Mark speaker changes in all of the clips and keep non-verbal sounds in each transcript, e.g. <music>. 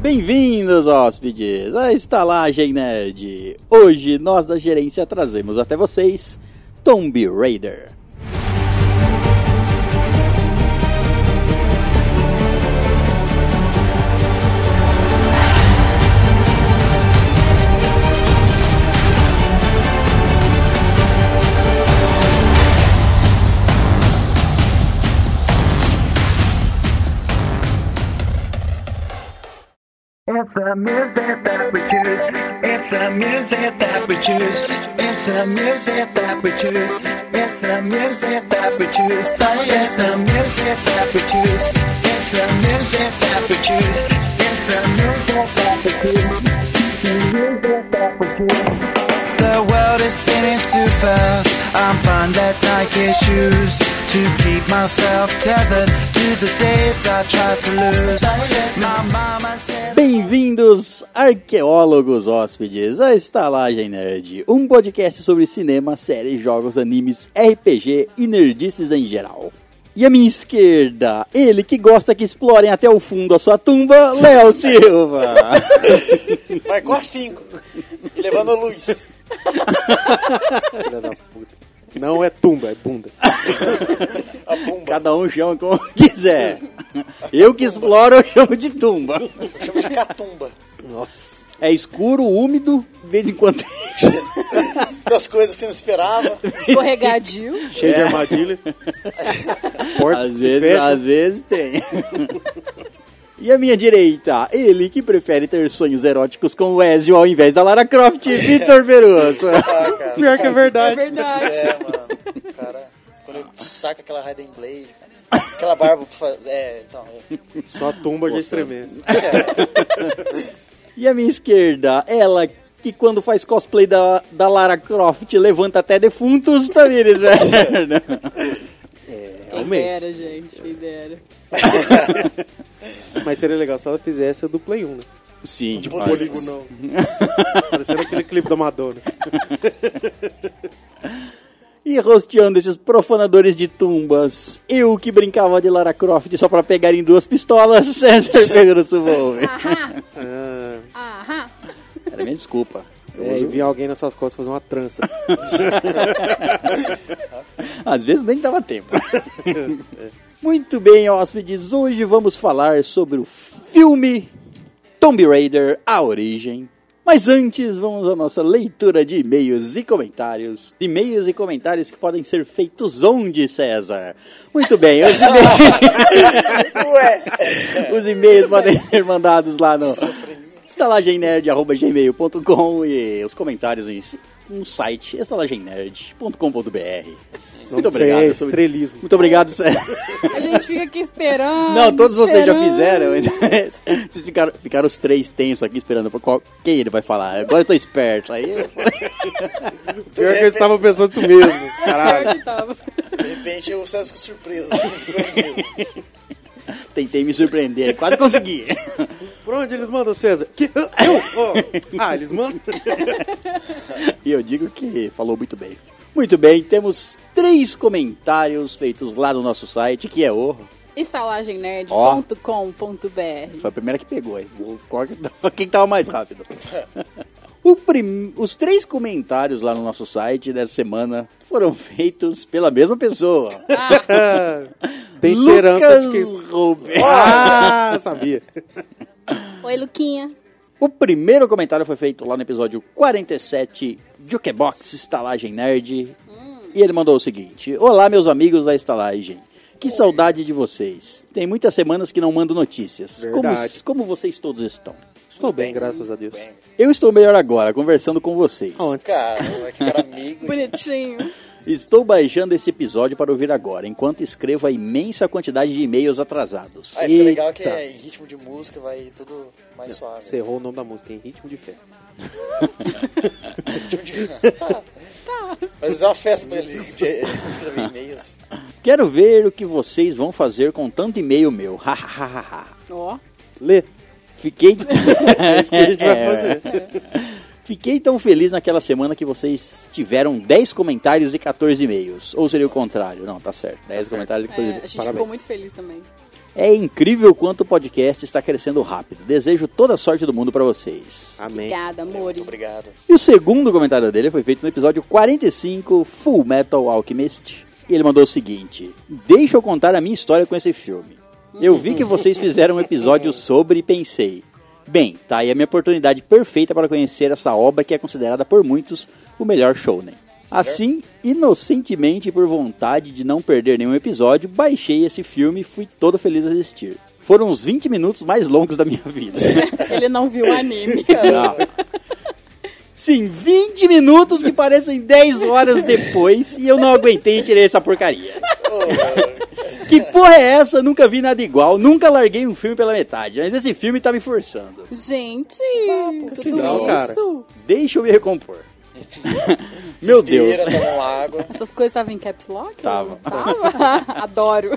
Speaker 1: Bem-vindos, hóspedes, à Estalagem Nerd! Hoje nós da gerência trazemos até vocês Tomb Raider.
Speaker 2: It's the music that we choose. It's the music that we choose. It's the music that we choose. It's the music that we choose. It's the music that we choose. It's the music that we choose. It's the music that we choose. It's the music that we choose. The world is spinning too fast. I'm fine that Nike shoes to keep myself tethered to the days I tried to lose. My mama said.
Speaker 1: Bem-vindos, arqueólogos hóspedes, à Estalagem Nerd, um podcast sobre cinema, séries, jogos, animes, RPG e nerdices em geral. E à minha esquerda, ele que gosta que explorem até o fundo a sua tumba, Léo Silva.
Speaker 3: Marcou afinco. E levando luz.
Speaker 4: Filha da puta. Não é tumba, é bunda.
Speaker 3: A bomba.
Speaker 1: Cada um chama como quiser. Eu que exploro, eu chamo de tumba.
Speaker 3: Chama de catumba.
Speaker 4: Nossa.
Speaker 1: É escuro, úmido, de vez em quando
Speaker 3: Das coisas que você não esperava.
Speaker 5: escorregadio.
Speaker 4: <laughs> Cheio de
Speaker 1: <laughs>
Speaker 4: armadilha. Portas que
Speaker 1: É. Às
Speaker 4: se
Speaker 1: vezes,
Speaker 4: fecham.
Speaker 1: às vezes tem. <laughs> E à minha direita, ele que prefere ter sonhos eróticos com o Ezio ao invés da Lara
Speaker 4: <laughs>
Speaker 1: Croft, Vitor Perusso.
Speaker 3: Ah, cara.
Speaker 4: Pior que é
Speaker 5: É
Speaker 4: verdade.
Speaker 5: verdade.
Speaker 3: É, mano. Cara, quando ele saca aquela Raiden Blade, cara, aquela barba pra fazer. É, então. é.
Speaker 4: Só a tumba de estremer.
Speaker 1: E à minha esquerda, ela que quando faz cosplay da, da Lara Croft levanta até defuntos, Tamires Werner.
Speaker 4: É,
Speaker 5: Quem dera, gente, quem dera.
Speaker 4: Mas seria legal se ela fizesse a do Play 1, né?
Speaker 1: Sim,
Speaker 3: Tipo,
Speaker 1: olha.
Speaker 3: polígono.
Speaker 4: Parecendo aquele clipe né? da Madonna.
Speaker 1: E rosteando esses profanadores de tumbas, eu que brincava de Lara Croft só pra pegar em duas pistolas, <laughs> César Perusso Volve. <laughs>
Speaker 4: Ah,
Speaker 5: Aham.
Speaker 1: Era minha desculpa. Eu
Speaker 4: é, e
Speaker 1: uso-
Speaker 4: vinha alguém nas suas costas fazer uma trança.
Speaker 1: Às vezes nem dava tempo. Muito bem, hóspedes, hoje vamos falar sobre o filme Tomb Raider, A Origem. Mas antes, vamos à nossa leitura de e-mails e comentários. E-mails e comentários que podem ser feitos onde, César? Muito bem, os e-mails,
Speaker 3: Ué!
Speaker 1: os e-mails podem ser mandados lá no
Speaker 3: Esquizofrenia.
Speaker 1: estalagemnerd.gmail.com e os comentários em si- no site estalagemnerd.com.br. Muito
Speaker 4: Isso aí
Speaker 1: obrigado.
Speaker 4: É
Speaker 1: sobre-
Speaker 4: estrelismo.
Speaker 1: Muito obrigado, César.
Speaker 5: A gente fica aqui esperando.
Speaker 1: Não, todos vocês já
Speaker 5: esperando.
Speaker 1: fizeram. né? <laughs> Vocês ficaram, ficaram os três tensos aqui esperando pra qual, quem ele vai falar. Agora eu tô esperto. Aí eu-
Speaker 4: Pior que eu estava pensando isso mesmo. Caralho.
Speaker 5: Pior que tava.
Speaker 3: De repente eu saio com surpresa. Surpresa.
Speaker 1: tentei me surpreender, quase consegui. <laughs>
Speaker 4: Por onde eles mandam, César? Que- Eu? Oh. Ah, eles mandam?
Speaker 1: E eu digo que falou muito bem. Muito bem, temos três comentários feitos lá no nosso site, que é o.
Speaker 5: Estalagemnerd.com.br
Speaker 1: Foi a primeira que pegou, hein? O qual que <laughs> tava- Quem tava mais rápido? <laughs> O prim- Os três comentários lá no nosso site dessa semana foram feitos pela mesma pessoa.
Speaker 4: Ah, tem esperança de que...
Speaker 1: Lucas Rubens.
Speaker 4: Ah, sabia.
Speaker 5: Oi, Luquinha.
Speaker 1: O primeiro comentário foi feito lá no episódio 47, Jukebox Estalagem Nerd. E ele mandou o seguinte: Olá, meus amigos da estalagem. Que saudade de vocês. Tem muitas semanas que não mando notícias. Como,
Speaker 4: Verdade.
Speaker 1: como vocês todos estão?
Speaker 4: Estou bem, graças a Deus.
Speaker 3: Bem,
Speaker 1: Eu estou melhor agora, conversando com vocês.
Speaker 4: Aonde?
Speaker 3: cara, que cara é amigo.
Speaker 5: Bonitinho.
Speaker 1: Estou baixando esse episódio para ouvir agora, enquanto escrevo a imensa quantidade de e-mails atrasados.
Speaker 3: Ah, fica legal que
Speaker 4: Eita.
Speaker 3: é em ritmo de música, vai tudo mais suave.
Speaker 4: Você errou o nome da música, em ritmo de festa.
Speaker 3: Ritmo de... Mas é uma festa pra ele <laughs> de- de escrever e-mails.
Speaker 1: Quero ver o que vocês vão fazer com tanto e-mail meu. <laughs> Hahaha.
Speaker 5: <laughs> Ó, é,
Speaker 4: Lê. <laughs>
Speaker 1: Fiquei.
Speaker 4: É isso que a gente vai
Speaker 1: <laughs> É.
Speaker 4: fazer.
Speaker 1: Fiquei tão feliz naquela semana que vocês tiveram 10 comentários e 14 e-mails. Ou seria o contrário? Não, tá certo. 10 comentários
Speaker 5: é,
Speaker 1: e 14
Speaker 5: a
Speaker 1: e-mails.
Speaker 5: gente
Speaker 4: Parabéns.
Speaker 5: ficou muito feliz também.
Speaker 1: É incrível quanto o podcast está crescendo rápido. Desejo toda a sorte do mundo pra vocês.
Speaker 4: Amém.
Speaker 5: Obrigada, amor.
Speaker 3: Muito obrigado.
Speaker 1: E o segundo comentário dele foi feito no episódio 45, Full Metal Alchemist. E ele mandou o seguinte: Deixa eu contar a minha história com esse filme. Eu vi que vocês fizeram um episódio sobre e pensei. Bem, tá aí a minha oportunidade perfeita para conhecer essa obra que é considerada por muitos o melhor shounen. Assim, inocentemente e por vontade de não perder nenhum episódio, baixei esse filme e fui todo feliz a assistir. Foram os 20 minutos mais longos da minha vida.
Speaker 5: Ele não viu o
Speaker 1: <laughs>
Speaker 5: anime.
Speaker 1: Não. Sim, 20 minutos que parecem 10 horas depois e eu não aguentei e tirei essa porcaria. Que porra é essa? Nunca vi nada igual, nunca larguei um filme pela metade, mas esse filme tá me forçando.
Speaker 5: Gente, tudo
Speaker 4: legal, cara.
Speaker 5: isso.
Speaker 1: Deixa eu me recompor. Meu Deus.
Speaker 3: Inspira, toma uma água.
Speaker 5: Essas coisas estavam em caps lock?
Speaker 1: Tava.
Speaker 5: Tava?
Speaker 1: <laughs>
Speaker 5: Adoro.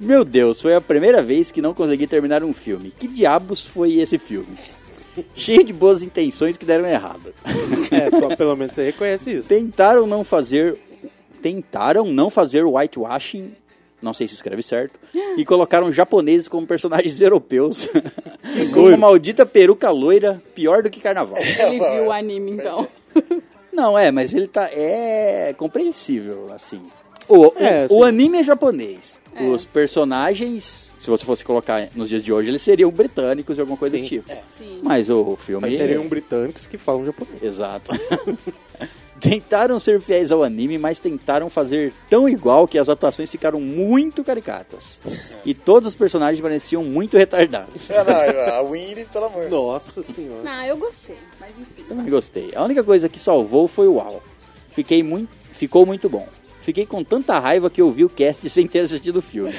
Speaker 1: Meu Deus, foi a primeira vez que não consegui terminar um filme. Que diabos foi esse filme? Cheio de boas intenções que deram errado.
Speaker 4: É, pô, pelo menos você reconhece isso.
Speaker 1: Tentaram não fazer. Tentaram não fazer whitewashing. Não sei se escreve certo. E colocaram japoneses como personagens <laughs> europeus. com uma maldita peruca loira, pior do que carnaval.
Speaker 5: Ele viu o anime, então.
Speaker 1: Não, é, mas ele tá. É compreensível, assim. O, o-
Speaker 4: É,
Speaker 1: o
Speaker 4: assim.
Speaker 1: anime é japonês.
Speaker 5: É.
Speaker 1: Os personagens, se você fosse colocar nos dias de hoje, eles seriam britânicos e alguma coisa
Speaker 4: Sim.
Speaker 1: desse tipo.
Speaker 5: Sim.
Speaker 1: Mas o filme. é
Speaker 4: Mas seriam britânicos que falam japonês.
Speaker 1: Exato. <laughs> tentaram ser fiéis ao anime, mas tentaram fazer tão igual que as atuações ficaram muito caricatas. E todos os personagens pareciam muito retardados.
Speaker 3: Ah, não, a Winnie, pelo amor.
Speaker 4: Nossa senhora.
Speaker 5: Ah, eu gostei, mas enfim.
Speaker 1: Também gostei. A única coisa que salvou foi o Al. Fiquei muito, ficou muito bom. Fiquei com tanta raiva que eu vi o cast <laughs> sem ter assistido o filme.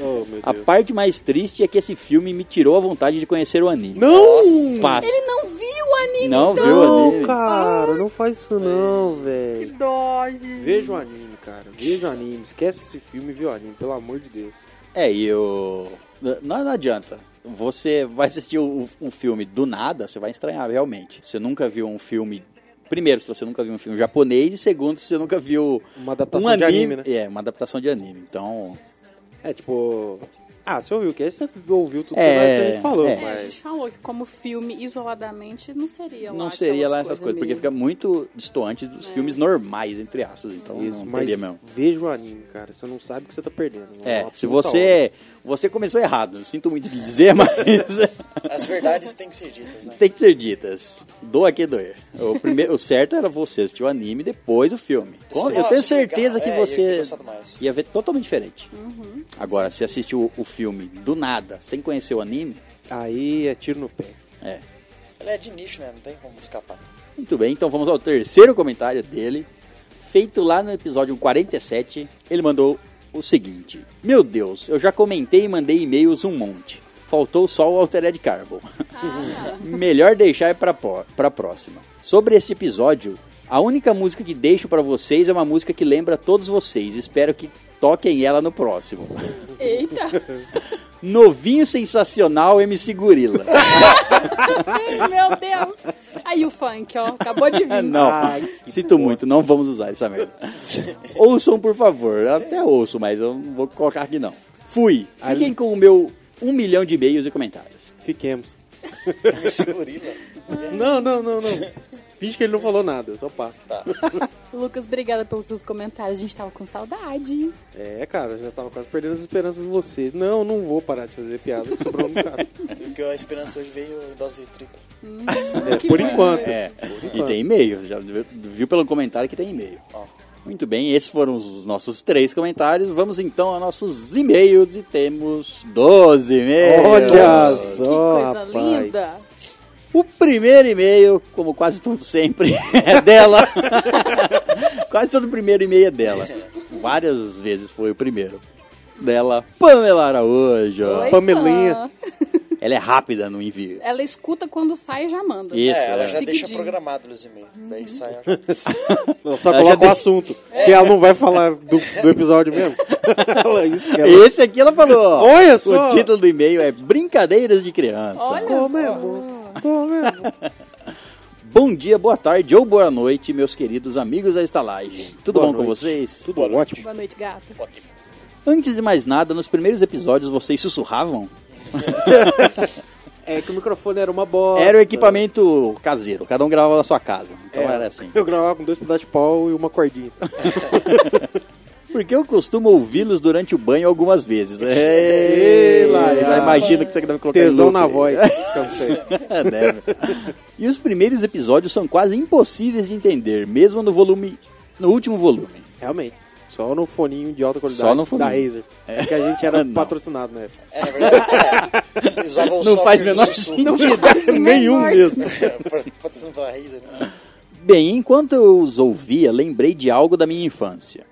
Speaker 4: Oh, meu
Speaker 1: A
Speaker 4: Deus.
Speaker 1: parte mais triste é que esse filme me tirou a vontade de conhecer o anime.
Speaker 4: Não!
Speaker 1: Passa.
Speaker 5: Ele não viu o anime,
Speaker 1: Não
Speaker 5: então.
Speaker 1: viu o anime.
Speaker 4: cara, não faz isso não, velho.
Speaker 5: Que dó, gente.
Speaker 4: É. Veja o anime, cara. Veja o anime. Esquece esse filme e vê o anime, pelo amor de Deus.
Speaker 1: É, e o. N- Não, não adianta. Você vai assistir o- um filme do nada, você vai estranhar, realmente. Você nunca viu um filme. Primeiro, se você nunca viu um filme japonês, e segundo, se você nunca viu
Speaker 4: Uma
Speaker 1: um
Speaker 4: adaptação
Speaker 1: anime.
Speaker 4: de anime, né?
Speaker 1: É, uma adaptação de anime. Então.
Speaker 4: É tipo. Ah, você ouviu o que? Você ouviu tudo
Speaker 1: É,
Speaker 4: que a gente falou,
Speaker 1: é.
Speaker 5: É, a gente
Speaker 4: mas.
Speaker 5: falou que como filme isoladamente não seria lá
Speaker 1: não seria lá essas coisas, porque
Speaker 5: mesmo.
Speaker 1: fica muito distoante dos filmes normais, entre aspas. Então
Speaker 4: Isso,
Speaker 1: não
Speaker 4: mas
Speaker 1: teria mesmo.
Speaker 4: veja o anime, cara. Você não sabe o que você tá perdendo. É
Speaker 1: É,
Speaker 4: uma
Speaker 1: se
Speaker 4: puta obra.
Speaker 1: você. Você começou errado, sinto muito de dizer, <laughs> mas.
Speaker 3: As verdades têm que ser ditas, né?
Speaker 1: tem que ser ditas. Doa que doer. O, primeiro, o certo era você assistir o anime, depois o filme. Com- eu
Speaker 3: Nossa,
Speaker 1: tenho
Speaker 3: que
Speaker 1: certeza
Speaker 3: legal.
Speaker 1: que
Speaker 3: É, eu ia ter
Speaker 1: você
Speaker 3: gostado mais.
Speaker 1: ia ver totalmente diferente. Agora, se assistiu o filme do nada, sem conhecer o anime,
Speaker 4: Aí é tiro no pé.
Speaker 1: é.
Speaker 3: Ele é de nicho, né? Não tem como escapar.
Speaker 1: Muito bem, então vamos ao terceiro comentário dele, feito lá no episódio 47. Ele mandou o seguinte: Meu Deus, eu já comentei e mandei e-mails um monte. Faltou só o Altered Carbon.
Speaker 5: Ah,
Speaker 1: <laughs> Melhor deixar pra, pó- pra próxima. Sobre este episódio, a única música que deixo pra vocês é uma música que lembra todos vocês. Espero que toquem ela no próximo. <laughs>
Speaker 5: eita.
Speaker 1: Novinho sensacional MC Gorila.
Speaker 5: Ai, Meu Deus. Aí o funk, ó. Acabou de vir.
Speaker 1: É, <laughs> Não,
Speaker 4: Ai, que
Speaker 1: sinto muito, não vamos usar essa
Speaker 4: <laughs>
Speaker 1: merda. Ouçam, por favor. Eu até ouço, mas eu não vou colocar aqui não. Fui. Fiquem com o meu um milhão de e-mails e comentários.
Speaker 4: Fiquemos.
Speaker 3: Esse gorila. <laughs>
Speaker 5: É.
Speaker 4: Não, não, não, não. Finge que ele não falou nada, eu só passo.
Speaker 3: Tá.
Speaker 5: Lucas, obrigada pelos seus comentários. A gente tava com saudade.
Speaker 4: É, cara, eu já tava quase perdendo as esperanças de você. Não, não vou parar de fazer piada sobre o cara.
Speaker 3: Porque a esperança hoje veio em dose tripla.
Speaker 4: É,
Speaker 5: Que
Speaker 4: por
Speaker 5: bonito.
Speaker 4: enquanto.
Speaker 1: É, e tem e-mail. Já viu pelo comentário que tem e-mail.
Speaker 3: Ó.
Speaker 1: Muito bem, esses foram os nossos três comentários. Vamos então aos nossos e-mails e temos 12 e-mails.
Speaker 4: Olha
Speaker 5: Que
Speaker 4: só,
Speaker 5: coisa
Speaker 4: rapaz.
Speaker 5: linda.
Speaker 4: O
Speaker 1: O primeiro e-mail, como quase todo sempre, <laughs> é dela. quase todo primeiro e-mail é dela. Várias vezes foi o primeiro. Dela, Pamela Araújo.
Speaker 5: Oi,
Speaker 4: Pamelinha.
Speaker 5: Pan.
Speaker 1: Ela é rápida no envio.
Speaker 5: Ela escuta quando sai e já manda.
Speaker 1: Isso,
Speaker 3: é, ela
Speaker 1: é.
Speaker 3: já deixa
Speaker 5: Seguidinho.
Speaker 3: programado os e-mails. Daí sai a...
Speaker 4: Ela só
Speaker 1: Ela já É.
Speaker 4: coloca o
Speaker 1: deixa-
Speaker 4: assunto. Que ela não vai falar do, do
Speaker 1: <laughs>
Speaker 4: episódio mesmo. Ela, isso que ela...
Speaker 1: Esse aqui ela falou.
Speaker 4: Olha
Speaker 1: O
Speaker 4: só!
Speaker 1: título do e-mail é Brincadeiras de Criança.
Speaker 5: Olha
Speaker 4: Como é
Speaker 5: só.
Speaker 4: bom. Como é bom.
Speaker 1: Bom dia, boa tarde ou boa noite, meus queridos amigos da estalagem. Tudo
Speaker 4: Boa
Speaker 1: bom com
Speaker 4: noite.
Speaker 1: vocês?
Speaker 4: Tudo ótimo.
Speaker 5: Boa noite, gata.
Speaker 3: Ótimo.
Speaker 1: Antes de mais nada, nos primeiros episódios vocês sussurravam?
Speaker 4: É que o microfone era uma bosta.
Speaker 1: Era o equipamento caseiro, cada um gravava na sua casa. Então
Speaker 4: É.
Speaker 1: era assim.
Speaker 4: Eu gravava com dois pedaços de pau e
Speaker 1: <laughs>
Speaker 4: uma cordinha.
Speaker 1: Porque eu costumo ouvi-los durante o banho algumas vezes. É,
Speaker 4: Ei, Maria.
Speaker 1: já imagino que você deve colocar em
Speaker 4: Tesão
Speaker 1: loop
Speaker 4: na
Speaker 1: <laughs> aí.
Speaker 4: voz. Cansei.
Speaker 1: Deve. E os primeiros episódios são quase impossíveis de entender, mesmo no volume, no último volume.
Speaker 4: Realmente. Só no foninho de alta qualidade
Speaker 1: Só no
Speaker 4: da
Speaker 1: foninho.
Speaker 4: Razer. É. Que a gente
Speaker 1: <laughs>
Speaker 4: era
Speaker 1: Não.
Speaker 4: patrocinado né? na
Speaker 3: É,
Speaker 4: época.
Speaker 3: na
Speaker 1: <laughs>
Speaker 3: verdade, é. Eles usavam o
Speaker 1: Não faz
Speaker 3: software do
Speaker 1: menor
Speaker 3: Sussu. <laughs>
Speaker 1: sentido.
Speaker 5: Não faz o
Speaker 4: Nenhum
Speaker 5: menor
Speaker 4: mesmo.
Speaker 3: Patrocinando pela Razer, né?
Speaker 1: Bem, enquanto eu os ouvia, lembrei de algo da minha infância.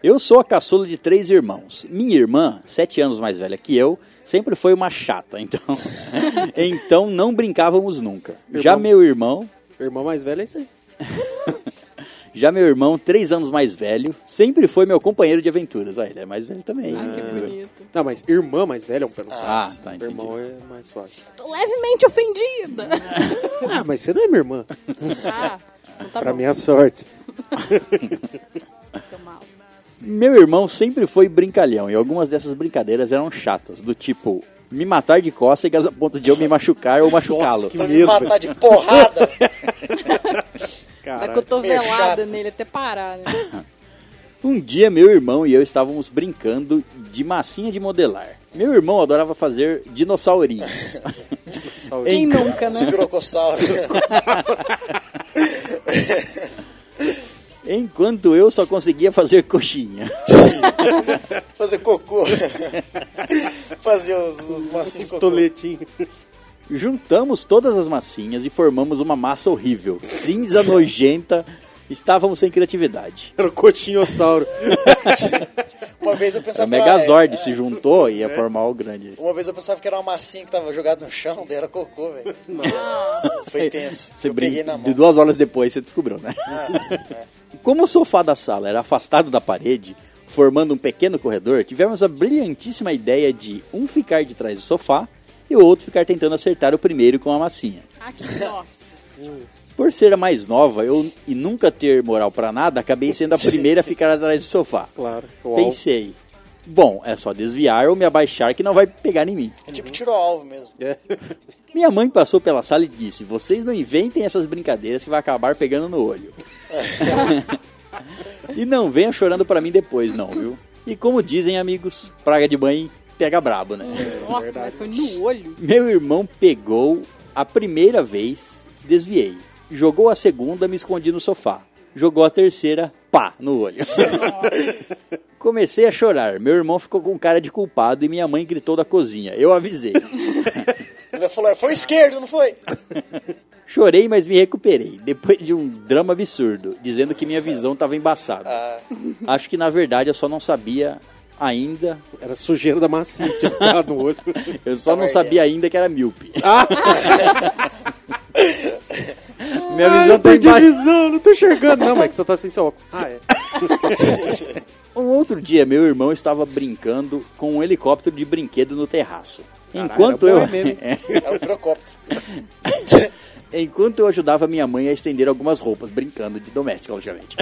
Speaker 1: Eu sou a caçula de três irmãos. Minha irmã, sete anos mais velha que eu, sempre foi uma chata, então, <laughs> então não brincávamos nunca. Já
Speaker 4: Irmão.
Speaker 1: meu irmão,
Speaker 4: Irmã mais velha é isso aí.
Speaker 1: já meu irmão, três anos mais velho, sempre foi meu companheiro de aventuras. Olha, ele é mais velho também.
Speaker 5: Ah, que bonito.
Speaker 4: Não, mas irmã mais velha é um pé no saco.
Speaker 1: Ah, tá, entendi.
Speaker 4: Irmão é mais fácil.
Speaker 5: Tô levemente ofendida.
Speaker 4: Ah, mas você não é minha irmã.
Speaker 5: Ah, então tá
Speaker 4: pra
Speaker 5: bom,
Speaker 4: minha <laughs> sorte.
Speaker 5: seu mal.
Speaker 1: Meu irmão sempre foi brincalhão e algumas dessas brincadeiras eram chatas, do tipo me matar de cócegas a ponto de eu me machucar ou machucá-lo.
Speaker 3: Pra me matar de porrada.
Speaker 5: Vai
Speaker 3: meio chato.
Speaker 5: cotovelada nele até parar, né?
Speaker 1: Um dia meu irmão e eu estávamos brincando de massinha de modelar. Meu irmão adorava fazer dinossaurinhos.
Speaker 4: Saúde.
Speaker 5: Quem nunca, né?
Speaker 3: Os pirocossauro. <laughs>
Speaker 1: Enquanto eu só conseguia fazer coxinha.
Speaker 3: Fazer cocô. <laughs> Fazer os, os massinhos de cocô.
Speaker 4: Toletinho.
Speaker 1: Juntamos todas as massinhas e formamos uma massa horrível, cinza nojenta. Estávamos sem criatividade.
Speaker 4: Era o cotinhossauro.
Speaker 3: Uma vez eu
Speaker 1: A
Speaker 3: pensava que era-
Speaker 1: É Megazord se juntou
Speaker 3: É.
Speaker 1: e ia formar o grande.
Speaker 3: Uma vez eu pensava que era uma massinha que tava jogada no chão, daí era cocô, velho. Foi tenso.
Speaker 1: Você
Speaker 3: eu peguei
Speaker 1: brinca,
Speaker 3: na
Speaker 1: de
Speaker 3: mão.
Speaker 1: duas horas depois você descobriu, né?
Speaker 3: Ah, é.
Speaker 1: Como o sofá da sala era afastado da parede, formando um pequeno corredor, tivemos a brilhantíssima ideia de um ficar de trás do sofá e o outro ficar tentando acertar o primeiro com a massinha.
Speaker 5: Ah, que nossa.
Speaker 1: Por ser a mais nova eu, e nunca ter moral pra nada, acabei sendo
Speaker 3: <laughs>
Speaker 1: a primeira a ficar atrás do sofá.
Speaker 4: Claro. O alvo.
Speaker 1: Pensei, bom, é só desviar ou me abaixar que não vai pegar em mim.
Speaker 3: É tipo tirou alvo mesmo.
Speaker 4: É.
Speaker 1: Minha mãe passou pela sala e disse: Vocês não inventem essas brincadeiras que vai acabar pegando no olho. <laughs> e não venham chorando pra mim depois, não, viu? E como dizem, amigos, praga de mãe pega brabo,
Speaker 5: É,
Speaker 1: né?
Speaker 5: Nossa, mas foi no olho.
Speaker 1: Meu irmão pegou a primeira vez, desviei. Jogou a segunda, me escondi no sofá. Jogou a terceira, pá, no olho. <laughs> Comecei a chorar. Meu irmão ficou com cara de culpado e minha mãe gritou da cozinha. Eu avisei.
Speaker 3: Ainda falou, "É, foi esquerdo, não foi?
Speaker 1: Chorei, mas me recuperei, depois de um drama absurdo, dizendo que minha visão estava embaçada.
Speaker 3: Ah,
Speaker 1: Acho que na verdade eu só não sabia ainda,
Speaker 4: Era sujeira da massinha. Tinha ficado <laughs> no olho.
Speaker 1: eu
Speaker 4: Tá
Speaker 1: só
Speaker 3: Tava
Speaker 1: não sabia ainda que era míope.
Speaker 4: Ah.
Speaker 1: <laughs> minha
Speaker 4: Ah,
Speaker 1: visão
Speaker 4: não
Speaker 1: tá
Speaker 4: perdi a
Speaker 1: embaçada.
Speaker 4: visão. Não tô enxergando. Não, mas que você tá sem seu óculos. Ah, é.
Speaker 1: Um outro dia meu irmão estava brincando com um helicóptero de brinquedo no terraço.
Speaker 4: Caralho,
Speaker 1: Enquanto
Speaker 4: era
Speaker 1: eu,
Speaker 4: bom mesmo,
Speaker 1: <laughs>
Speaker 4: hein?
Speaker 3: era um <laughs> pirocóptero.
Speaker 1: É, enquanto eu ajudava minha mãe a estender algumas roupas, brincando de doméstica, logicamente.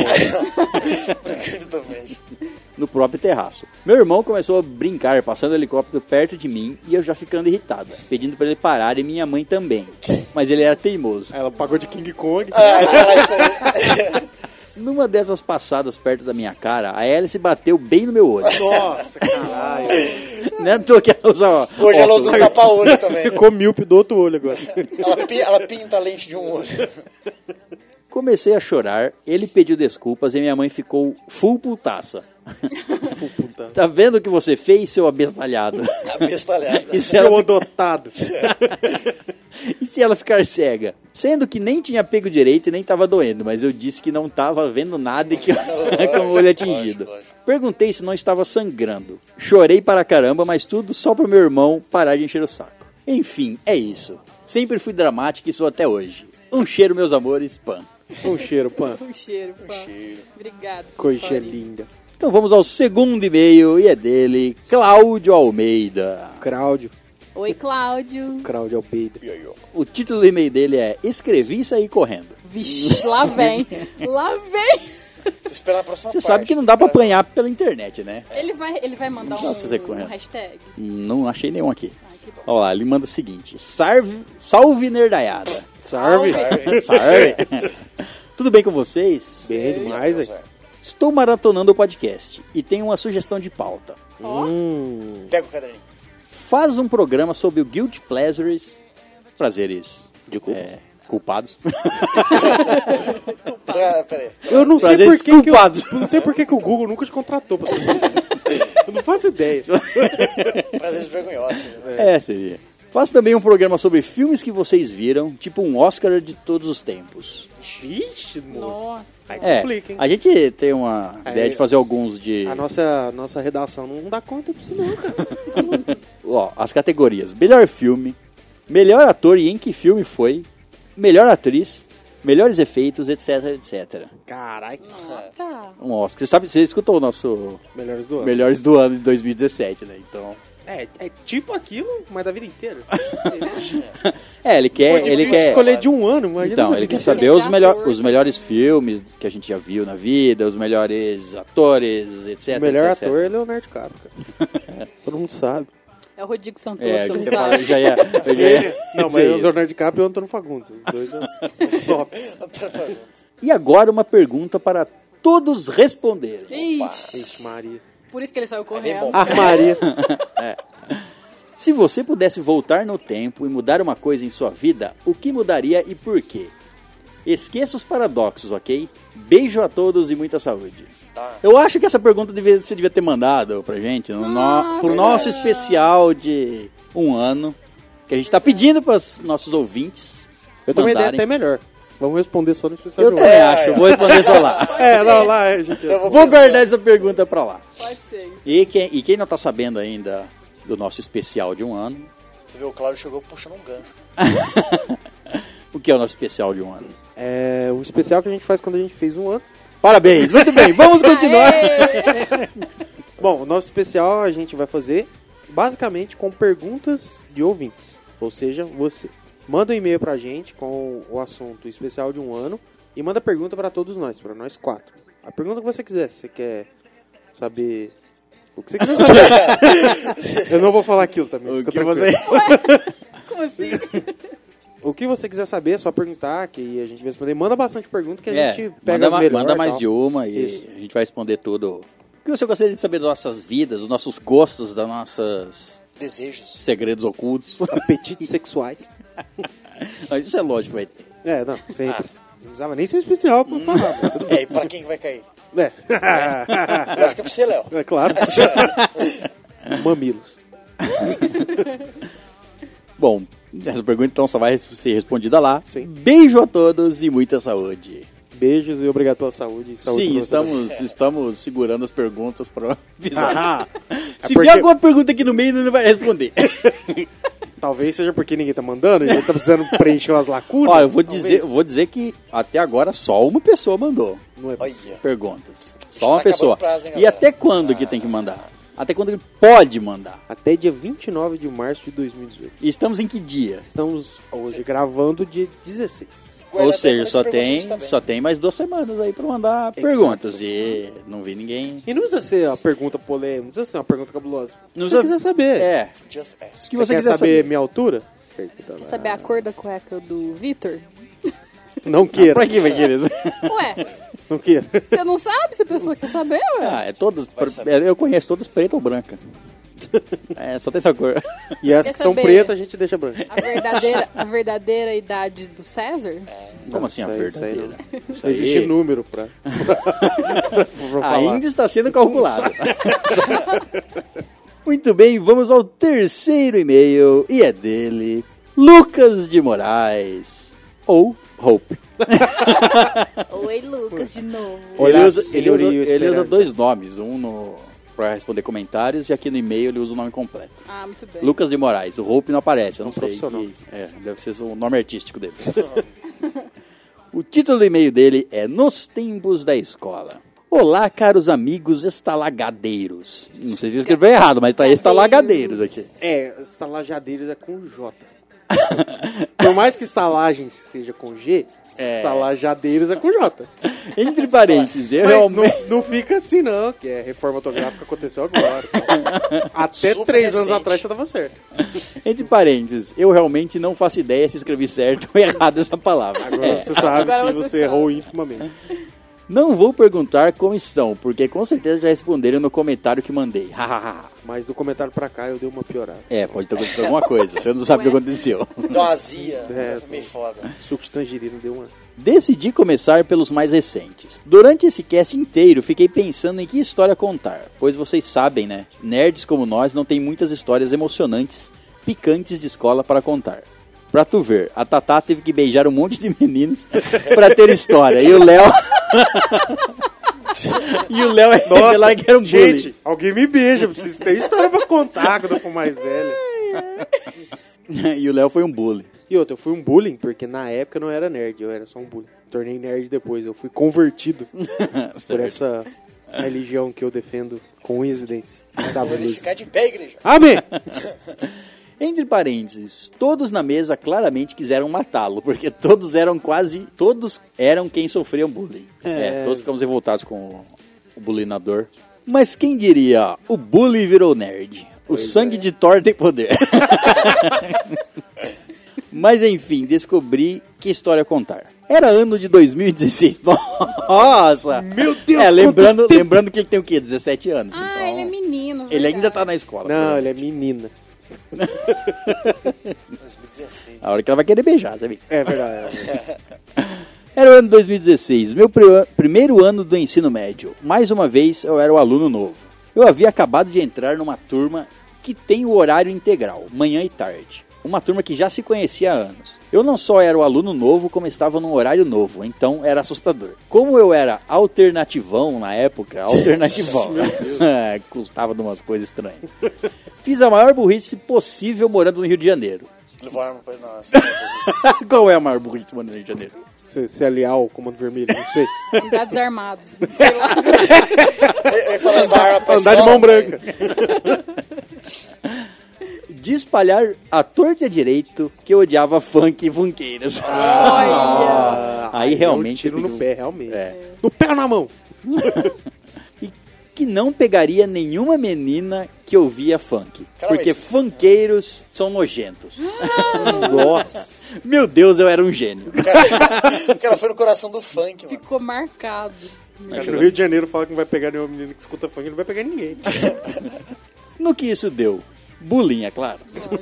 Speaker 3: Brinquedo doméstico.
Speaker 1: no próprio terraço. Meu irmão começou a brincar, passando o helicóptero perto de mim e eu já ficando irritada, pedindo pra ele parar e minha mãe também. Mas ele era teimoso.
Speaker 4: Ela pagou de King Kong.
Speaker 3: Ah, fala isso aí.
Speaker 1: Numa dessas passadas perto da minha cara, a hélice bateu bem no meu olho.
Speaker 3: <laughs>
Speaker 4: Nossa, caralho.
Speaker 1: Não é à toa que ela usa ó,
Speaker 3: Hoje ela usa um
Speaker 1: óculos.
Speaker 3: tapa-olho também.
Speaker 4: Ficou míope do outro olho <laughs> agora.
Speaker 3: Ela, pi- ela pinta a lente de um olho.
Speaker 1: Comecei a chorar, ele pediu desculpas e minha mãe ficou full
Speaker 3: <laughs>
Speaker 1: putaça.
Speaker 4: Puta.
Speaker 1: Tá vendo o que você
Speaker 3: <laughs> tá
Speaker 1: fez, seu abestalhado?
Speaker 3: Abestalhada.
Speaker 1: Isso era
Speaker 4: Seu odotado.
Speaker 1: Isso se ela ficar cega? Sendo que nem tinha pego direito e nem tava doendo, mas eu disse que não tava vendo nada
Speaker 3: <laughs>
Speaker 1: e que <laughs> com o olho atingido.
Speaker 3: lógico, lógico.
Speaker 1: Perguntei se não estava sangrando. Chorei para caramba, mas tudo só pro meu irmão parar de encher o saco. Enfim, é isso. Sempre fui dramático e sou até hoje. Um cheiro, meus amores, pan.
Speaker 4: Um cheiro, pã.
Speaker 5: Um cheiro, pô.
Speaker 3: cheiro.
Speaker 5: Obrigado. por essa
Speaker 4: Coisa
Speaker 5: historinha.
Speaker 4: linda.
Speaker 1: Então vamos ao segundo e-mail e é dele, Cláudio Almeida.
Speaker 4: Cláudio.
Speaker 5: Oi, Cláudio.
Speaker 4: Cláudio Albeida.
Speaker 3: E aí, ó.
Speaker 1: O título do e-mail dele é Escrevi e saí correndo.
Speaker 5: Vixe, lá vem. Lá vem.
Speaker 3: Tô esperando a próxima
Speaker 1: Você
Speaker 3: parte.
Speaker 1: sabe que não dá pra
Speaker 3: Espera-
Speaker 1: apanhar pela internet, né?
Speaker 5: Ele vai, ele vai mandar um,
Speaker 1: Não dá pra fazer com
Speaker 5: um
Speaker 1: ela.
Speaker 5: hashtag?
Speaker 1: Não achei nenhum aqui.
Speaker 5: Ai, que bom.
Speaker 1: Olha lá, ele manda o seguinte: Sarve, Salve Nerdaiada.
Speaker 4: Sarve.
Speaker 3: Sorry.
Speaker 4: <laughs>
Speaker 1: Sarve. Tudo bem com vocês?
Speaker 4: Bem demais, velho.
Speaker 3: Sorry.
Speaker 1: Estou maratonando o podcast e tenho uma sugestão de pauta.
Speaker 5: Ó,
Speaker 4: Hum.
Speaker 3: Pega o caderninho.
Speaker 1: Faz um programa sobre o Guilt Pleasures. Prazeres.
Speaker 4: De culpa.
Speaker 1: É,
Speaker 4: <laughs>
Speaker 1: culpados.
Speaker 3: Pera, pera aí.
Speaker 4: Eu não sei
Speaker 1: Prazeres
Speaker 4: por que que
Speaker 1: culpados.
Speaker 4: eu, <laughs> não sei por que que o Google nunca te contratou pra ser Eu não faço ideia.
Speaker 3: Prazeres vergonhosos. Né?
Speaker 1: É, seria. Faça também um programa sobre filmes que vocês viram, tipo um Oscar de todos os tempos.
Speaker 4: Vixe, moço.
Speaker 5: nossa.
Speaker 4: Aí
Speaker 1: É,
Speaker 4: complica, hein?
Speaker 1: a gente tem uma
Speaker 4: Aí-
Speaker 1: ideia de fazer alguns de...
Speaker 4: A nossa, nossa redação não dá conta disso, não, cara.
Speaker 1: Ó, as categorias: melhor filme, melhor ator e em que filme foi, melhor atriz, melhores efeitos, etc, etc.
Speaker 4: Caralho.
Speaker 5: Tá.
Speaker 1: Um Oscar. Você sabe, você escutou o nosso
Speaker 4: Ah. Melhores do ano.
Speaker 1: melhores do ano de 2017, né? Então,
Speaker 4: É, é tipo aquilo, mas da vida inteira.
Speaker 1: é, ele quer,
Speaker 4: Eu
Speaker 1: ele
Speaker 4: tive que
Speaker 1: quer
Speaker 4: escolher de um ano, imagina.
Speaker 1: Então,
Speaker 4: da
Speaker 1: ele
Speaker 4: vida
Speaker 1: quer
Speaker 4: inteira.
Speaker 1: saber
Speaker 5: de
Speaker 1: os, melhor,
Speaker 5: ator.
Speaker 1: os melhores filmes que a gente já viu na vida, os melhores atores, etc.
Speaker 4: O melhor
Speaker 1: etc,
Speaker 4: ator é Leonardo DiCaprio, cara. <laughs> Todo mundo sabe.
Speaker 5: É o Rodrigo Santoro,
Speaker 1: É,
Speaker 5: você
Speaker 1: eu
Speaker 5: não
Speaker 1: ia falar, eu
Speaker 5: sabe.
Speaker 1: já ia, eu já ia
Speaker 4: Não, mas
Speaker 1: dizer
Speaker 4: o
Speaker 1: isso.
Speaker 4: Leonardo DiCaprio e o Antônio Fagundes. Os dois <laughs> são os top.
Speaker 1: É.
Speaker 3: tá
Speaker 1: E agora uma pergunta para todos responderem.
Speaker 5: Ixi,
Speaker 4: Gente, Maria.
Speaker 5: por isso que ele saiu
Speaker 3: bem
Speaker 5: correndo.
Speaker 3: bom.
Speaker 4: Ah,
Speaker 1: <laughs>
Speaker 4: Maria.
Speaker 1: É. Se você pudesse voltar no tempo e mudar uma coisa em sua vida, o que mudaria e por quê? Esqueça os paradoxos, ok? Beijo a todos e muita saúde.
Speaker 3: Tá.
Speaker 1: Eu acho que essa pergunta devia- você devia ter mandado pra gente, no, no,
Speaker 5: Nossa!
Speaker 1: pro nosso especial de um ano, que a gente tá pedindo pros nossos ouvintes
Speaker 4: Eu tenho uma ideia
Speaker 1: mandarem.
Speaker 4: até melhor. Vamos responder só no especial
Speaker 1: Eu
Speaker 4: de um ano.
Speaker 1: também acho, eu vou responder só lá.
Speaker 5: Pode
Speaker 4: É,
Speaker 5: ser,
Speaker 4: não, lá, gente.
Speaker 3: <laughs> Eu
Speaker 1: Vou
Speaker 3: pensar.
Speaker 1: guardar essa pergunta pra lá.
Speaker 5: Pode ser.
Speaker 1: E quem, e quem não tá sabendo ainda do nosso especial de um ano,
Speaker 3: Você viu, o Cláudio chegou puxando um gancho.
Speaker 1: o que é o nosso especial de um ano?
Speaker 4: É o especial que a gente faz quando a gente fez um ano.
Speaker 1: Parabéns, muito bem, vamos continuar.
Speaker 5: Aê!
Speaker 4: Bom, o nosso especial a gente vai fazer basicamente com perguntas de ouvintes. Ou seja, você. Manda um e-mail pra gente com o assunto especial de um ano e manda pergunta pra todos nós, pra nós quatro. A pergunta que você quiser, se você quer saber o que você quiser
Speaker 1: <laughs>
Speaker 4: saber. Eu não vou falar aquilo também.
Speaker 1: O
Speaker 4: fica
Speaker 1: que
Speaker 4: tranquilo.
Speaker 1: você... <laughs>
Speaker 5: Como assim?
Speaker 4: O que você quiser saber, é só perguntar, que a gente vai responder. Manda bastante pergunta que a
Speaker 1: É,
Speaker 4: gente pega
Speaker 1: manda,
Speaker 4: as
Speaker 1: ma-
Speaker 4: melhores
Speaker 1: manda
Speaker 4: e
Speaker 1: mais
Speaker 4: tal.
Speaker 1: de uma e
Speaker 4: Isso.
Speaker 1: a gente vai responder tudo. O que você gostaria de saber das nossas vidas, dos nossos gostos, das nossas
Speaker 3: Desejos.
Speaker 1: segredos
Speaker 4: <laughs>
Speaker 1: ocultos?
Speaker 4: Apetites sexuais.
Speaker 1: Mas Isso é lógico, vai ter.
Speaker 4: É, não,
Speaker 1: Ah.
Speaker 4: sempre. Não precisava nem ser especial pra
Speaker 1: <laughs>
Speaker 4: falar. mas tudo
Speaker 3: É, e pra quem que vai cair?
Speaker 4: bem.
Speaker 3: Eu acho que é pra você, Léo.
Speaker 4: <laughs> É,
Speaker 1: <laughs>
Speaker 4: é claro. Mamilos.
Speaker 1: Bom, essa pergunta então só vai ser respondida lá.
Speaker 4: Sim.
Speaker 1: Beijo a todos e muita saúde.
Speaker 4: Beijos e obrigado pela saúde. saúde
Speaker 1: Sim,
Speaker 4: pra você
Speaker 1: estamos, estamos segurando as perguntas para avisar.
Speaker 4: Ah,
Speaker 1: Se
Speaker 4: porque-
Speaker 1: vier alguma pergunta aqui no meio, não vai
Speaker 4: <laughs>
Speaker 1: responder.
Speaker 4: Talvez seja porque ninguém tá mandando, a gente tá precisando preencher umas lacunas.
Speaker 1: Olha, eu vou
Speaker 4: Talvez.
Speaker 1: dizer, eu vou dizer que até agora só uma pessoa mandou.
Speaker 4: Não é
Speaker 3: Olha.
Speaker 1: perguntas.
Speaker 3: Já
Speaker 1: Só uma
Speaker 3: tá acabando
Speaker 1: pessoa.
Speaker 3: o prazo, hein,
Speaker 1: e
Speaker 3: galera?
Speaker 1: até quando que tem que mandar? Até quando que pode mandar?
Speaker 4: Até dia 29 de março de 2018.
Speaker 1: E estamos em que dia?
Speaker 4: Estamos hoje gravando dia 16.
Speaker 3: Guarda
Speaker 1: Ou
Speaker 3: até
Speaker 1: seja,
Speaker 3: pra
Speaker 1: só
Speaker 3: esse
Speaker 1: tem,
Speaker 3: perguntas também.
Speaker 1: só tem mais duas semanas aí pra mandar perguntas. E não vi ninguém.
Speaker 4: E não precisa ser uma pergunta polêmica, não precisa ser uma pergunta cabulosa.
Speaker 1: Não
Speaker 4: Se você
Speaker 1: precisa-
Speaker 4: quiser saber.
Speaker 1: É.
Speaker 3: Just ask.
Speaker 1: que
Speaker 4: você,
Speaker 1: você
Speaker 4: quer
Speaker 1: quiser
Speaker 4: saber,
Speaker 1: saber.
Speaker 4: minha altura? Pergunta lá.
Speaker 5: Quer saber a cor da cueca do Vitor?
Speaker 1: <laughs>
Speaker 4: Não queira,
Speaker 1: Ah, Pra que vai querer?
Speaker 3: <laughs>
Speaker 5: Ué,
Speaker 4: não queira.
Speaker 5: você não sabe se a pessoa quer saber, ué?
Speaker 1: Ah, é todas.
Speaker 3: saber.
Speaker 1: Eu conheço todas preta ou
Speaker 3: <laughs>
Speaker 1: branca. É, só tem essa cor.
Speaker 4: E as
Speaker 5: Quer
Speaker 4: que são
Speaker 5: saber?
Speaker 4: pretas a gente deixa branca.
Speaker 5: A verdadeira, a verdadeira idade do César?
Speaker 1: Como assim a
Speaker 4: isso aí-
Speaker 1: verdadeira?
Speaker 4: Não existe número pra, <laughs> pra, pra falar.
Speaker 1: Ainda está sendo <laughs> calculado. Muito bem, vamos ao terceiro e-mail e é dele, Lucas de Moraes ou Hope.
Speaker 5: Oi, Lucas, de novo.
Speaker 1: Ele
Speaker 4: Olá,
Speaker 1: usa, ele usa-
Speaker 4: senhorio
Speaker 1: ele usa
Speaker 4: Esperança.
Speaker 1: dois nomes, um no, pra responder comentários e aqui no e-mail ele usa o nome completo.
Speaker 5: Ah, muito bem.
Speaker 1: Lucas de Moraes, o Hope não aparece, eu não
Speaker 4: Um
Speaker 1: sei.
Speaker 4: profissional.
Speaker 1: que- é, deve ser o nome artístico dele. <laughs> o título do e-mail dele é Nos Tempos da Escola. Olá, caros amigos estalagadeiros. Não sei se escreveu errado, mas tá estalagadeiros aqui.
Speaker 4: É, estalajadeiros é com <laughs> J. Por mais que estalagem seja com G,
Speaker 1: É.
Speaker 4: estalajadeiros é com J.
Speaker 1: Entre parênteses, eu
Speaker 4: Mas
Speaker 1: realmente.
Speaker 4: não, não fica assim não, que é reforma ortográfica aconteceu <laughs> agora. cara. Até
Speaker 3: Super
Speaker 4: três anos
Speaker 3: recente.
Speaker 4: atrás você tava certo.
Speaker 1: Entre parênteses, eu realmente não faço ideia se escrevi certo ou <laughs> errado essa palavra.
Speaker 4: Agora
Speaker 1: É.
Speaker 4: você sabe
Speaker 5: Agora
Speaker 4: que
Speaker 5: você
Speaker 4: você
Speaker 5: sabe.
Speaker 4: errou infamamente.
Speaker 1: Não vou perguntar como estão, porque com certeza já responderam no comentário que mandei. <laughs> Hahaha.
Speaker 4: Ah, Mas do comentário pra cá eu dei uma piorada.
Speaker 1: é, pode ter acontecido alguma coisa, você não sabe o
Speaker 5: Ué.
Speaker 1: que aconteceu.
Speaker 3: Dá uma azia.
Speaker 4: É,
Speaker 3: meio foda.
Speaker 4: Suco de tangerina deu uma.
Speaker 1: Decidi começar pelos mais recentes. Durante esse cast inteiro, fiquei pensando em que história contar, pois vocês sabem, né? Nerds como nós não tem muitas histórias emocionantes, picantes de escola para contar. Pra tu ver, a Tatá teve que beijar um monte de meninos <laughs> pra ter história. E o Léo. <laughs> e o Léo é revelar que era um bully.
Speaker 4: gente, alguém me beija, eu preciso ter história pra contar quando eu for mais velho.
Speaker 1: <laughs> e o Léo foi um bully.
Speaker 4: E outra, eu fui um bullying, porque na época eu não era nerd, eu era só um bullying. Tornei nerd depois, eu
Speaker 1: <laughs>
Speaker 4: fui convertido por essa religião que eu defendo com unhas
Speaker 1: Ah,
Speaker 3: Vou
Speaker 4: Sabe
Speaker 1: é
Speaker 3: ficar de pé, igreja.
Speaker 1: <laughs>
Speaker 4: Amém!
Speaker 1: Entre parênteses, todos na mesa claramente quiseram matá-lo, porque todos eram quase. Todos eram quem sofriam bullying. É,
Speaker 4: É.
Speaker 1: todos ficamos revoltados com o, o bulinador. Mas quem diria, o bully virou nerd. O
Speaker 4: é.
Speaker 1: sangue de Thor tem poder. <laughs> Mas enfim, descobri que história contar. Era ano de 2016. <laughs> Nossa!
Speaker 4: Meu Deus,
Speaker 1: É,
Speaker 4: quanto
Speaker 1: lembrando,
Speaker 4: tempo!
Speaker 1: lembrando que ele tem o quê? 17 anos.
Speaker 5: Ah,
Speaker 1: então,
Speaker 5: ele é né? menino.
Speaker 1: ele ainda
Speaker 5: verdade.
Speaker 1: tá na escola.
Speaker 4: Não, ele é menina.
Speaker 3: 2016.
Speaker 1: A hora que ela vai querer beijar, sabe?
Speaker 4: É verdade.
Speaker 1: Era o ano 2016, meu pri- primeiro ano do ensino médio. Mais uma vez, eu era o aluno novo. Eu havia acabado de entrar numa turma que tem o horário integral, manhã e tarde. Uma turma que já se conhecia há anos. Eu não só era o aluno novo, como estava num horário novo, então era assustador. Como eu era alternativão na época, alternativão, <laughs> né? custava de umas coisas estranhas. Fiz a maior burrice possível morando no Rio de Janeiro. <laughs>
Speaker 3: Levou a arma pra <laughs> nós. Não,
Speaker 1: Qual é a maior burrice morando no Rio de Janeiro?
Speaker 4: Se, se aliar ao Comando Vermelho, não
Speaker 1: <laughs>
Speaker 4: sei.
Speaker 5: Andar tá desarmado. Sei lá.
Speaker 3: Eu ia falar da arma pra
Speaker 4: Andar de
Speaker 3: escola,
Speaker 4: mão
Speaker 3: mas-
Speaker 4: branca.
Speaker 1: de espalhar a torta e a direito que eu odiava funk e funkeiras.
Speaker 3: Ah.
Speaker 5: Olha.
Speaker 1: Ah. Aí
Speaker 4: deu um
Speaker 1: realmente
Speaker 4: Tiro
Speaker 1: pediu.
Speaker 4: no pé, realmente.
Speaker 1: É.
Speaker 4: No pé ou na mão?
Speaker 1: E que não pegaria nenhuma menina que ouvia funk.
Speaker 3: Cara,
Speaker 1: porque
Speaker 3: mas-
Speaker 1: funkeiros são nojentos.
Speaker 4: Nossa.
Speaker 1: Meu Deus, eu era um gênio.
Speaker 3: O cara foi no coração do funk, mano.
Speaker 5: Ficou
Speaker 1: <laughs>
Speaker 5: marcado.
Speaker 4: Cara, no Rio de Janeiro fala que não vai pegar nenhuma menina que escuta funk, não vai pegar ninguém.
Speaker 1: No que isso deu? Bullying, é claro.
Speaker 5: Lógico.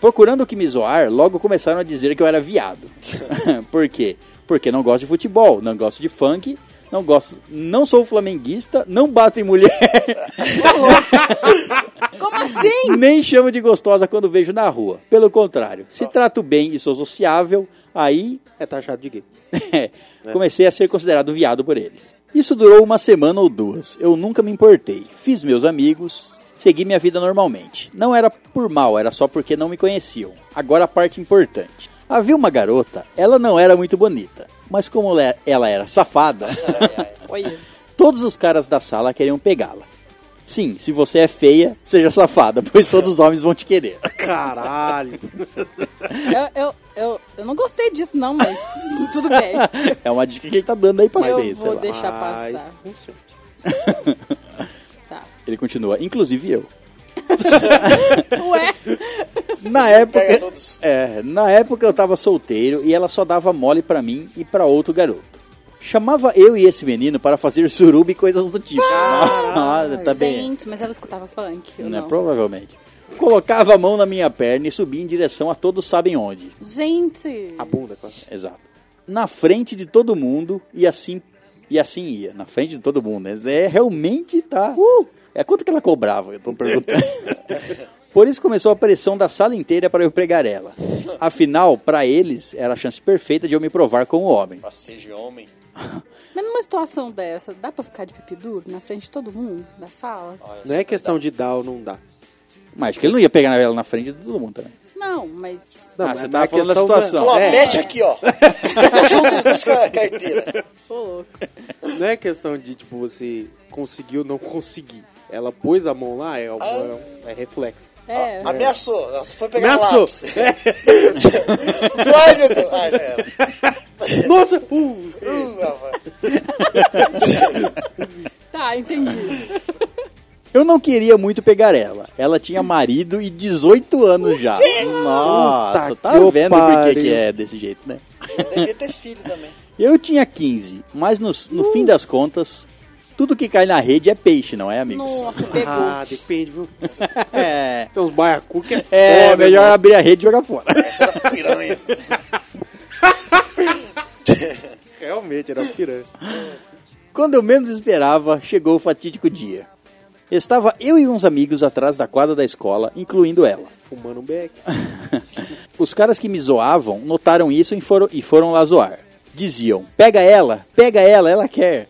Speaker 1: Procurando o que me zoar, logo começaram a dizer que eu era viado. <laughs> Por quê? Porque não gosto de futebol, não gosto de funk, não gosto, não sou flamenguista, não bato em mulher.
Speaker 5: Como assim?
Speaker 1: Nem chamo de gostosa quando vejo na rua. Pelo contrário, se trato bem e sou sociável, aí <laughs> né,
Speaker 4: É taxado de gay.
Speaker 1: comecei a ser considerado viado por eles. Isso durou uma semana ou duas. Eu nunca me importei. Fiz meus amigos, segui minha vida normalmente. Não era por mal, era só porque não me conheciam. Agora a parte importante. Havia uma garota, ela não era muito bonita, mas como le- ela era safada,
Speaker 5: Olha.
Speaker 1: todos os caras da sala queriam pegá-la. Sim, se você é feia, seja safada, pois todos os homens vão te querer.
Speaker 4: Caralho.
Speaker 5: Eu, eu, eu, eu não gostei disso, não, mas tudo bem.
Speaker 1: <laughs> É uma dica que ele tá dando aí pra
Speaker 5: Eu
Speaker 1: vocês, sei
Speaker 5: vou
Speaker 1: lá.
Speaker 5: deixar
Speaker 4: Mas
Speaker 5: passar.
Speaker 4: funciona.
Speaker 5: Tá.
Speaker 1: Ele continua, inclusive eu.
Speaker 5: Ué?
Speaker 1: Na época.
Speaker 3: Pega todos.
Speaker 1: É, na época eu tava solteiro e ela só dava mole pra mim e pra outro garoto. Chamava eu e esse menino para fazer suruba e coisas do tipo. Nossa, também.
Speaker 5: Gente, mas ela escutava funk? Eu
Speaker 1: Né,
Speaker 5: não.
Speaker 1: provavelmente. Colocava a mão na minha perna e subia em direção a todos sabem onde.
Speaker 5: Gente.
Speaker 1: Ah.
Speaker 4: A bunda, claro.
Speaker 1: Exato. Na frente de todo mundo e assim e assim ia, na frente de todo
Speaker 4: Uh!
Speaker 1: mundo. né? É realmente tá. É quanto que ela cobrava? Eu tô perguntando. <laughs> Por isso começou a pressão da sala inteira para eu pregar ela. Afinal, para eles, era a chance perfeita de eu me provar como homem.
Speaker 3: Passei de homem.
Speaker 5: Mas numa situação dessa, dá pra ficar de pipi duro na frente de todo mundo da sala?
Speaker 3: Olha,
Speaker 4: Não é questão de dar ou não dar.
Speaker 1: Mas acho que ele não ia pegar ela na frente de todo mundo né? também.
Speaker 5: Não, mas.
Speaker 4: Não,
Speaker 1: Ah,
Speaker 4: mas
Speaker 1: você
Speaker 4: não
Speaker 1: tava
Speaker 4: é
Speaker 1: falando da
Speaker 4: questão
Speaker 1: situação.
Speaker 3: Falou, ó,
Speaker 4: É.
Speaker 3: mete aqui,
Speaker 4: <laughs>
Speaker 3: ó. Junta vocês dois com a carteira.
Speaker 5: Ô, louco.
Speaker 4: Não é questão de, tipo, você conseguir ou não conseguir. Ela pôs a mão lá, é, uma- é um- é
Speaker 1: <laughs>
Speaker 4: reflexo.
Speaker 5: É.
Speaker 1: Ah.
Speaker 3: Ameaçou. Ela só foi pegar
Speaker 4: Ameaçou! É.
Speaker 3: lápis. <laughs> Ai, meu Deus. Ai, já era.
Speaker 4: Nossa! Uh,
Speaker 3: Uh, rapaz.
Speaker 5: Tá,
Speaker 1: <laughs>
Speaker 5: entendi.
Speaker 1: Eu não queria muito pegar ela. Ela tinha marido e 18 anos já. Nossa,
Speaker 4: Puta
Speaker 1: tá
Speaker 4: que eu
Speaker 1: vendo por que
Speaker 4: pariu.
Speaker 1: que é desse jeito, né?
Speaker 3: Devia ter filho também.
Speaker 1: Eu tinha 15, mas no, no fim das contas, tudo que cai na rede é peixe, não é, amigos?
Speaker 5: Nossa, pegou.
Speaker 4: ah, depende, viu?
Speaker 1: <laughs> É,
Speaker 4: Tem uns baiacu que é foda,
Speaker 1: é melhor
Speaker 4: irmão.
Speaker 1: abrir a rede e jogar fora. <laughs>
Speaker 3: Essa era piranha.
Speaker 4: Realmente, era um piranha.
Speaker 1: Quando eu menos esperava, chegou o fatídico dia. Estava eu e uns amigos atrás da quadra da escola, incluindo ela.
Speaker 4: Fumando um beck.
Speaker 1: Os caras que me zoavam notaram isso e foram, e foram lá zoar. Diziam: pega ela, pega ela, ela quer.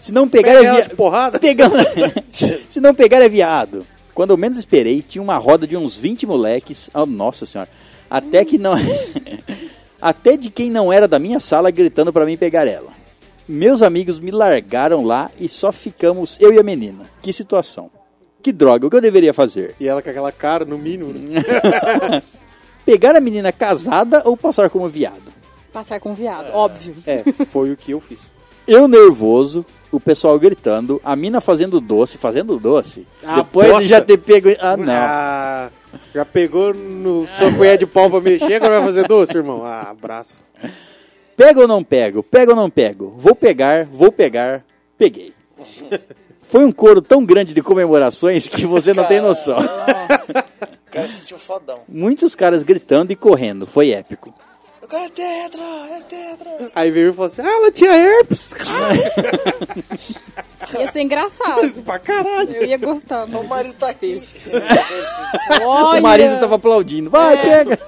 Speaker 1: Se não pegar
Speaker 4: Pega
Speaker 1: é
Speaker 4: ela
Speaker 1: via...
Speaker 4: de porrada? <laughs>
Speaker 1: Pegando... Se não pegar é viado. Quando eu menos esperei, tinha uma roda de uns 20 moleques. Oh, nossa senhora. Até que não. <laughs> Até de quem não era da minha sala gritando pra mim pegar ela. Meus amigos me largaram lá e só ficamos eu e a menina. Que situação. Que droga, o que eu deveria fazer?
Speaker 4: E ela com aquela cara, no mínimo. né?
Speaker 1: Pegar a menina casada ou passar como viado?
Speaker 5: Passar com viado, óbvio.
Speaker 4: É, foi o que eu fiz.
Speaker 1: Eu nervoso, o pessoal gritando, a mina fazendo doce, fazendo doce.
Speaker 4: Ah,
Speaker 1: Depois
Speaker 4: bosta.
Speaker 1: de já ter pego. Ah, não.
Speaker 4: Ah, já pegou no sua colher de pau pra mexer, agora vai fazer doce, irmão? Ah, abraço.
Speaker 1: Pega ou não pego? Pega ou não pego? Vou pegar, vou pegar, peguei. Foi um coro tão grande de comemorações que você não tem
Speaker 3: Caralho.
Speaker 1: noção.
Speaker 3: O cara se sentiu fodão.
Speaker 1: Muitos caras gritando e correndo, foi épico.
Speaker 3: O cara é tetra, é tetra.
Speaker 4: Aí veio e falou assim, ah, ela tinha herpes. <laughs>
Speaker 5: Ia ser engraçado.
Speaker 1: <laughs>
Speaker 4: pra caralho.
Speaker 5: Eu ia gostar.
Speaker 3: O
Speaker 4: é
Speaker 3: marido tá aqui.
Speaker 5: Olha!
Speaker 1: O marido tá tava aplaudindo, vai,
Speaker 5: É.
Speaker 1: pega!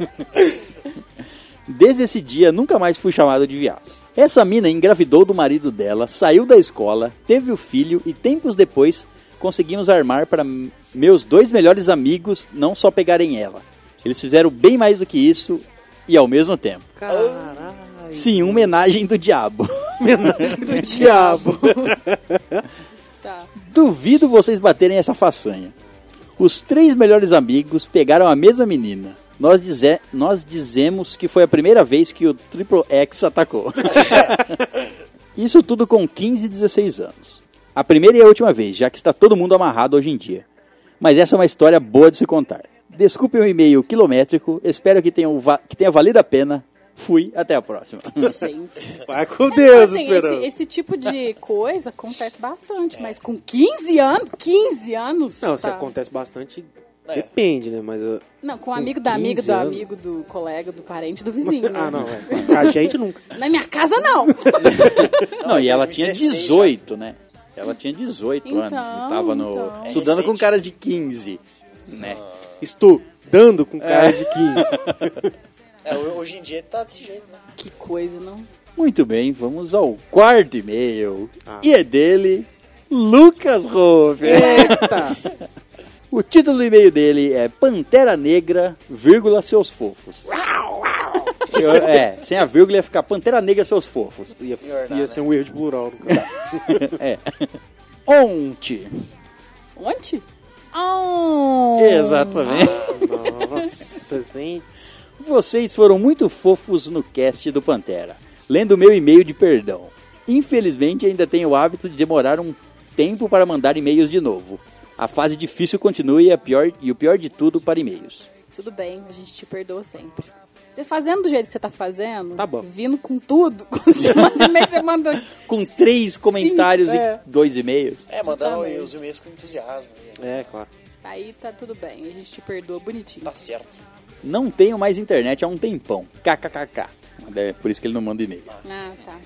Speaker 1: Desde esse dia, nunca mais fui chamado de viado. Essa mina engravidou do marido dela, saiu da escola, teve o filho e tempos depois conseguimos armar para meus dois melhores amigos não só pegarem ela. Eles fizeram bem mais do que isso e ao mesmo tempo.
Speaker 4: Caralho.
Speaker 1: Sim, uma homenagem do diabo.
Speaker 5: do diabo. tá.
Speaker 1: Duvido vocês baterem essa façanha. Os três melhores amigos pegaram a mesma menina. Nós, dize- nós dizemos que foi a primeira vez que o Triple X atacou. Isso tudo com 15 e 16 anos. A primeira e a última vez, já que está todo mundo amarrado hoje em dia. Mas essa é uma história boa de se contar. Desculpe o e-mail quilométrico, espero que tenha, va- que tenha valido a pena. Fui, até a próxima.
Speaker 5: Gente.
Speaker 4: Vai com
Speaker 5: É,
Speaker 4: Deus,
Speaker 5: assim, esse,
Speaker 4: Esperança.
Speaker 5: esse tipo de coisa acontece bastante, mas com 15 anos, 15 anos?
Speaker 4: Não, isso
Speaker 5: tá.
Speaker 4: acontece bastante...
Speaker 3: É.
Speaker 4: Depende, né? Mas... eu-
Speaker 5: Não, com amigo da amiga,
Speaker 6: 15
Speaker 5: do
Speaker 6: anos.
Speaker 5: amigo, do colega, do parente, do vizinho. né?
Speaker 4: Ah, não, é. Com a gente nunca.
Speaker 5: Na minha casa, não. <laughs>
Speaker 1: Não, e ela tinha
Speaker 3: 2016 já.
Speaker 1: 18, né? Ela tinha 18
Speaker 5: Então,
Speaker 1: anos. E tava no.
Speaker 5: então.
Speaker 1: Estudando
Speaker 3: É
Speaker 1: com
Speaker 3: recente.
Speaker 1: caras de 15. Né?
Speaker 4: Estou dando com cara de 15.
Speaker 3: É, ho- hoje em dia tá desse jeito, né?
Speaker 5: que coisa, não?
Speaker 1: Muito bem, vamos ao quarto e-mail.
Speaker 4: Ah.
Speaker 1: E é dele, Lucas Rover.
Speaker 4: Eita.
Speaker 1: <laughs> O título do e-mail dele é Pantera Negra, vírgula, seus fofos. Eu- é, sem a vírgula ia ficar Pantera Negra, seus fofos.
Speaker 4: Ia,
Speaker 3: Pior não,
Speaker 4: ia <laughs>
Speaker 3: né?
Speaker 4: ser um erro de plural. no caso.
Speaker 1: É. Onte.
Speaker 5: Onde?
Speaker 1: Ah!
Speaker 5: Oh.
Speaker 1: Exatamente.
Speaker 4: Nossa, gente.
Speaker 1: Vocês foram muito fofos no cast do Pantera, lendo meu e-mail de perdão. Infelizmente, ainda tenho o hábito de demorar um tempo para mandar e-mails de novo. A fase difícil continua e, a pior, e o pior de tudo para e-mails.
Speaker 5: Tudo bem, a gente te perdoa sempre. Você fazendo do jeito que você tá fazendo,
Speaker 4: Tá bom.
Speaker 5: vindo com tudo, <laughs> quando você manda e-mail, você manda.
Speaker 1: Com três comentários
Speaker 5: é.
Speaker 1: e dois e-mails.
Speaker 3: É, mandar
Speaker 5: Justamente.
Speaker 3: os e-mails com entusiasmo. né?
Speaker 4: É, claro.
Speaker 5: Aí tá tudo bem, a gente te perdoa bonitinho.
Speaker 3: Tá certo.
Speaker 1: Não tenho mais internet há um tempão. KKKK. É por isso que ele não manda e-mail.
Speaker 5: Ah, tá.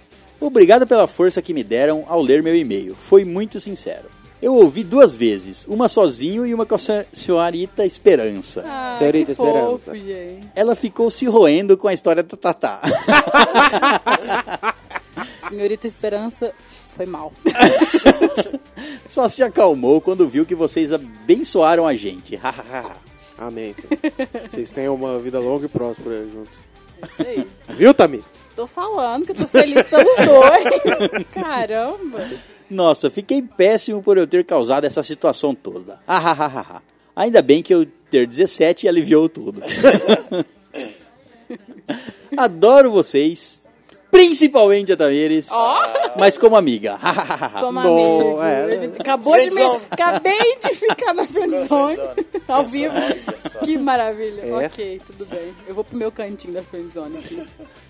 Speaker 1: Obrigado pela força que me deram ao ler meu e-mail. Foi muito sincero. Eu ouvi duas vezes, uma sozinho e uma com a se- senhorita Esperança.
Speaker 5: Ah,
Speaker 4: Senhorita
Speaker 5: que fofo,
Speaker 4: Esperança.
Speaker 5: gente.
Speaker 1: Ela ficou se roendo com a história da Tatá. <laughs>
Speaker 5: Senhorita Esperança foi
Speaker 3: <laughs>
Speaker 5: mal.
Speaker 1: Só se acalmou quando viu que vocês abençoaram a gente. Hahaha.
Speaker 4: Amém. cara. Vocês tenham uma vida longa e próspera juntos.
Speaker 5: É isso aí.
Speaker 4: Viu, Tamir?
Speaker 5: Tô falando que eu tô feliz pelos
Speaker 3: <laughs>
Speaker 5: dois. Caramba.
Speaker 1: Nossa, fiquei péssimo por eu ter causado essa situação toda. Hahaha. Ainda bem que eu ter 17 aliviou tudo. <laughs> Adoro vocês, principalmente a Tamires, mas como amiga. Hahaha.
Speaker 5: Toma
Speaker 4: No,
Speaker 5: amigo.
Speaker 4: é.
Speaker 5: Ele acabou de me...
Speaker 3: Friendzone.
Speaker 5: Acabei de ficar
Speaker 3: <laughs>
Speaker 5: na friendzone.
Speaker 3: Friendzone.
Speaker 5: <laughs> Ao
Speaker 3: Olha só,
Speaker 5: vivo.
Speaker 3: olha só.
Speaker 5: Que maravilha.
Speaker 4: É.
Speaker 5: Ok, tudo bem. Eu vou pro meu cantinho da friendzone aqui.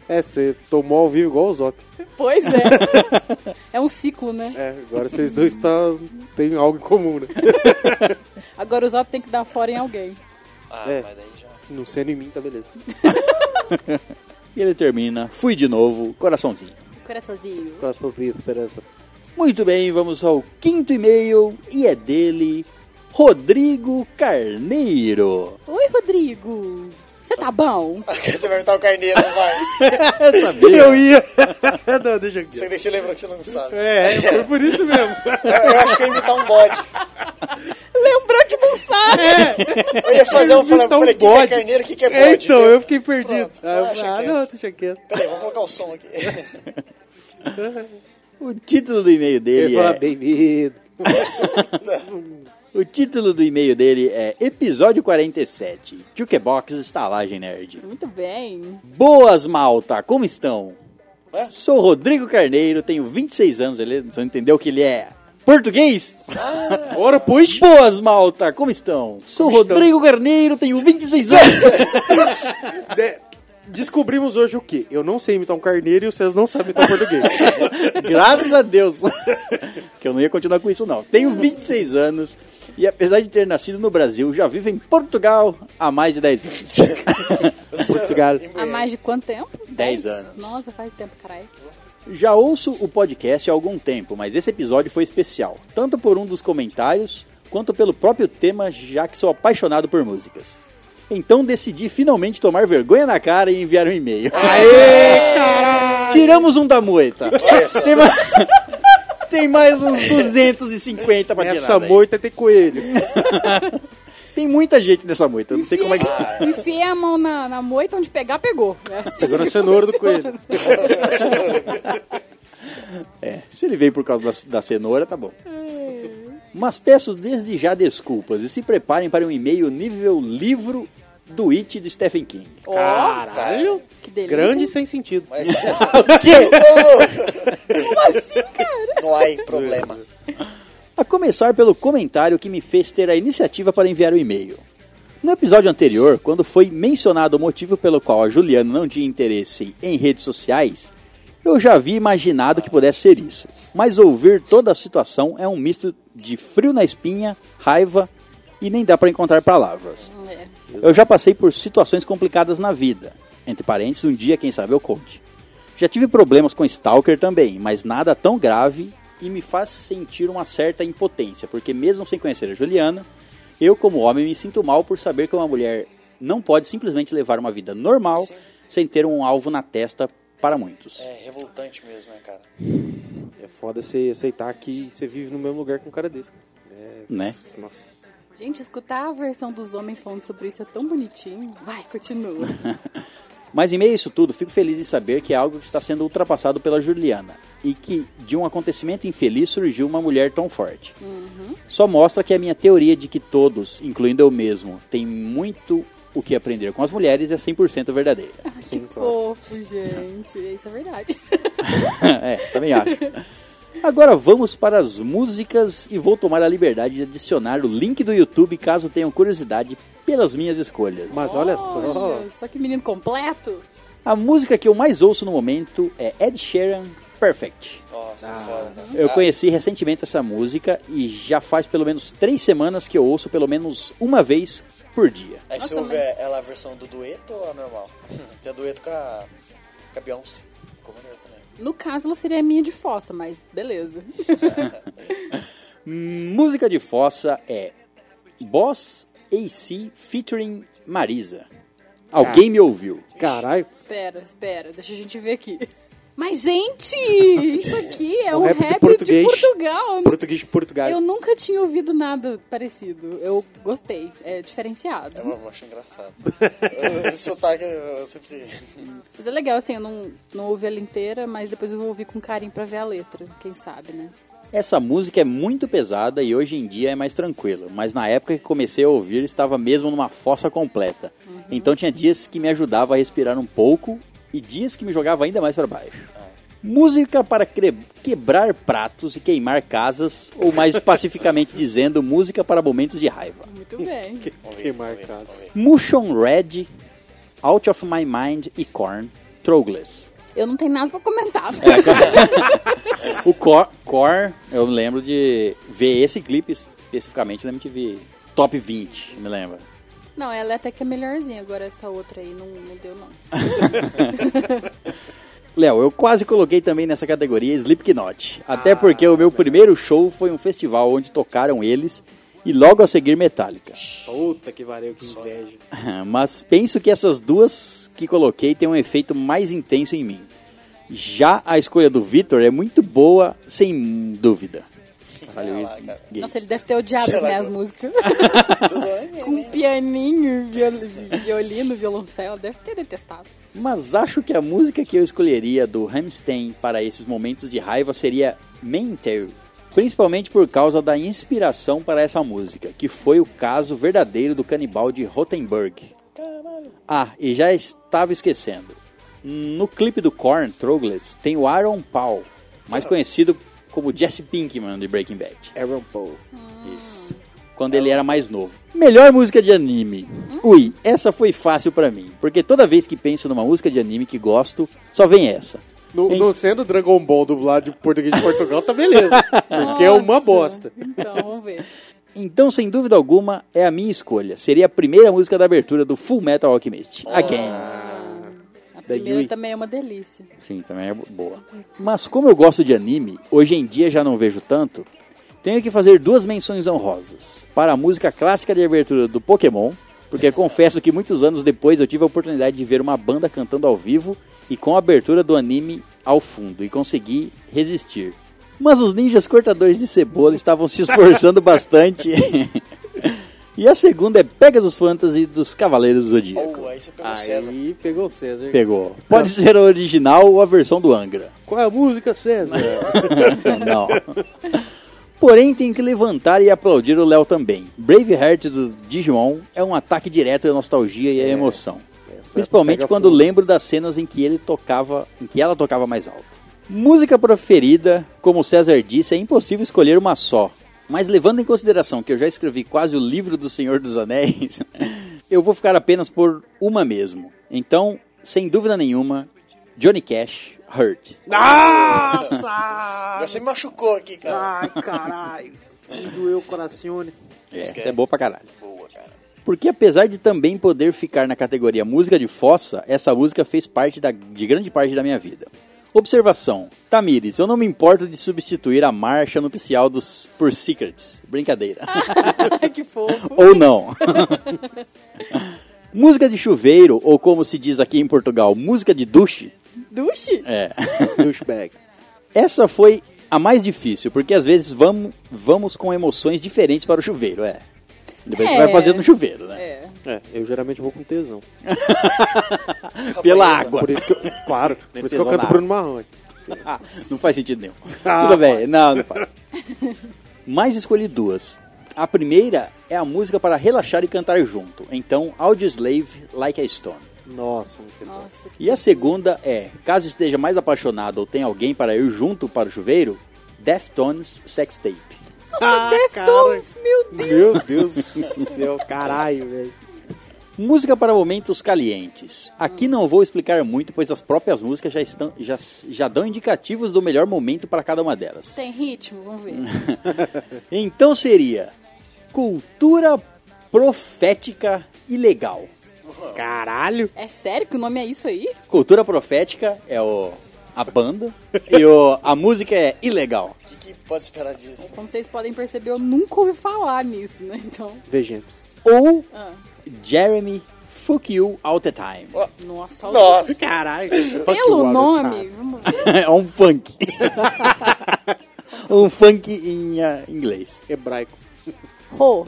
Speaker 4: É, você tomou ao vivo igual o Zop.
Speaker 5: Pois é.
Speaker 3: <laughs>
Speaker 5: É um ciclo, né?
Speaker 4: É, agora vocês dois tá... têm algo em comum, né? <laughs>
Speaker 5: Agora o Zop tem que dar fora em alguém.
Speaker 3: Ah,
Speaker 4: É.
Speaker 3: mas daí já. <laughs>
Speaker 4: Não sendo em mim, tá beleza.
Speaker 1: E ele termina, fui de novo, coraçãozinho.
Speaker 5: Coraçãozinho.
Speaker 4: Próximo vídeo, esperança.
Speaker 1: Muito bem, vamos ao quinto e-mail e é dele, Rodrigo Carneiro.
Speaker 5: Oi, Rodrigo. Você tá bom?
Speaker 3: Você vai inventar o carneiro, não vai.
Speaker 4: <laughs> Eu ia! <laughs> não, deixa aqui.
Speaker 3: Você nem se lembra que você não sabe.
Speaker 4: É, é, foi por isso mesmo.
Speaker 3: Eu, eu acho que eu ia imitar um bode.
Speaker 5: Lembrou que não sabe.
Speaker 1: É.
Speaker 3: Eu ia fazer um falando,
Speaker 4: Imitar um
Speaker 3: peraí, o que que é
Speaker 4: bode.
Speaker 3: carneiro, o que que é
Speaker 4: <laughs> É,
Speaker 3: bode?
Speaker 4: então, eu fiquei perdido.
Speaker 3: Pronto,
Speaker 4: Ah, eu
Speaker 3: ah,
Speaker 4: falei, ah,
Speaker 3: achei
Speaker 4: não,
Speaker 3: quieto.
Speaker 4: deixa quieto.
Speaker 3: Peraí, vamos colocar o som aqui.
Speaker 1: O título do e-mail
Speaker 4: Ele
Speaker 1: dele
Speaker 4: fala,
Speaker 1: é,
Speaker 4: bem-vindo.
Speaker 1: o título do e-mail dele é Episódio 47, Jukebox Estalagem Nerd.
Speaker 5: Muito bem.
Speaker 1: Boas malta, como estão?
Speaker 3: Ué?
Speaker 1: Sou Rodrigo Carneiro, tenho 26 anos, ele não entendeu que ele é português?
Speaker 4: Ora, pois.
Speaker 1: Boas malta, como estão? Sou
Speaker 4: Como estão?
Speaker 1: Rodrigo Carneiro, tenho 26 anos.
Speaker 4: <laughs> de- Descobrimos hoje o quê? Eu não sei imitar um carneiro e vocês <laughs> não sabem imitar um português.
Speaker 1: <laughs> Graças a Deus. que eu não ia continuar com isso, não. Tenho 26 anos e, apesar de ter nascido no Brasil, já vivo em Portugal há mais de 10 anos.
Speaker 4: Portugal.
Speaker 3: é <laughs>
Speaker 4: <laughs>
Speaker 5: Há mais de quanto tempo?
Speaker 1: É. Dez
Speaker 5: Dez?
Speaker 1: anos.
Speaker 5: Nossa, faz tempo, caralho.
Speaker 1: Já ouço o podcast há algum tempo, mas esse episódio foi especial, tanto por um dos comentários quanto pelo próprio tema, já que sou apaixonado por músicas. Então decidi finalmente tomar vergonha na cara e enviar um e-mail. <laughs> Tiramos um da moita.
Speaker 3: Olha só.
Speaker 1: Tem mais, <laughs> tem mais uns 250 pra tirar.
Speaker 4: Essa
Speaker 1: daí.
Speaker 4: moita tem <laughs> coelho.
Speaker 1: Tem muita gente nessa moita, eu não sei como é que.
Speaker 4: Ah,
Speaker 5: Enfiei a mão na, na moita, onde pegar, pegou. É assim
Speaker 4: Pegou na
Speaker 5: que
Speaker 4: cenoura do
Speaker 5: funciona.
Speaker 4: coelho.
Speaker 1: É, se ele veio por causa da, da cenoura, tá bom. Mas peço desde já desculpas e se preparem para um e-mail nível livro do It de Stephen King.
Speaker 5: Ó,
Speaker 4: Caralho.
Speaker 5: que delícia.
Speaker 4: Grande e sem sentido.
Speaker 3: Mas
Speaker 5: Como
Speaker 4: <laughs>
Speaker 5: assim, cara?
Speaker 3: não há problema.
Speaker 1: A começar pelo comentário que me fez ter a iniciativa para enviar o e-mail. No episódio anterior, quando foi mencionado o motivo pelo qual a Juliana não tinha interesse em redes sociais, eu já havia imaginado que pudesse ser isso. Mas ouvir toda a situação é um misto de frio na espinha, raiva e nem dá para encontrar palavras.
Speaker 5: É.
Speaker 1: Eu já passei por situações complicadas na vida. Entre parênteses, um dia, quem sabe, eu conte. Já tive problemas com Stalker também, mas nada tão grave e me faz sentir uma certa impotência, porque mesmo sem conhecer a Juliana, eu, como homem, me sinto mal por saber que uma mulher não pode simplesmente levar uma vida normal
Speaker 3: Sim.
Speaker 1: sem ter um alvo na testa para muitos.
Speaker 3: É revoltante mesmo, né, cara?
Speaker 4: É foda você aceitar que você vive no mesmo lugar que um cara desse. É,
Speaker 1: Né?
Speaker 4: Nossa.
Speaker 5: Gente, escutar a versão dos homens falando sobre isso é tão bonitinho. Vai, continua.
Speaker 1: <laughs> Mas em meio a isso tudo, fico feliz em saber que é algo que está sendo ultrapassado pela Juliana e que de um acontecimento infeliz surgiu uma mulher tão forte. Só mostra que a minha teoria de que todos, incluindo eu mesmo, tem muito o que aprender com as mulheres é 100% verdadeira. <laughs>
Speaker 5: Ai,
Speaker 4: Sim,
Speaker 5: que
Speaker 4: claro.
Speaker 5: fofo, gente. Isso é verdade.
Speaker 1: é, também acho. Agora vamos para as músicas e vou tomar a liberdade de adicionar o link do YouTube caso tenham curiosidade pelas minhas escolhas.
Speaker 4: Mas olha
Speaker 1: Oh.
Speaker 4: só.
Speaker 5: Olha, só que menino completo.
Speaker 1: A música que eu mais ouço no momento é Ed Sheeran Perfect.
Speaker 3: Nossa,
Speaker 4: Ah.
Speaker 3: foda, cara.
Speaker 1: Eu conheci recentemente essa música e já faz pelo menos três semanas que eu ouço pelo menos uma vez por dia.
Speaker 3: Aí você
Speaker 5: Nossa,
Speaker 3: ouve
Speaker 5: mas-
Speaker 3: ela a versão do dueto ou a normal? <laughs> Tem a dueto com a, com a Beyoncé. Ficou maneiro também.
Speaker 5: No caso, ela seria a minha de fossa, mas beleza.
Speaker 1: Música de fossa é Boss AC featuring Marisa. Alguém me ouviu.
Speaker 4: Caralho,
Speaker 5: Espera, espera, deixa a gente ver aqui. Mas, gente, isso aqui é um rap, de,
Speaker 4: português.
Speaker 5: Portugal.
Speaker 4: português de Portugal.
Speaker 5: Eu nunca tinha ouvido nada parecido. Eu gostei, é diferenciado.
Speaker 3: Eu, eu acho <laughs> engraçado. Eu- Esse sotaque eu sempre. <laughs>
Speaker 5: Mas é legal, assim, eu não, não ouvi ela inteira, mas depois eu vou ouvir com carinho pra ver a letra, quem sabe, né?
Speaker 1: Essa música é muito pesada e hoje em dia é mais tranquila, mas na época que comecei a ouvir estava mesmo numa fossa completa. Então tinha dias que me ajudava a respirar um pouco e dias que me jogava ainda mais para baixo. Música para cre- quebrar pratos e queimar casas, ou mais pacificamente dizendo, música para momentos de raiva.
Speaker 5: Muito bem.
Speaker 4: Que,
Speaker 3: Vamos ver, vamos
Speaker 4: que
Speaker 3: ver,
Speaker 4: marcado.
Speaker 3: vamos ver.
Speaker 1: Mushon Red, Out of My Mind e Korn, Trogless.
Speaker 5: <laughs> Eu não tenho nada pra comentar. <laughs>
Speaker 1: O Cor, Cor, eu lembro de ver esse clipe especificamente na MTV Top 20, me lembra.
Speaker 5: Não, ela até que é melhorzinha, agora essa outra aí não, não deu, não.
Speaker 1: Léo, eu quase coloquei também nessa categoria Slipknot. Até porque o meu primeiro show foi um festival onde tocaram eles e logo a seguir Metallica. <laughs>
Speaker 4: Puta que valeu, que inveja.
Speaker 1: Mas penso que essas duas que coloquei têm um efeito mais intenso em mim. Já a escolha do Vitor é muito boa, sem dúvida. Valeu,
Speaker 3: Ah, cara.
Speaker 1: gay.
Speaker 5: Nossa, ele deve ter odiado
Speaker 3: Será
Speaker 5: né,
Speaker 3: que
Speaker 5: as
Speaker 3: eu-
Speaker 5: músicas. <laughs>
Speaker 3: Tudo bem,
Speaker 5: Com
Speaker 3: mesmo,
Speaker 5: um pianinho, viol- violino, violoncelo, deve ter detestado.
Speaker 1: Mas acho que a música que eu escolheria do Rammstein para esses momentos de raiva seria Mental, principalmente por causa da inspiração para essa música, que foi o caso verdadeiro do canibal de Rotenburg. Ah, e já estava esquecendo. No clipe do Korn, Trogless, tem o Aaron Paul, mais conhecido como Jesse Pinkman de Breaking Bad.
Speaker 4: Aaron Paul.
Speaker 1: Isso. Quando ele era mais novo. Melhor música de anime. Ui, essa foi fácil pra mim, porque toda vez que penso numa música de anime que gosto, só vem essa.
Speaker 4: No,
Speaker 1: Em-
Speaker 4: não sendo Dragon Ball dublado de português de Portugal, tá beleza. Porque é uma
Speaker 5: Nossa.
Speaker 4: bosta.
Speaker 5: Então, vamos ver.
Speaker 1: Então, sem dúvida alguma, é a minha escolha. Seria a primeira música da abertura do Full Metal Alchemist. Again.
Speaker 5: A
Speaker 4: Da
Speaker 5: primeira
Speaker 4: Yui.
Speaker 5: também é uma delícia. <laughs>
Speaker 1: Sim, também é bo- boa. Mas como eu gosto de anime, hoje em dia já não vejo tanto, tenho que fazer duas menções honrosas. Para a música clássica de abertura do Pokémon, porque confesso que muitos anos depois eu tive a oportunidade de ver uma banda cantando ao vivo e com a abertura do anime ao fundo, e consegui resistir. Mas os ninjas cortadores de cebola estavam se esforçando bastante. e a segunda é Pegasus Fantasy dos Cavaleiros do Zodíaco.
Speaker 3: Oh, aí você pegou o César.
Speaker 4: Aí pegou o César.
Speaker 1: Pegou. Pode ser a original ou a versão do Angra.
Speaker 4: Qual é a música, César?
Speaker 1: Não. Porém, tem que levantar e aplaudir o Léo também. Braveheart do Digimon é um ataque direto à nostalgia e à emoção.
Speaker 4: Essa
Speaker 1: Principalmente
Speaker 4: É, pega
Speaker 1: quando
Speaker 4: fogo.
Speaker 1: lembro das cenas em que ele tocava, em que ela tocava mais alto. Música preferida, como o César disse, é impossível escolher uma só. Mas levando em consideração que eu já escrevi quase o livro do Senhor dos Anéis, <laughs> eu vou ficar apenas por uma mesmo. Então, sem dúvida nenhuma, Johnny Cash, Hurt.
Speaker 4: Nossa!
Speaker 5: Ah.
Speaker 3: Agora você me machucou aqui, cara.
Speaker 4: Ai, caralho. Me <laughs> doeu o coração. né?
Speaker 1: É, essa é boa pra caralho.
Speaker 3: Boa, cara.
Speaker 1: Porque apesar de também poder ficar na categoria música de fossa, essa música fez parte da- de grande parte da minha vida. Observação. Tamires, eu não me importo de substituir a marcha nupcial dos por Secrets. Brincadeira.
Speaker 5: Ah. que fofo.
Speaker 1: ou não. <laughs> música de chuveiro, ou como se diz aqui em Portugal, música de duche.
Speaker 5: Duche?
Speaker 1: É.
Speaker 4: Douchebag.
Speaker 1: Essa foi a mais difícil, porque às vezes vamos, vamos com emoções diferentes para o chuveiro, é. Depois você
Speaker 5: É.
Speaker 1: vai fazer no chuveiro, né?
Speaker 5: É.
Speaker 4: É, eu geralmente vou com tesão.
Speaker 1: Pela
Speaker 3: Rapaziada,
Speaker 1: água.
Speaker 4: Por isso que eu, claro, por isso que eu
Speaker 1: tesão
Speaker 4: canto
Speaker 1: nada.
Speaker 4: Bruno Marrone.
Speaker 1: Ah, <laughs> não faz sentido nenhum.
Speaker 4: Ah,
Speaker 1: Tudo bem, não, não faz. Mas escolhi duas. A primeira é a música para relaxar e cantar junto. Então, Audioslave, Like a Stone.
Speaker 4: Nossa, muito bom.
Speaker 5: Nossa, que
Speaker 1: E a segunda é, caso esteja mais apaixonado ou tenha alguém para ir junto para o chuveiro, Deftones, Sex Tape.
Speaker 4: Ah,
Speaker 5: Deftones, meu Deus.
Speaker 4: Meu Deus do céu, caralho, velho.
Speaker 1: Música para momentos calientes. Aqui não vou explicar muito, pois as próprias músicas já, estão, já, já dão indicativos do melhor momento para cada uma delas.
Speaker 5: Tem ritmo, vamos ver.
Speaker 1: Então seria cultura profética e legal.
Speaker 4: Caralho.
Speaker 5: É sério que o nome é isso aí?
Speaker 1: Cultura profética é o a banda. E o- a música é ilegal.
Speaker 3: O que, que pode esperar disso?
Speaker 5: Como vocês podem perceber, eu nunca ouvi falar nisso, né? Então,
Speaker 4: Vejamos.
Speaker 1: Ou
Speaker 5: ah,
Speaker 1: Jeremy Fuck You All the Time. <laughs>
Speaker 5: nossa,
Speaker 3: Nossa!
Speaker 4: Caralho.
Speaker 1: tá.
Speaker 5: pelo nome, vamos ver.
Speaker 1: É um funk. <laughs> um funk em ah, inglês.
Speaker 4: Tá. Hebraico.
Speaker 5: Rô,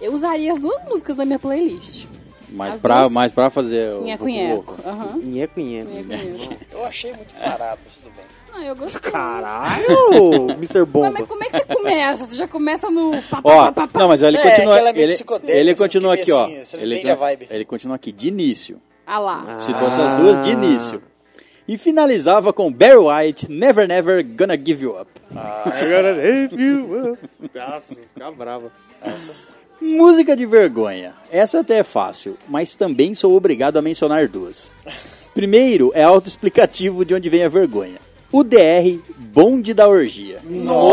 Speaker 5: eu usaria as duas músicas da minha playlist.
Speaker 1: Mas
Speaker 5: As
Speaker 1: pra,
Speaker 5: duas-
Speaker 1: mais pra fazer o
Speaker 5: Nheco,
Speaker 1: Vucu
Speaker 5: nheco.
Speaker 1: Louco.
Speaker 5: Aham.
Speaker 4: Nheco, nheco.
Speaker 5: Nheco, nheco.
Speaker 3: Eu achei muito parado, mas tudo bem.
Speaker 5: Ah, eu gostei.
Speaker 4: Caralho, Mr.
Speaker 5: Ué,
Speaker 4: Bomba.
Speaker 5: mas como é que você começa? Você já começa no... pá, pá,
Speaker 1: Ó,
Speaker 5: pá, pá, pá.
Speaker 1: não, mas ele
Speaker 3: É,
Speaker 1: continua.
Speaker 3: aquela meio
Speaker 1: ele,
Speaker 3: psicodélica,
Speaker 1: ele
Speaker 3: assim,
Speaker 1: continua
Speaker 3: que
Speaker 1: aqui,
Speaker 3: meio
Speaker 1: ó.
Speaker 3: assim, você não
Speaker 1: ele,
Speaker 3: entende a
Speaker 1: con-
Speaker 3: vibe.
Speaker 1: ele continua aqui de início.
Speaker 5: Ah lá.
Speaker 1: Citou essas duas de início. E finalizava com Barry White, Never Never Gonna Give You Up.
Speaker 4: Agora,
Speaker 5: é?
Speaker 4: hey, viu? Nossa, fica brava.
Speaker 3: Nossa senhora.
Speaker 1: Música de vergonha. Essa até é fácil, mas também sou obrigado a mencionar duas. Primeiro é autoexplicativo de onde vem a vergonha. O DR, bonde da orgia. Não,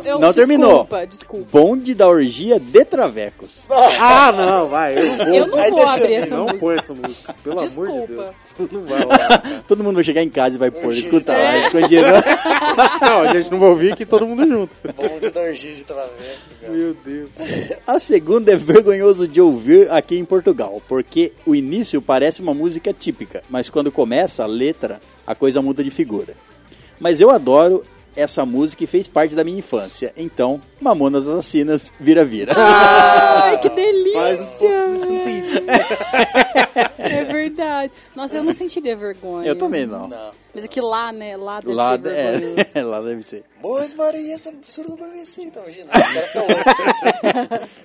Speaker 5: Eu- eu-
Speaker 1: não terminou.
Speaker 5: Desculpa, desculpa.
Speaker 1: Bonde da orgia de travecos.
Speaker 4: Ah, não, vai. Eu vou.
Speaker 5: Eu não
Speaker 3: Aí
Speaker 5: vou
Speaker 3: deixa
Speaker 5: abrir
Speaker 3: eu-
Speaker 5: essa
Speaker 4: não
Speaker 5: música.
Speaker 4: põe essa música. Pelo amor de
Speaker 5: Desculpa.
Speaker 4: Deus. Isso Não vai rolar.
Speaker 1: Todo mundo vai chegar em casa e vai pôr,
Speaker 3: Orgia de
Speaker 1: escutar.
Speaker 5: travecos.
Speaker 1: vai né? continuar.
Speaker 4: Não, a gente não vai ouvir que todo mundo junto.
Speaker 3: Bom de orgia de traveco, cara.
Speaker 4: Meu Deus.
Speaker 1: A segunda é vergonhoso de ouvir aqui em Portugal, porque o início parece uma música típica, mas quando começa a letra, a coisa muda de figura. Mas eu adoro essa música e fez parte da minha infância, então Mamonas Assassinas vira-vira.
Speaker 5: Ai, que
Speaker 4: Faz um
Speaker 5: delícia,
Speaker 4: pouco de sentido.
Speaker 5: <laughs> é verdade. Nossa, eu não sentiria vergonha.
Speaker 1: <laughs> eu também não.
Speaker 3: Não.
Speaker 5: Mas é que lá, né? Lá deve
Speaker 1: Lá,
Speaker 5: ser vergonhoso.
Speaker 1: é, <laughs> lá deve ser.
Speaker 3: Boas Maria, essa suruba é assim, tá imaginando? Os caras tão loucos.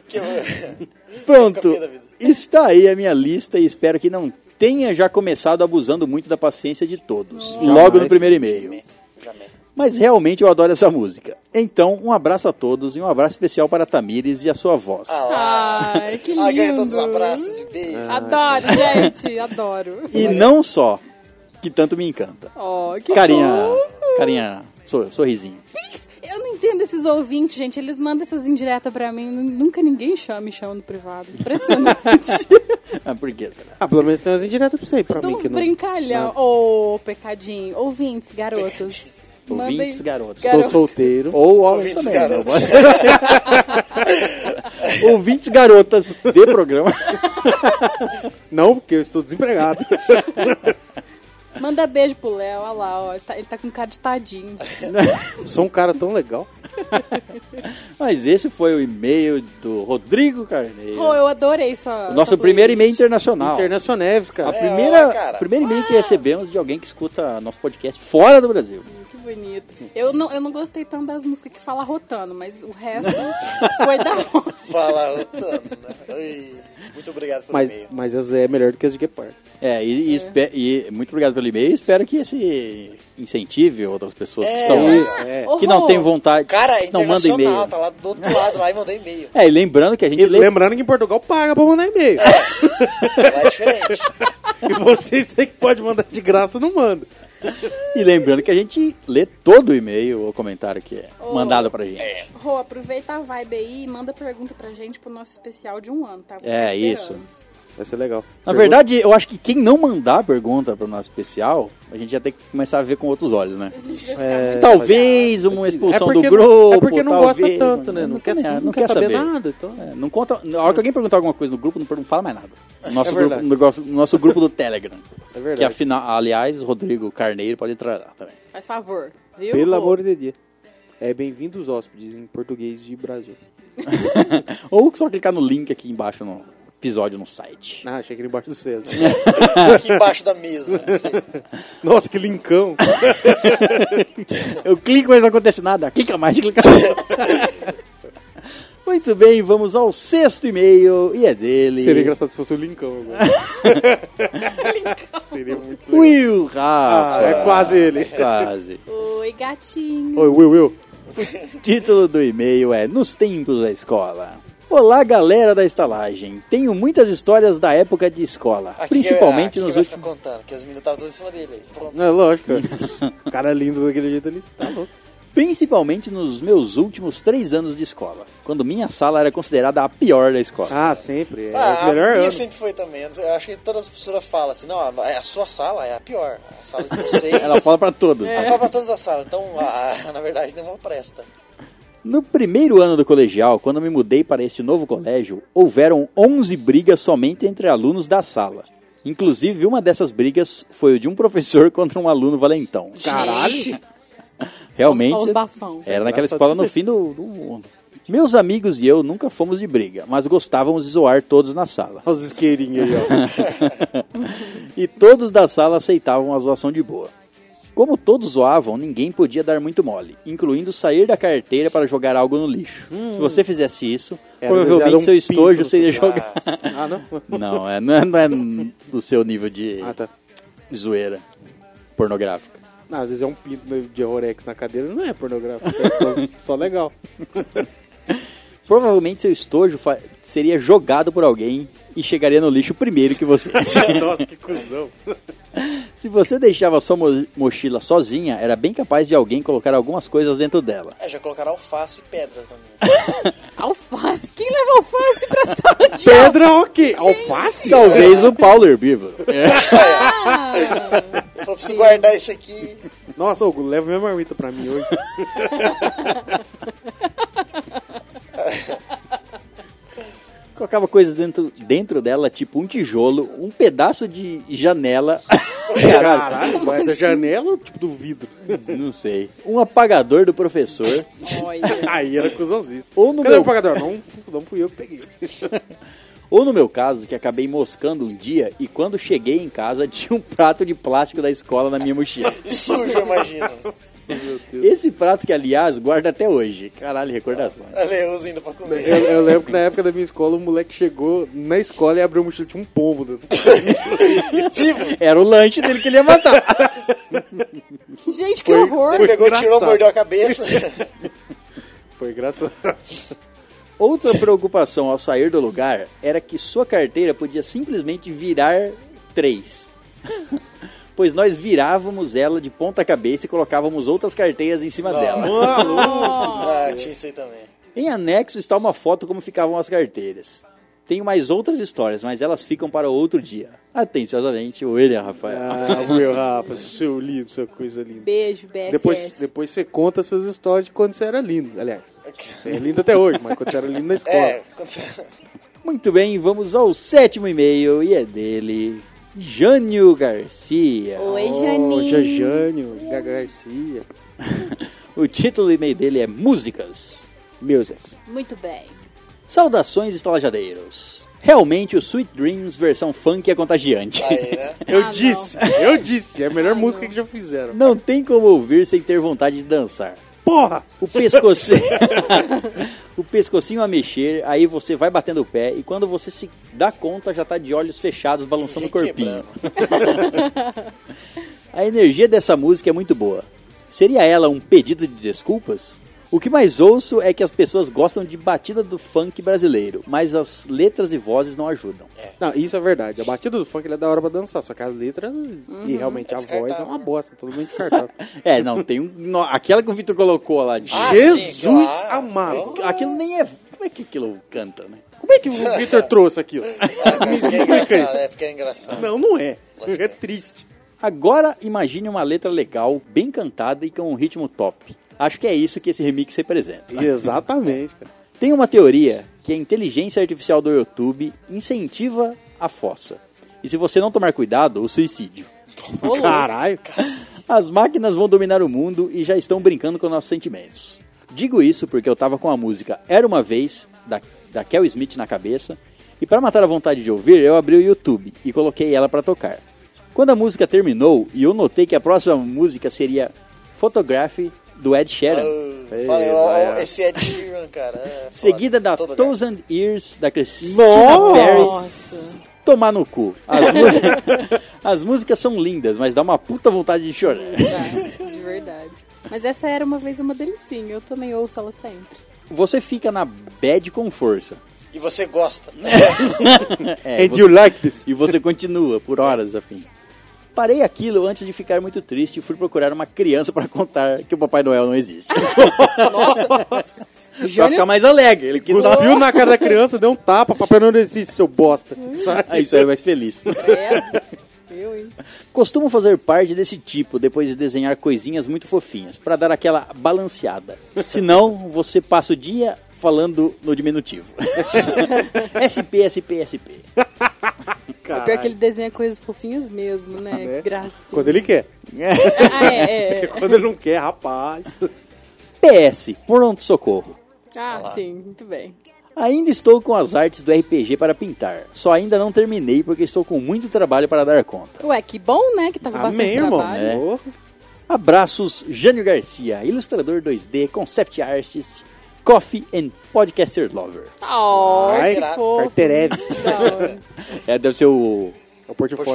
Speaker 3: <laughs> Que eu-
Speaker 1: Pronto,
Speaker 3: Fica pé da vida.
Speaker 1: está aí a minha lista e espero que não tenha já começado abusando muito da paciência de todos, logo no
Speaker 4: Jamais.
Speaker 1: primeiro e-mail.
Speaker 3: Jamé, jamé.
Speaker 1: Mas realmente eu adoro essa música. Então, um abraço a todos e um abraço especial para a Tamires e a sua voz.
Speaker 3: Ah lá.
Speaker 5: Ai, que lindo. Ah.
Speaker 3: Ah, ganha todos os abraços e beijos.
Speaker 5: Adoro, gente. Adoro.
Speaker 1: e não só, que tanto me encanta.
Speaker 5: Ó, que
Speaker 1: Carinha,
Speaker 5: fofo.
Speaker 1: carinha, sor- sorrisinho. <laughs>
Speaker 5: Eu não entendo esses ouvintes, gente. Eles mandam essas indiretas pra mim. Nunca ninguém chama me chama no privado. Impressionante.
Speaker 1: Ah, por quê? cara?
Speaker 4: Ah, pelo menos tem umas indiretas pra você aí, pra
Speaker 5: Dá
Speaker 4: mim.
Speaker 5: uns
Speaker 4: Que não...
Speaker 5: brincalhão. Ô, pecadinho. Ouvintes, garotos. Mandem-
Speaker 1: Ouvintes, garotos.
Speaker 4: Estou
Speaker 5: Garoto.
Speaker 4: solteiro.
Speaker 1: Ou homens
Speaker 3: Ouvintes
Speaker 1: também.
Speaker 3: garotos.
Speaker 1: né? <laughs> Ouvintes garotas de programa.
Speaker 4: <laughs> Não, porque eu estou desempregado.
Speaker 5: Manda beijo pro Léo. Olha lá, ó. Ele tá, ele tá com cara de tadinho.
Speaker 4: Sou um cara tão legal.
Speaker 1: Mas esse foi o e-mail do Rodrigo Carneiro.
Speaker 5: Pô, eu adorei sua.
Speaker 1: o nosso
Speaker 5: sua
Speaker 1: primeiro e-mail
Speaker 5: playlist.
Speaker 1: internacional.
Speaker 4: Internacional Neves,
Speaker 1: A
Speaker 4: cara.
Speaker 1: primeira,
Speaker 3: ó, É, cara. Ah.
Speaker 1: primeiro e-mail que recebemos de alguém que escuta nosso podcast fora do Brasil.
Speaker 5: Que bonito. Eu não, eu não gostei tanto das músicas que fala rotando, mas o resto foi da hora.
Speaker 3: Fala, Otano. né? Oi. Muito obrigado pelo
Speaker 4: Mas,
Speaker 3: e-mail.
Speaker 4: mas essa é melhor do que as de Guepardo.
Speaker 1: É, e, e espe- e muito obrigado pelo e-mail. Espero que esse incentive outras pessoas que
Speaker 3: É,
Speaker 1: estão
Speaker 4: isso,
Speaker 1: é,
Speaker 5: é.
Speaker 1: que não têm vontade,
Speaker 3: Cara, é
Speaker 1: não mandam
Speaker 3: internacional,
Speaker 1: e-mail.
Speaker 3: tá lá do outro lado lá e
Speaker 1: <laughs>
Speaker 3: mandou e-mail.
Speaker 1: É, e lembrando que a gente
Speaker 4: E
Speaker 1: lê
Speaker 4: lembrando que em Portugal paga pra mandar e-mail.
Speaker 3: Lá
Speaker 1: <laughs>
Speaker 3: é diferente.
Speaker 4: E vocês aí que pode mandar de graça, não manda.
Speaker 1: e lembrando que a gente lê todo o e-mail ou comentário que é
Speaker 5: Ô.
Speaker 1: mandado pra gente. É,
Speaker 5: Rô, aproveita a vibe aí e manda pergunta pra gente pro nosso especial de um ano, tá? Vou ficar
Speaker 1: isso.
Speaker 5: esperando.
Speaker 4: Vai ser legal.
Speaker 1: Na verdade, eu acho que quem não mandar pergunta para o nosso especial, a gente já tem que começar a ver com outros olhos, né?
Speaker 5: A gente vai ficar
Speaker 4: É,
Speaker 5: muito-
Speaker 1: talvez uma expulsão
Speaker 4: porque
Speaker 1: do
Speaker 4: não-
Speaker 1: grupo,
Speaker 4: É porque não
Speaker 1: talvez,
Speaker 4: gosta tanto, né? Não, quer,
Speaker 1: nem-
Speaker 4: não, quer, saber, nada. Então...
Speaker 1: É, não conta. Na hora que alguém perguntar alguma coisa no grupo, não, per- não fala mais nada. No Nosso,
Speaker 4: É
Speaker 1: grupo,
Speaker 4: verdade.
Speaker 1: no nosso- no nosso grupo do <laughs> Telegram.
Speaker 4: É verdade.
Speaker 1: Que afinal, aliás, Rodrigo Carneiro pode entrar lá também.
Speaker 5: Faz favor, viu?
Speaker 4: Pelo
Speaker 5: Rô?
Speaker 4: amor de Deus. É bem-vindo os hóspedes em português de Brasil.
Speaker 1: Ou só clicar no link aqui embaixo no episódio no site.
Speaker 4: Ah, achei que era embaixo do <laughs> cedo.
Speaker 1: Ah.
Speaker 3: Aqui embaixo da mesa. não sei.
Speaker 4: Nossa, que lincão.
Speaker 1: <laughs> Eu clico, mas não acontece nada. Clica mais, clica mais. <laughs> Muito bem, vamos ao sexto e-mail e é dele.
Speaker 4: Seria engraçado se fosse o lincão agora. Seria muito legal.
Speaker 1: Will Rafa.
Speaker 4: Ah, é quase ele.
Speaker 1: Quase.
Speaker 5: Oi, gatinho.
Speaker 4: <laughs> Oi, Will, Will.
Speaker 1: Título do e-mail é Nos Tempos da Escola. Olá, galera da estalagem. Tenho muitas histórias da época de escola,
Speaker 3: Aqui
Speaker 1: principalmente
Speaker 3: que,
Speaker 1: nos
Speaker 3: aqui é que vai ficar
Speaker 1: últimos.
Speaker 4: <laughs>
Speaker 3: contando, que as meninas estavam todas em cima dele. aí. Pronto.
Speaker 4: É lógico. O cara lindo daquele jeito ali, você tá louco.
Speaker 1: principalmente nos meus últimos três anos de escola, quando minha sala era considerada a pior da escola.
Speaker 4: Ah, sempre. É
Speaker 3: Ah,
Speaker 4: o melhor
Speaker 3: a minha
Speaker 4: ano.
Speaker 3: sempre foi também. Eu acho que todas as pessoas falam assim, não, a a sua sala é a pior. A sala de vocês.
Speaker 1: <laughs> Ela fala pra todos.
Speaker 3: Ela fala pra todas as salas, então a- a- na verdade não presta.
Speaker 1: No primeiro ano do colegial, quando me mudei para este novo colégio, houveram 11 brigas somente entre alunos da sala. Inclusive, uma dessas brigas foi o de um professor <laughs> contra um aluno valentão.
Speaker 4: Caralho!
Speaker 1: Realmente,
Speaker 5: Aos- aos bafão.
Speaker 1: era naquela
Speaker 4: Graças a
Speaker 1: escola no
Speaker 4: Deus.
Speaker 1: fim do, do mundo. Meus amigos e eu nunca fomos de briga, mas gostávamos de zoar todos na sala.
Speaker 4: Olha os isqueirinhos aí, ó. <laughs>
Speaker 1: E todos da sala aceitavam a zoação de boa. Como todos zoavam, ninguém podia dar muito mole, incluindo sair da carteira para jogar algo no lixo. Se você fizesse isso,
Speaker 4: Era
Speaker 1: provavelmente
Speaker 4: desenhado um
Speaker 1: seu
Speaker 4: pinto
Speaker 1: estojo
Speaker 4: no
Speaker 1: seria
Speaker 4: seu-
Speaker 1: jogado. <laughs>
Speaker 4: Ah, não?
Speaker 1: Não, é, não, é, não é do seu nível de
Speaker 4: Ah, tá.
Speaker 1: zoeira pornográfica.
Speaker 4: Não, às vezes é um pinto de Rorex na cadeira, não é pornográfico, é só, <laughs> só legal.
Speaker 1: Provavelmente seu estojo fa- seria jogado por alguém e chegaria no lixo primeiro que você. <laughs>
Speaker 4: Nossa, que cuzão.
Speaker 1: Se você deixava sua mo- mochila sozinha, era bem capaz de alguém colocar algumas coisas dentro dela.
Speaker 3: É, já colocaram alface e pedras na minha.
Speaker 5: Alface? Quem leva alface pra sala de aula?
Speaker 4: Pedra, ok. Alface?
Speaker 1: Talvez <laughs> o Paulo herbívoro. É.
Speaker 3: Eu falei, preciso guardar isso aqui.
Speaker 4: Nossa, Hugo, leva minha marmita pra mim hoje.
Speaker 1: Colocava coisas dentro, dentro dela, tipo um tijolo, um pedaço de <laughs> janela.
Speaker 4: <laughs> Caralho, mas a janela ou tipo do vidro?
Speaker 1: Não sei. Um apagador do professor.
Speaker 5: Olha.
Speaker 4: Aí era cuzãozinho.
Speaker 1: Ou no
Speaker 4: Cadê
Speaker 1: meu-
Speaker 4: o pagador? Não, não fui eu que peguei.
Speaker 1: Ou no meu caso, que acabei moscando um dia e quando cheguei em casa <laughs> tinha um prato de plástico da escola na minha <laughs> mochila.
Speaker 3: E sujo, eu imagino.
Speaker 4: Meu Deus.
Speaker 1: Esse prato que, aliás, guarda até hoje. Caralho, recordações.
Speaker 3: Ela é usa ainda pra comer.
Speaker 4: Eu, eu lembro que na época da minha escola, o moleque chegou na escola e abriu a mochila, tinha um pombo dentro.
Speaker 1: Era o lanche dele que ele ia matar.
Speaker 5: Gente, que horror.
Speaker 3: Ele pegou, tirou,
Speaker 4: engraçado.
Speaker 3: mordeu a cabeça.
Speaker 4: Foi engraçado.
Speaker 1: Outra preocupação ao sair do lugar era que sua carteira podia simplesmente virar três. <laughs> Pois nós virávamos ela de ponta cabeça e colocávamos outras carteiras em cima dela.
Speaker 3: Ah, tinha isso aí também.
Speaker 1: Em anexo está uma foto como ficavam as carteiras. Tenho mais outras histórias, mas elas ficam para outro dia. Atenciosamente, o William Rafael.
Speaker 4: Ah, meu Rafa, seu lindo, sua coisa linda.
Speaker 5: Beijo, BFF.
Speaker 4: Depois, depois você conta essas histórias de quando você era lindo. Aliás, você é lindo até hoje, mas quando você era lindo na escola.
Speaker 3: É, quando você...
Speaker 1: Muito bem, vamos ao sétimo e-mail e é dele, Jânio Garcia.
Speaker 5: Oi,
Speaker 4: Oh,
Speaker 5: Janine.
Speaker 4: Jajânio, Gaga Garcia.
Speaker 1: O título do e-mail dele é Músicas.
Speaker 4: Music.
Speaker 5: Muito bem.
Speaker 1: Saudações, estalajadeiros. Realmente o Sweet Dreams versão funk é contagiante.
Speaker 3: Aí, né?
Speaker 4: Eu
Speaker 5: não.
Speaker 4: disse, eu disse, é a melhor música que já fizeram.
Speaker 1: Não tem como ouvir sem ter vontade de dançar.
Speaker 4: Porra!
Speaker 1: O pescocinho. <laughs> o pescocinho a mexer, aí você vai batendo o pé e quando você se dá conta já tá de olhos fechados
Speaker 3: <laughs>
Speaker 1: balançando o corpinho. a energia dessa música é muito boa. Seria ela um pedido de desculpas? O que mais ouço é que as pessoas gostam de batida do funk brasileiro, mas as letras e vozes não ajudam.
Speaker 4: Não, isso é verdade. A batida do funk ele é da hora pra dançar, só que as letras e realmente a
Speaker 3: descartável.
Speaker 4: voz é uma bosta, todo mundo descartado.
Speaker 1: É, não, tem um. no- aquela que o Vitor colocou lá de.
Speaker 3: <laughs>
Speaker 1: Ah,
Speaker 3: Ah,
Speaker 4: Jesus
Speaker 3: sim, claro. Oh.
Speaker 4: amado!
Speaker 1: Aquilo nem é. Como é que aquilo canta, né?
Speaker 4: Como é que o Victor trouxe aquilo?
Speaker 3: <laughs> Ah, cara, porque é engraçado, é porque é engraçado.
Speaker 4: Não, não é. É triste.
Speaker 1: Agora imagine uma letra legal, bem cantada e com um ritmo top. Acho que é isso que esse remix representa.
Speaker 4: Exatamente, cara.
Speaker 1: Tem uma teoria que a inteligência artificial do YouTube incentiva a fossa. E se você não tomar cuidado, o suicídio.
Speaker 5: Ô, louco.
Speaker 4: Caralho.
Speaker 1: As máquinas vão dominar o mundo e já estão brincando com nossos sentimentos. Digo isso porque eu tava com a música Era Uma Vez, da, da Kel Smith na cabeça, e para matar a vontade de ouvir, eu abri o YouTube e coloquei ela para tocar. Quando a música terminou e eu notei que a próxima música seria Photograph do Ed Sheeran,
Speaker 3: Ah, Falei, ó, ó, esse Ed Sheeran, cara. é foda.
Speaker 1: seguida da
Speaker 3: Todo lugar.
Speaker 1: Thousand Years da Christina Perry.
Speaker 5: Nossa.
Speaker 1: Tomar no cu. As músicas, <laughs> as músicas são lindas, mas dá uma puta vontade de chorar.
Speaker 5: Tá, De verdade. Mas essa era uma vez uma delicinha. Eu também ouço ela sempre.
Speaker 1: Você fica na bad com força.
Speaker 3: E você gosta.
Speaker 1: É,
Speaker 4: And you like this?
Speaker 1: E você continua por horas a fim. Parei aquilo antes de ficar muito triste e fui procurar uma criança para contar que o Papai Noel não existe. Pra
Speaker 5: Jânio-
Speaker 1: ficar mais alegre. Ele quis dar
Speaker 4: <laughs> Cuspiu na cara da criança, deu um tapa, papai não existe, seu bosta. Sai.
Speaker 1: Aí Ah, isso era mais feliz.
Speaker 5: É, eu, hein?
Speaker 1: Costumo fazer parte desse tipo, depois de desenhar coisinhas muito fofinhas, pra dar aquela balanceada. Senão, você passa o dia falando no diminutivo. <laughs> SP, SP, SP.
Speaker 5: É pior que ele desenha coisas fofinhas mesmo, né?
Speaker 4: É.
Speaker 5: Gracinha.
Speaker 4: Quando ele quer.
Speaker 5: Ah, é, é, é.
Speaker 4: Quando ele não quer, rapaz.
Speaker 1: PS, pronto-socorro.
Speaker 5: Ah, sim, muito bem.
Speaker 1: Ainda estou com as artes do RPG para pintar, só ainda não terminei porque estou com muito trabalho para dar conta.
Speaker 5: Ué, que bom, né? Que tá com
Speaker 4: Amém,
Speaker 5: bastante
Speaker 4: irmão.
Speaker 5: trabalho.
Speaker 1: né?
Speaker 4: Ô,
Speaker 1: Abraços, Jânio Garcia, ilustrador 2D, concept artist, coffee and podcaster lover.
Speaker 5: Oh,
Speaker 4: Ai,
Speaker 5: que fofo.
Speaker 4: Cartereves.
Speaker 5: Da hora.
Speaker 1: É, deve ser o...
Speaker 4: É o portfólio.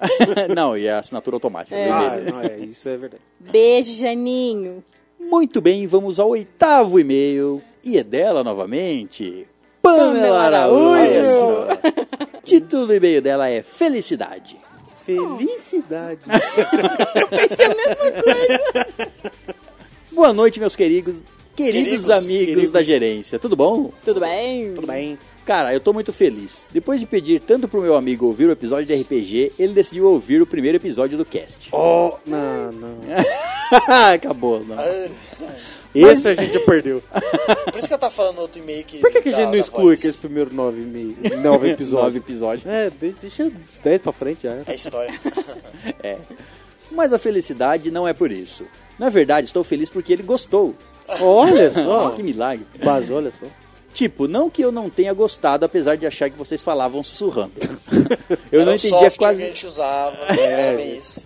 Speaker 3: Portfólio.
Speaker 4: dele.
Speaker 1: <laughs> não, e a assinatura automática.
Speaker 5: É.
Speaker 1: DVD.
Speaker 4: Ah, não, é, isso é verdade.
Speaker 5: Beijo, Janinho.
Speaker 1: Muito bem, vamos ao oitavo e-mail. E é dela novamente.
Speaker 5: Pamela
Speaker 1: Pamela
Speaker 5: Araújo.
Speaker 1: Araújo. <laughs> Título do e-mail dela é Felicidade.
Speaker 4: Felicidade.
Speaker 5: Pensei a mesma coisa.
Speaker 1: Boa noite, meus queridos, queridos,
Speaker 3: Queridos,
Speaker 1: amigos
Speaker 4: queridos.
Speaker 1: da gerência. Tudo bom?
Speaker 5: Tudo bem?
Speaker 4: Tudo bem.
Speaker 1: Cara, eu tô muito feliz. Depois de pedir tanto pro meu amigo ouvir o episódio de RPG, ele decidiu ouvir o primeiro episódio do
Speaker 3: <laughs>
Speaker 1: cast.
Speaker 4: Oh, não, não.
Speaker 1: Acabou, não.
Speaker 4: Esse a gente já perdeu.
Speaker 3: Ah, Por isso que ela tá falando no outro e-mail que.
Speaker 4: Por que, que a
Speaker 3: da-
Speaker 4: gente não
Speaker 3: da
Speaker 4: exclui
Speaker 3: voz?
Speaker 4: aqueles primeiros nove, e meio, nove
Speaker 1: Nove
Speaker 4: episódios?
Speaker 1: episódios.
Speaker 4: É, deixa os dez pra frente já.
Speaker 3: É história.
Speaker 1: Mas a felicidade não é por isso. Na verdade, estou feliz porque ele gostou.
Speaker 4: Olha
Speaker 1: Oh, <laughs>
Speaker 4: só.
Speaker 1: que milagre.
Speaker 4: Mas olha só.
Speaker 1: Tipo, não que eu não tenha gostado, apesar de achar que vocês falavam
Speaker 3: <laughs>
Speaker 1: sussurrando. <laughs> Eu
Speaker 3: Era
Speaker 1: não
Speaker 3: um
Speaker 1: entendia
Speaker 3: software que a
Speaker 1: quase, É.
Speaker 3: gente usava. Era bem isso.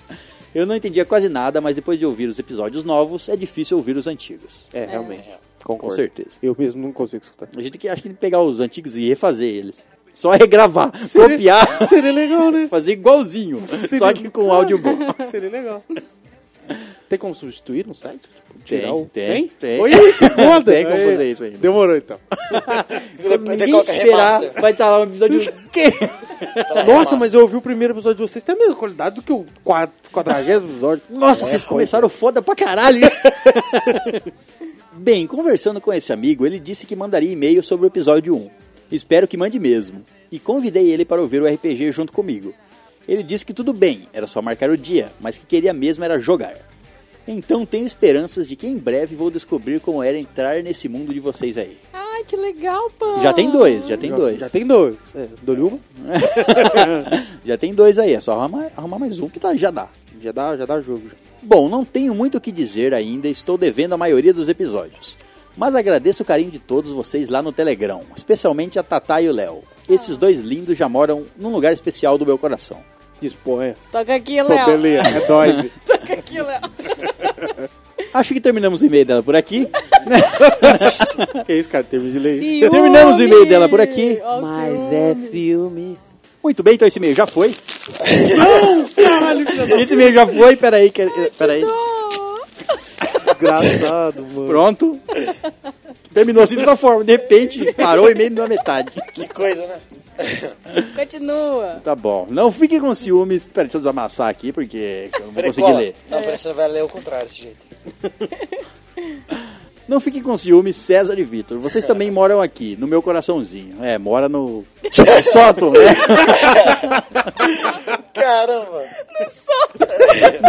Speaker 1: eu não entendia quase nada, mas depois de ouvir os episódios novos, é difícil ouvir os antigos.
Speaker 4: É, realmente.
Speaker 1: Com
Speaker 4: Concordo.
Speaker 1: certeza.
Speaker 4: Eu mesmo não consigo escutar.
Speaker 1: A gente que acha que tem que pegar os antigos e refazer eles. Só regravar, copiar,
Speaker 4: Seria legal, né?
Speaker 1: fazer igualzinho, só que com áudio bom.
Speaker 4: <laughs> Seria legal. Tem como substituir no site? Tipo, tirar
Speaker 1: Tem,
Speaker 4: o-
Speaker 1: tem, tem.
Speaker 4: Oi, que foda.
Speaker 1: Tem como fazer isso aí. né? <laughs>
Speaker 4: Demorou então.
Speaker 3: Depois
Speaker 1: Ninguém
Speaker 3: coloca
Speaker 1: esperar,
Speaker 3: remaster.
Speaker 1: vai estar lá um episódio... Quê?
Speaker 3: Fala
Speaker 4: Nossa,
Speaker 3: remaster.
Speaker 4: mas eu ouvi o primeiro episódio de vocês. Tem a mesma qualidade do que o quad- quadragésimo episódio.
Speaker 1: Nossa, vocês começaram foda pra caralho. Bem, conversando com esse amigo, ele disse que mandaria e-mail sobre o episódio 1. Espero que mande mesmo. E convidei ele para ouvir o RPG junto comigo. Ele disse que tudo bem, era só marcar o dia, mas que queria mesmo era jogar. Então tenho esperanças de que em breve vou descobrir como era entrar nesse mundo de vocês aí.
Speaker 5: Ai, que legal, Pam.
Speaker 1: Já tem dois, já tem dois.
Speaker 4: Já tem dois. É, dou-lhe uma.
Speaker 1: <laughs> Já tem dois aí, é só arrumar, arrumar mais um que tá, já dá.
Speaker 4: Já dá, já dá jogo. já.
Speaker 1: Bom, não tenho muito o que dizer ainda, estou devendo a maioria dos episódios. Mas agradeço o carinho de todos vocês lá no Telegram, especialmente a Tatá e o Léo. Esses dois lindos já moram num lugar especial do meu coração.
Speaker 4: Disponha.
Speaker 5: Toca aqui,
Speaker 4: Pô,
Speaker 5: Léo.
Speaker 4: é. beleza. É dói.
Speaker 5: Toca aqui, Léo.
Speaker 1: Acho que terminamos o e-mail dela por aqui.
Speaker 4: que isso, cara? Teve de ler.
Speaker 5: Ciúme.
Speaker 1: Terminamos o e-mail dela por aqui.
Speaker 5: Ó, o ciúme.
Speaker 4: filme.
Speaker 1: Muito bem, então esse e-mail já foi. Esse e-mail já foi, peraí, que, peraí.
Speaker 4: Engraçado,
Speaker 3: <laughs>
Speaker 4: mano.
Speaker 1: Pronto. Terminou assim dessa forma, de repente parou o e-mail na metade.
Speaker 3: Que coisa, né?
Speaker 5: Continua.
Speaker 1: Tá bom, não fique com ciúmes. Peraí, deixa eu desamassar aqui porque eu não vou
Speaker 3: Peraí,
Speaker 1: conseguir
Speaker 3: cola.
Speaker 1: ler.
Speaker 3: Não, parece que você vai ler o contrário desse jeito.
Speaker 1: Não fiquem com ciúmes, César e Vitor.
Speaker 3: <laughs>
Speaker 1: Vocês também moram aqui, no meu coraçãozinho. É, mora no
Speaker 3: <laughs>
Speaker 1: no sótão, né?
Speaker 3: Caramba!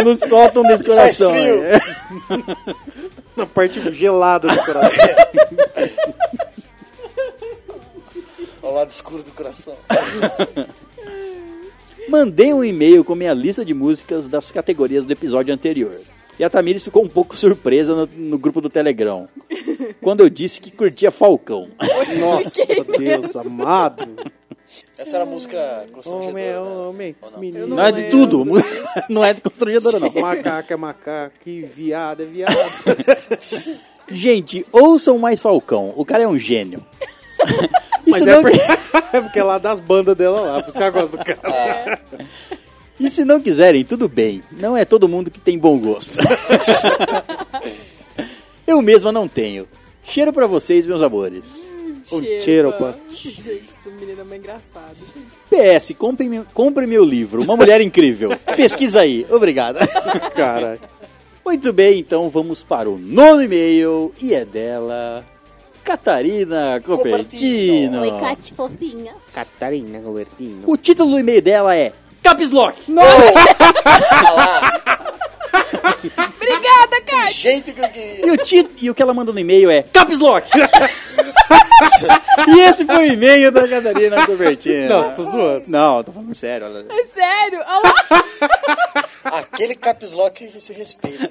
Speaker 1: No sótão desse
Speaker 3: Faz
Speaker 1: coração.
Speaker 3: frio.
Speaker 1: é.
Speaker 4: Na parte gelada do coração.
Speaker 3: Ao lado escuro do coração.
Speaker 1: Mandei um e-mail com minha lista de músicas das categorias do episódio anterior. E a Tamires ficou um pouco surpresa no, no grupo do Telegram. Quando eu disse que curtia Falcão.
Speaker 4: Nossa, Deus amado.
Speaker 3: Essa era a música constrangedora. né? Ou não?
Speaker 4: é menino.
Speaker 5: Eu
Speaker 1: Não é de
Speaker 5: lembro.
Speaker 1: tudo. <laughs> mu- Não é de constrangedora, não.
Speaker 4: Macaco é macaco, que viado é viado.
Speaker 1: Gente, ouçam mais Falcão. O cara é um <laughs> gênio.
Speaker 4: Mas
Speaker 1: Isso
Speaker 4: é
Speaker 1: não-
Speaker 4: porque,
Speaker 1: <laughs>
Speaker 4: <laughs> é porque é lá das bandas dela lá, por isso que ela gosta do cara.
Speaker 1: E se não quiserem, tudo bem. Não é todo mundo que tem bom <laughs> gosto. Eu mesma não tenho. Cheiro pra vocês, meus amores.
Speaker 4: Um
Speaker 5: Cheiro,
Speaker 4: cheiro,
Speaker 5: pá.
Speaker 4: pá.
Speaker 5: Gente, essa menina é uma engraçada.
Speaker 1: PS, compre, meu- compre meu livro, Uma Mulher <laughs> Incrível. Pesquisa aí. Obrigado.
Speaker 4: Caralho.
Speaker 1: Muito bem, então vamos para o nono e-mail e é dela Catarina Copertino.
Speaker 6: Oi, Cate fofinha.
Speaker 4: Catarina Gobertino.
Speaker 1: O título do e-mail dela é Caps Lock.
Speaker 5: Obrigada, Kátia!
Speaker 3: Do <laughs> jeito que eu queria.
Speaker 1: E o, ti- e o que ela manda no e-mail é Caps Lock. <laughs> e esse foi o e-mail da Catarina Copertino.
Speaker 4: Não, você tá zoando.
Speaker 1: Não, tô falando sério. Ela...
Speaker 5: Sério? Olha lá!
Speaker 3: Aquele caps lock que se respeita.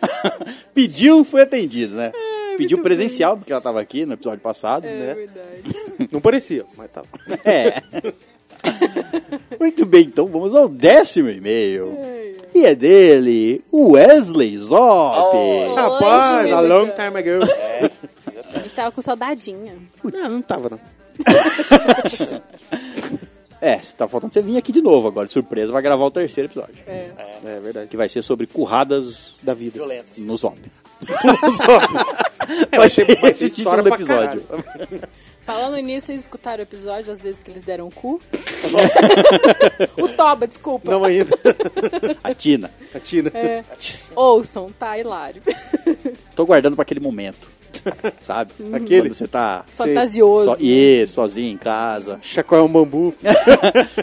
Speaker 1: Pediu, foi atendido, né?
Speaker 4: É,
Speaker 1: Pediu presencial, porque ela tava aqui no episódio passado, né?
Speaker 5: É verdade.
Speaker 4: Não parecia, mas tá tava.
Speaker 1: É. Muito bem, então vamos ao décimo e-mail. E é dele, Wesley Zop.
Speaker 3: Oh.
Speaker 4: Rapaz,
Speaker 6: Oi,
Speaker 4: a
Speaker 5: Júlia.
Speaker 4: long time ago.
Speaker 5: A gente tava com saudadinha.
Speaker 4: Não, não tava, não.
Speaker 1: É, tá faltando você vir aqui de novo agora, de surpresa, vai gravar o terceiro episódio.
Speaker 5: É.
Speaker 4: É verdade.
Speaker 1: Que vai ser sobre curradas
Speaker 4: <laughs> Da vida.
Speaker 3: Violentas.
Speaker 1: no Zop.
Speaker 4: É,
Speaker 1: Vai ser, vai ser história do
Speaker 4: pra
Speaker 1: um episódio.
Speaker 4: caralho.
Speaker 5: Falando nisso, vocês escutaram o episódio das vezes que eles deram o
Speaker 4: <laughs>
Speaker 5: cu? o Toba, desculpa.
Speaker 4: Não ainda. tá
Speaker 1: A Tina.
Speaker 4: A Tina.
Speaker 5: Ouçam, tá hilário.
Speaker 1: Tô guardando pra aquele momento. Sabe?
Speaker 4: <laughs> Aquele?
Speaker 1: Quando você tá
Speaker 5: Fantasioso.
Speaker 1: so, e, sozinho em casa.
Speaker 4: Chacoalha um bambu.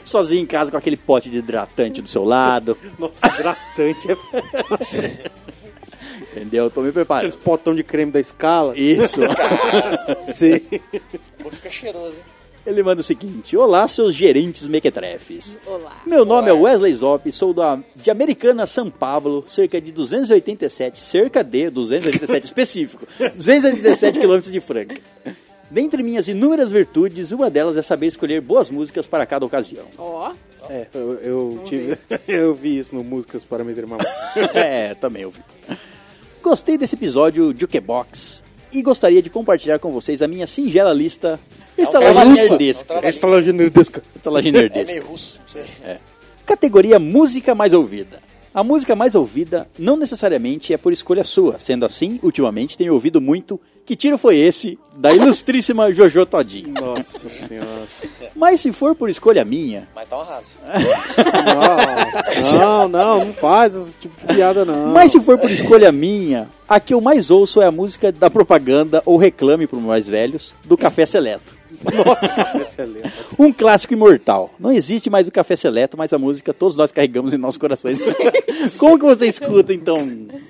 Speaker 1: sozinho em casa com aquele pote de hidratante do seu lado.
Speaker 4: Nossa, hidratante. É
Speaker 1: Entendeu? Tô me
Speaker 4: aqueles
Speaker 1: preparando.
Speaker 4: potão de creme da
Speaker 3: <laughs>
Speaker 4: escala.
Speaker 1: Isso.
Speaker 4: Sim.
Speaker 3: Vou ficar cheiroso, hein?
Speaker 1: Ele manda o seguinte: Olá, seus gerentes mequetrefes.
Speaker 5: Olá.
Speaker 1: Meu nome é Wesley Zop, sou da, de Americana, São Paulo, cerca de 287, cerca de
Speaker 3: <laughs>
Speaker 1: 287 específico, 287 quilômetros de Franca. Dentre minhas inúmeras virtudes, uma delas é saber escolher boas músicas para cada
Speaker 3: <laughs>
Speaker 1: ocasião.
Speaker 5: Ó,
Speaker 4: É, eu, eu tive, <laughs> eu vi isso no Músicas para Me Mamãe.
Speaker 1: é, também ouvi. Gostei desse episódio Jukebox e gostaria de compartilhar com vocês a minha singela lista
Speaker 3: trabalhinho,
Speaker 1: Estalagem
Speaker 3: é um
Speaker 1: Nerdesca.
Speaker 3: trabalhinho.
Speaker 4: Esta loja nerdesca.
Speaker 1: Estalagem
Speaker 3: É
Speaker 1: Nerdesca.
Speaker 3: meio russo, não sei.
Speaker 1: É. Categoria Música Mais Ouvida. A música mais ouvida não necessariamente é por escolha sua, sendo assim, ultimamente tenho ouvido muito Que Tiro Foi Esse,
Speaker 4: <laughs>
Speaker 1: da ilustríssima Jojo Todinho.
Speaker 4: Nossa senhora.
Speaker 1: Mas se for por escolha minha,
Speaker 3: Mas tá um arraso.
Speaker 4: Nossa. Não, não, não faz esse tipo de piada, não.
Speaker 1: mas se for por escolha minha, a que eu mais ouço é a música da propaganda ou reclame para os mais velhos, do Café Seleto.
Speaker 4: Nossa, excelente.
Speaker 1: <laughs> Um clássico imortal. Não existe mais o Café Seleto, mas a música todos nós carregamos em nossos
Speaker 4: <laughs>
Speaker 1: corações. Como que você escuta, então?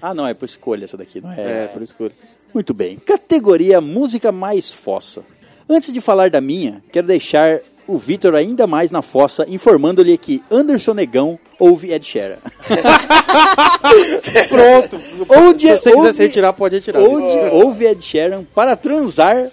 Speaker 1: Ah, não, é por escolha essa daqui, não
Speaker 4: É, por escuro.
Speaker 1: Muito bem. Categoria Música Mais Fossa. Antes de falar da minha, quero deixar o Vitor ainda mais na fossa, informando-lhe que Anderson Negão ouve Ed Sheeran.
Speaker 4: <laughs> Pronto.
Speaker 1: Onde- é-
Speaker 4: se você quiser
Speaker 1: onde-
Speaker 4: se retirar, pode retirar.
Speaker 1: Onde ouve Ed Sheeran para transar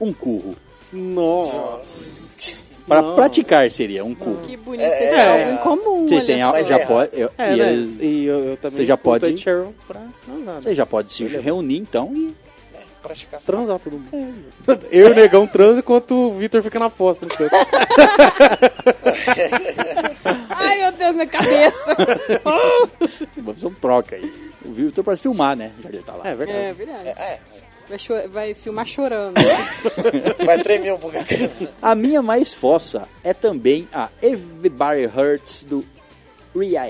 Speaker 1: um curro.
Speaker 4: Nossa.
Speaker 1: Para
Speaker 4: Nossa.
Speaker 1: praticar seria um curro.
Speaker 5: que bonito. Vocês têm algo em comum,
Speaker 1: Você
Speaker 5: olha
Speaker 1: tem
Speaker 5: só.
Speaker 1: a,
Speaker 3: mas
Speaker 1: já
Speaker 3: é
Speaker 1: pode, eu-
Speaker 4: É,
Speaker 1: e
Speaker 4: né?
Speaker 1: eles-
Speaker 4: E eu, eu também
Speaker 1: Você já
Speaker 4: escuto
Speaker 1: pode-
Speaker 4: Ed Sheeran pra... né? Não, nada.
Speaker 1: Você já pode se reunir então e
Speaker 3: Praticar.
Speaker 4: Transar todo mundo. É. Eu e o Negão transa enquanto o Vitor fica na fossa. né? no canto.
Speaker 5: Ai, meu Deus, minha cabeça.
Speaker 1: vamos fazer um troca aí. O Vitor para filmar, né? Já que ele tá lá.
Speaker 4: É verdade.
Speaker 5: é verdade.
Speaker 3: É,
Speaker 5: Vai, cho- vai filmar chorando.
Speaker 3: vai tremer um pouco a câmera.
Speaker 1: A minha mais fossa é também a Everybody Hurts do R.I.M.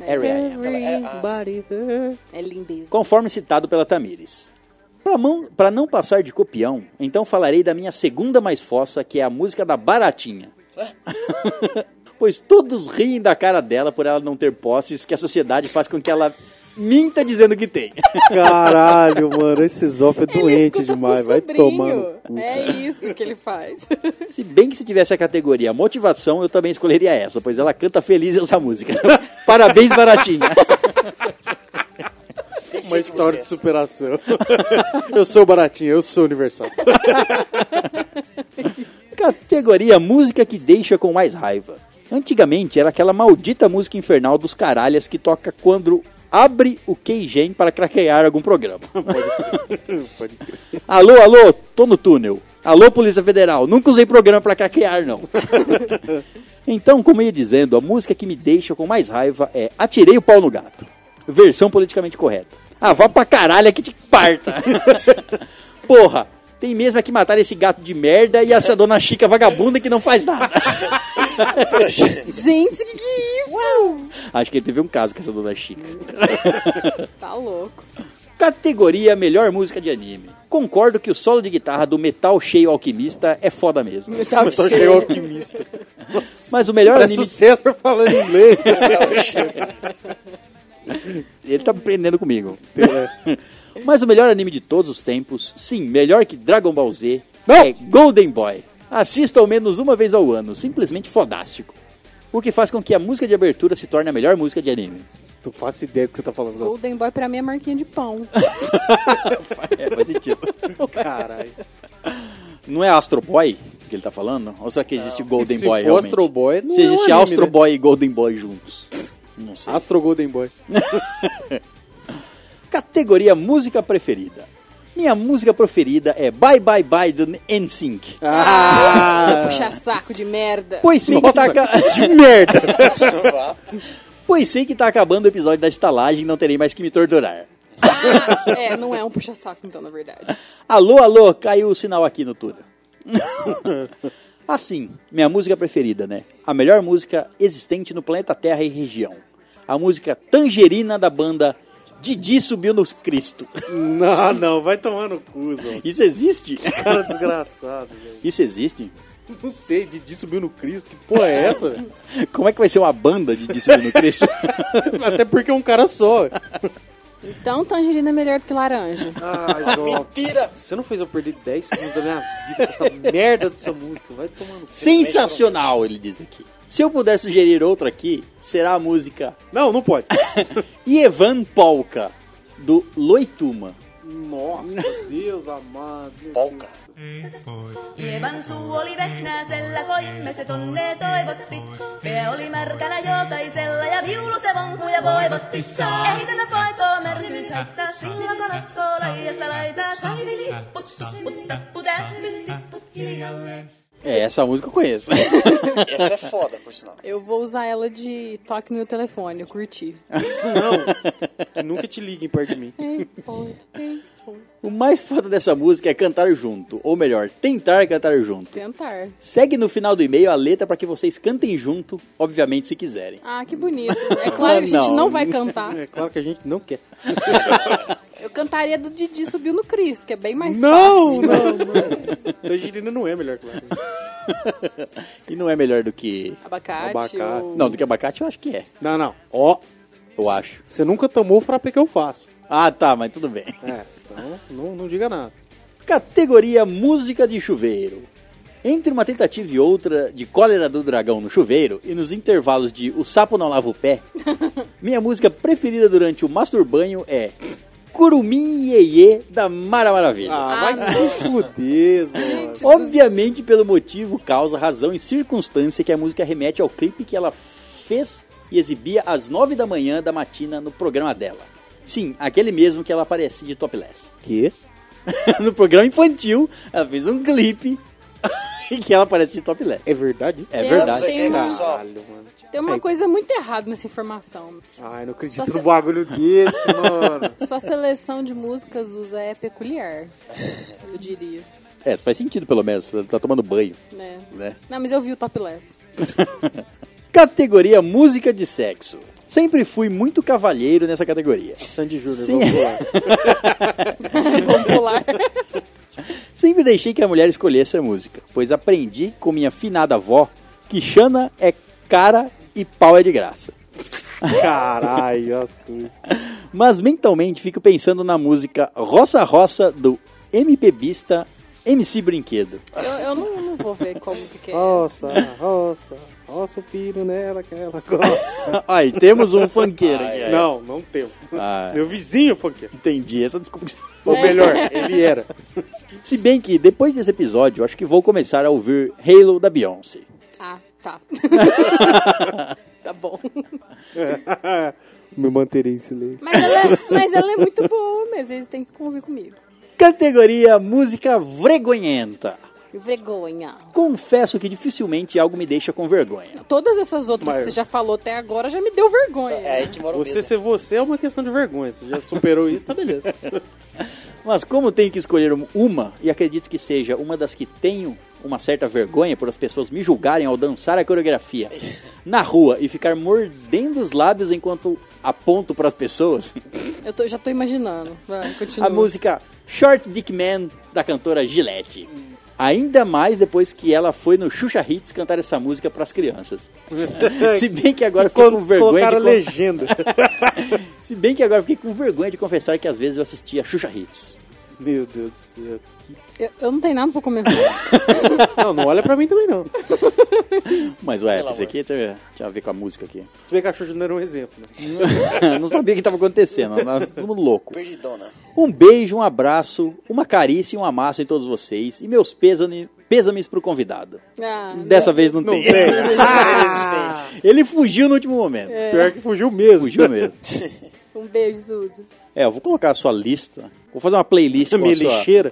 Speaker 1: R.I.M.
Speaker 3: É, ah,
Speaker 4: Everybody there.
Speaker 5: É lindeza.
Speaker 1: conforme citado pela Tamires. Pra mão- Pra não passar de copião, então falarei da minha segunda mais fossa, que é a música da Baratinha. <laughs> pois todos riem da cara dela por ela não ter posses que a sociedade faz com que ela minta dizendo que tem. <laughs>
Speaker 4: Caralho, mano, esse Zoff é
Speaker 5: ele
Speaker 4: doente
Speaker 5: escuta com
Speaker 4: demais,
Speaker 5: o
Speaker 4: vai
Speaker 5: sobrinho.
Speaker 4: tomando.
Speaker 5: É isso que ele
Speaker 4: <laughs>
Speaker 5: faz.
Speaker 1: se bem que se tivesse a categoria motivação, eu também escolheria essa, pois ela canta feliz essa música. <laughs> Parabéns, Baratinha.
Speaker 3: Nem sei
Speaker 4: Uma
Speaker 3: que
Speaker 4: história
Speaker 3: música
Speaker 4: de
Speaker 3: é
Speaker 4: superação. <laughs> eu sou baratinho, eu sou universal.
Speaker 1: Categoria música que deixa com mais raiva. Antigamente era aquela maldita música infernal dos caralhas que toca quando abre o Keygen para craquear algum programa.
Speaker 4: <laughs> Pode crer.
Speaker 1: alô, alô, tô no túnel. Alô, Polícia Federal, nunca usei programa para craquear não. então, como eu ia dizendo, a música que me deixa com mais raiva é Atirei o Pau no Gato.
Speaker 4: <laughs>
Speaker 1: Versão politicamente correta. Ah, vá pra caralho que te parta. Porra, Tem mesmo é que matar esse gato de merda e essa dona Chica vagabunda que não faz nada.
Speaker 4: <laughs>
Speaker 3: <laughs>
Speaker 5: Gente, que que é isso?
Speaker 1: Acho que ele teve um caso com essa dona Chica.
Speaker 5: Tá louco.
Speaker 1: Categoria Melhor Música de Anime. Concordo que o solo de guitarra do Metal Cheio Alquimista é foda mesmo.
Speaker 5: Metal
Speaker 4: Só que é
Speaker 5: Tá
Speaker 4: o
Speaker 5: cheio.
Speaker 4: alquimista. É
Speaker 1: Mas o melhor
Speaker 4: Parece
Speaker 1: anime.
Speaker 4: o César falando inglês.
Speaker 3: é
Speaker 1: Ele tá aprendendo comigo. <laughs> Mas o melhor anime de todos os tempos, sim, melhor que Dragon Ball Z, é Golden Boy. Assista ao menos uma vez ao ano, simplesmente fodástico. O que faz com que a música de abertura se torne a melhor música de anime.
Speaker 4: tu faço ideia do que você tá falando. não.
Speaker 5: Golden Boy pra mim é marquinha de pão.
Speaker 1: <laughs> É, faz sentido.
Speaker 4: Caralho.
Speaker 1: Não é Astro Boy que ele tá falando? Ou será que existe Golden
Speaker 4: Se
Speaker 1: Boy
Speaker 4: for
Speaker 1: realmente?
Speaker 4: Astro Boy, não
Speaker 1: Se
Speaker 4: é um
Speaker 1: existe
Speaker 4: anime,
Speaker 1: Astro
Speaker 4: né?
Speaker 1: Boy e Golden Boy juntos. Não sei.
Speaker 4: Astro Golden Boy.
Speaker 1: Categoria Música Preferida. Minha música preferida é Bye Bye Bye do NSYNC.
Speaker 5: Ah. Puxa saco de merda.
Speaker 1: Pois sei, que tá
Speaker 4: Nossa,
Speaker 1: aca...
Speaker 4: que merda.
Speaker 1: <laughs> pois sei que tá acabando o episódio da estalagem e não terei mais que me torturar.
Speaker 5: Ah, é, não é um puxa saco então, na verdade.
Speaker 1: Alô, alô, caiu o sinal aqui no
Speaker 4: <laughs>
Speaker 1: túnel. assim, minha música preferida, né? A melhor música existente no planeta Terra e região. A música Tangerina da banda Didi Subiu no Cristo.
Speaker 4: não, não, vai tomar no cu, Zão.
Speaker 1: Isso existe?
Speaker 4: Cara desgraçado, velho.
Speaker 1: Isso existe?
Speaker 4: Não sei, Didi subiu no Cristo, que porra é essa, velho?
Speaker 1: Como é que vai ser uma banda Didi Subiu no Cristo?
Speaker 4: <laughs> Até porque é um cara só.
Speaker 5: Então, tangerina é melhor do que laranja.
Speaker 4: Ai, Zão.
Speaker 3: Mentira!
Speaker 4: Você não fez eu perder 10 segundos da minha vida com essa merda dessa música. Vai tomar no cu.
Speaker 1: Sensacional, ele diz aqui. Se eu puder sugerir outra aqui, será a música
Speaker 4: Não, não pode.
Speaker 1: Evan Polka, do Loituma.
Speaker 4: Nossa, Deus amado. meu
Speaker 3: Polka.
Speaker 4: Deus.
Speaker 6: Hieman suu oli vehnää, sellä koimme se tonne toivotti. Pää oli märkänä jokaisella ja viulu se vonkuja voivotti. Ei tätä poikoo märkyys haittaa, sillä konoskoo laijasta laitaa. Saivi lipput, supput, tappu, täppyt, tipput hiljalleen.
Speaker 1: É, essa música eu conheço.
Speaker 3: Essa é foda, por sinal.
Speaker 5: Eu vou usar ela de toque no meu telefone, eu curti.
Speaker 4: Isso não. Que nunca te liguem perto de mim.
Speaker 5: Ei, oi, ei, oi.
Speaker 1: O mais foda dessa música é cantar junto, ou melhor, tentar cantar junto.
Speaker 5: Tentar.
Speaker 1: Segue no final do e-mail a letra para que vocês cantem junto, obviamente se quiserem.
Speaker 5: Ah, que bonito. É claro que a gente
Speaker 1: Não.
Speaker 5: não vai cantar.
Speaker 4: É claro que a gente não quer.
Speaker 5: Eu cantaria do Didi Subiu no Cristo, que é bem mais
Speaker 4: Não,
Speaker 5: fácil.
Speaker 4: não, não. Tangerina não é melhor que claro.
Speaker 1: E não é melhor do que.
Speaker 5: Abacate,
Speaker 4: Abacate.
Speaker 5: ou-
Speaker 1: Não, do que abacate eu acho que é.
Speaker 4: Não, não. Ó,
Speaker 1: Eu acho.
Speaker 4: você nunca tomou o frappé que eu faço.
Speaker 1: Ah, tá, mas tudo bem.
Speaker 4: É, então não, não diga nada.
Speaker 1: Categoria Música de Chuveiro. Entre uma tentativa e outra de Cólera do Dragão no Chuveiro e nos intervalos de O Sapo Não Lava o Pé, minha música preferida durante o masturbanho é Curumim Iê da Mara Maravilha.
Speaker 4: Ah,
Speaker 5: Ah,
Speaker 4: vai
Speaker 5: não.
Speaker 4: se fuder, Zé.
Speaker 5: é
Speaker 1: Obviamente pelo motivo, causa, razão e circunstância que a música remete ao clipe que ela fez e exibia às 9 da manhã da matina no programa dela. Sim, aquele mesmo que ela aparecia de topless.
Speaker 4: Que?
Speaker 1: <laughs> no programa infantil, ela fez um clipe <laughs> em que ela aparece de topless.
Speaker 4: É verdade?
Speaker 1: É
Speaker 5: Tem
Speaker 1: verdade.
Speaker 5: anos Tem
Speaker 4: um
Speaker 5: uma-
Speaker 4: Caralho, mano.
Speaker 5: Tem uma coisa muito errada nessa informação.
Speaker 4: Ai, não
Speaker 5: Só
Speaker 4: acredito
Speaker 5: se-
Speaker 4: no bagulho desse, mano.
Speaker 5: Sua seleção de músicas usa é peculiar, eu diria,
Speaker 1: É, faz sentido pelo menos, ela tá tomando banho,
Speaker 5: né?
Speaker 1: né?
Speaker 5: Não, mas eu vi o Topless.
Speaker 1: Categoria Música de Sexo. Sempre fui muito cavalheiro nessa categoria.
Speaker 4: Sandy Júnior,
Speaker 1: Sim.
Speaker 4: vamos pular.
Speaker 5: Vamos pular.
Speaker 1: Sempre deixei que a mulher escolhesse a música, pois aprendi com minha finada avó que Xana é cara e pau é de graça.
Speaker 4: Caralho, as coisas.
Speaker 1: Mas mentalmente fico pensando na música Roça Roça do MPBista MC Brinquedo. <laughs>
Speaker 5: Eu, eu não, não vou ver como que é.
Speaker 4: Roça, roça, roça o pino nela que ela gosta.
Speaker 1: Aí temos um funkeiro. aqui.
Speaker 4: Não, não temos.
Speaker 1: Ah.
Speaker 4: Meu vizinho, funkeiro.
Speaker 1: Entendi, essa desculpa.
Speaker 4: Ou melhor, ele era. <laughs>
Speaker 1: Se bem que depois desse episódio, eu acho que vou começar a ouvir Halo da Beyoncé.
Speaker 5: Ah, tá. <laughs> tá bom.
Speaker 4: Me manterei em silêncio.
Speaker 5: Mas ela, é, mas ela é muito boa, mas eles têm que convir comigo.
Speaker 1: Categoria Música Vergonhenta.
Speaker 5: Vergonha.
Speaker 1: Confesso que dificilmente algo me deixa com vergonha.
Speaker 5: Todas essas outras que você já falou até agora já me deu vergonha.
Speaker 3: É aí que mora o
Speaker 4: Você
Speaker 3: medo.
Speaker 4: ser você é uma questão de vergonha. Você já superou isso, tá beleza.
Speaker 1: Mas como tem que escolher um- uma, e acredito que seja uma das que tenho uma certa vergonha por as pessoas me julgarem ao dançar a coreografia na rua e ficar mordendo os lábios enquanto aponto para as pessoas,
Speaker 5: Eu tô- já tô imaginando. Vai, continua.
Speaker 1: a música Short Dick Man da cantora Gillette. Ainda mais depois que ela foi no Xuxa Hits cantar essa música para as crianças. Se bem que
Speaker 4: <laughs>
Speaker 1: agora ficou com vergonha de
Speaker 4: É, Colocaram
Speaker 1: con-
Speaker 4: legenda.
Speaker 1: Se bem que agora fiquei com vergonha de confessar que às vezes eu assistia Xuxa Hits.
Speaker 4: <laughs> Meu Deus do céu.
Speaker 5: Eu, eu não tenho nada pra comemorar.
Speaker 4: Não, não olha pra mim também não.
Speaker 1: Mas ué,
Speaker 3: Pelo
Speaker 1: isso
Speaker 3: amor.
Speaker 1: aqui tem, tinha a ver com a música aqui. <laughs>
Speaker 4: Se bem que a Xuxa não era um exemplo, né?
Speaker 1: Não sabia o que estava acontecendo, nós todo mundo louco.
Speaker 3: Perdidona.
Speaker 1: Um beijo, um abraço, uma carícia e um amasso em todos vocês. E meus pêsame, pêsames pro convidado.
Speaker 5: Ah, não.
Speaker 1: Dessa vez não,
Speaker 4: Não
Speaker 1: tem.
Speaker 4: tem.
Speaker 3: é
Speaker 4: É.
Speaker 3: Resistente.
Speaker 1: <laughs> Ele fugiu no último momento.
Speaker 4: Pior que fugiu mesmo.
Speaker 1: Fugiu mesmo.
Speaker 5: Um beijo, Zuzu.
Speaker 1: É, eu vou colocar a sua lista. Vou fazer uma playlist com
Speaker 4: Minha
Speaker 1: a sua...
Speaker 4: <laughs> lixeira.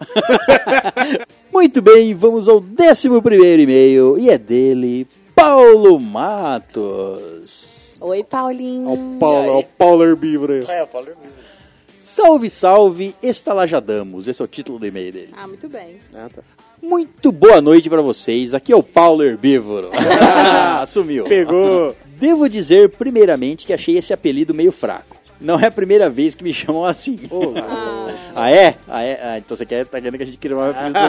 Speaker 4: É
Speaker 1: Muito bem, vamos ao décimo primeiro e-mail. E é dele, Paulo Matos.
Speaker 5: Oi, Paulinho.
Speaker 4: Ao Paulo, ao Paulo Herbívoro aí.
Speaker 3: Ah, é o Paulo Hermínio.
Speaker 1: Salve, salve, estalajadamos. Esse é o título do e-mail dele.
Speaker 5: Ah, muito bem.
Speaker 4: Ah, tá.
Speaker 1: Muito boa noite pra vocês. Aqui é o Paulo <laughs> Herbívoro. Ah, Sumiu.
Speaker 4: Pegou.
Speaker 1: Devo dizer, primeiramente, que achei esse apelido meio fraco. Não é a primeira vez que me <laughs> chamam assim. Ah, é? Ah, é? Ah, então você quer, tá querendo que a gente crie um apelido pra <laughs>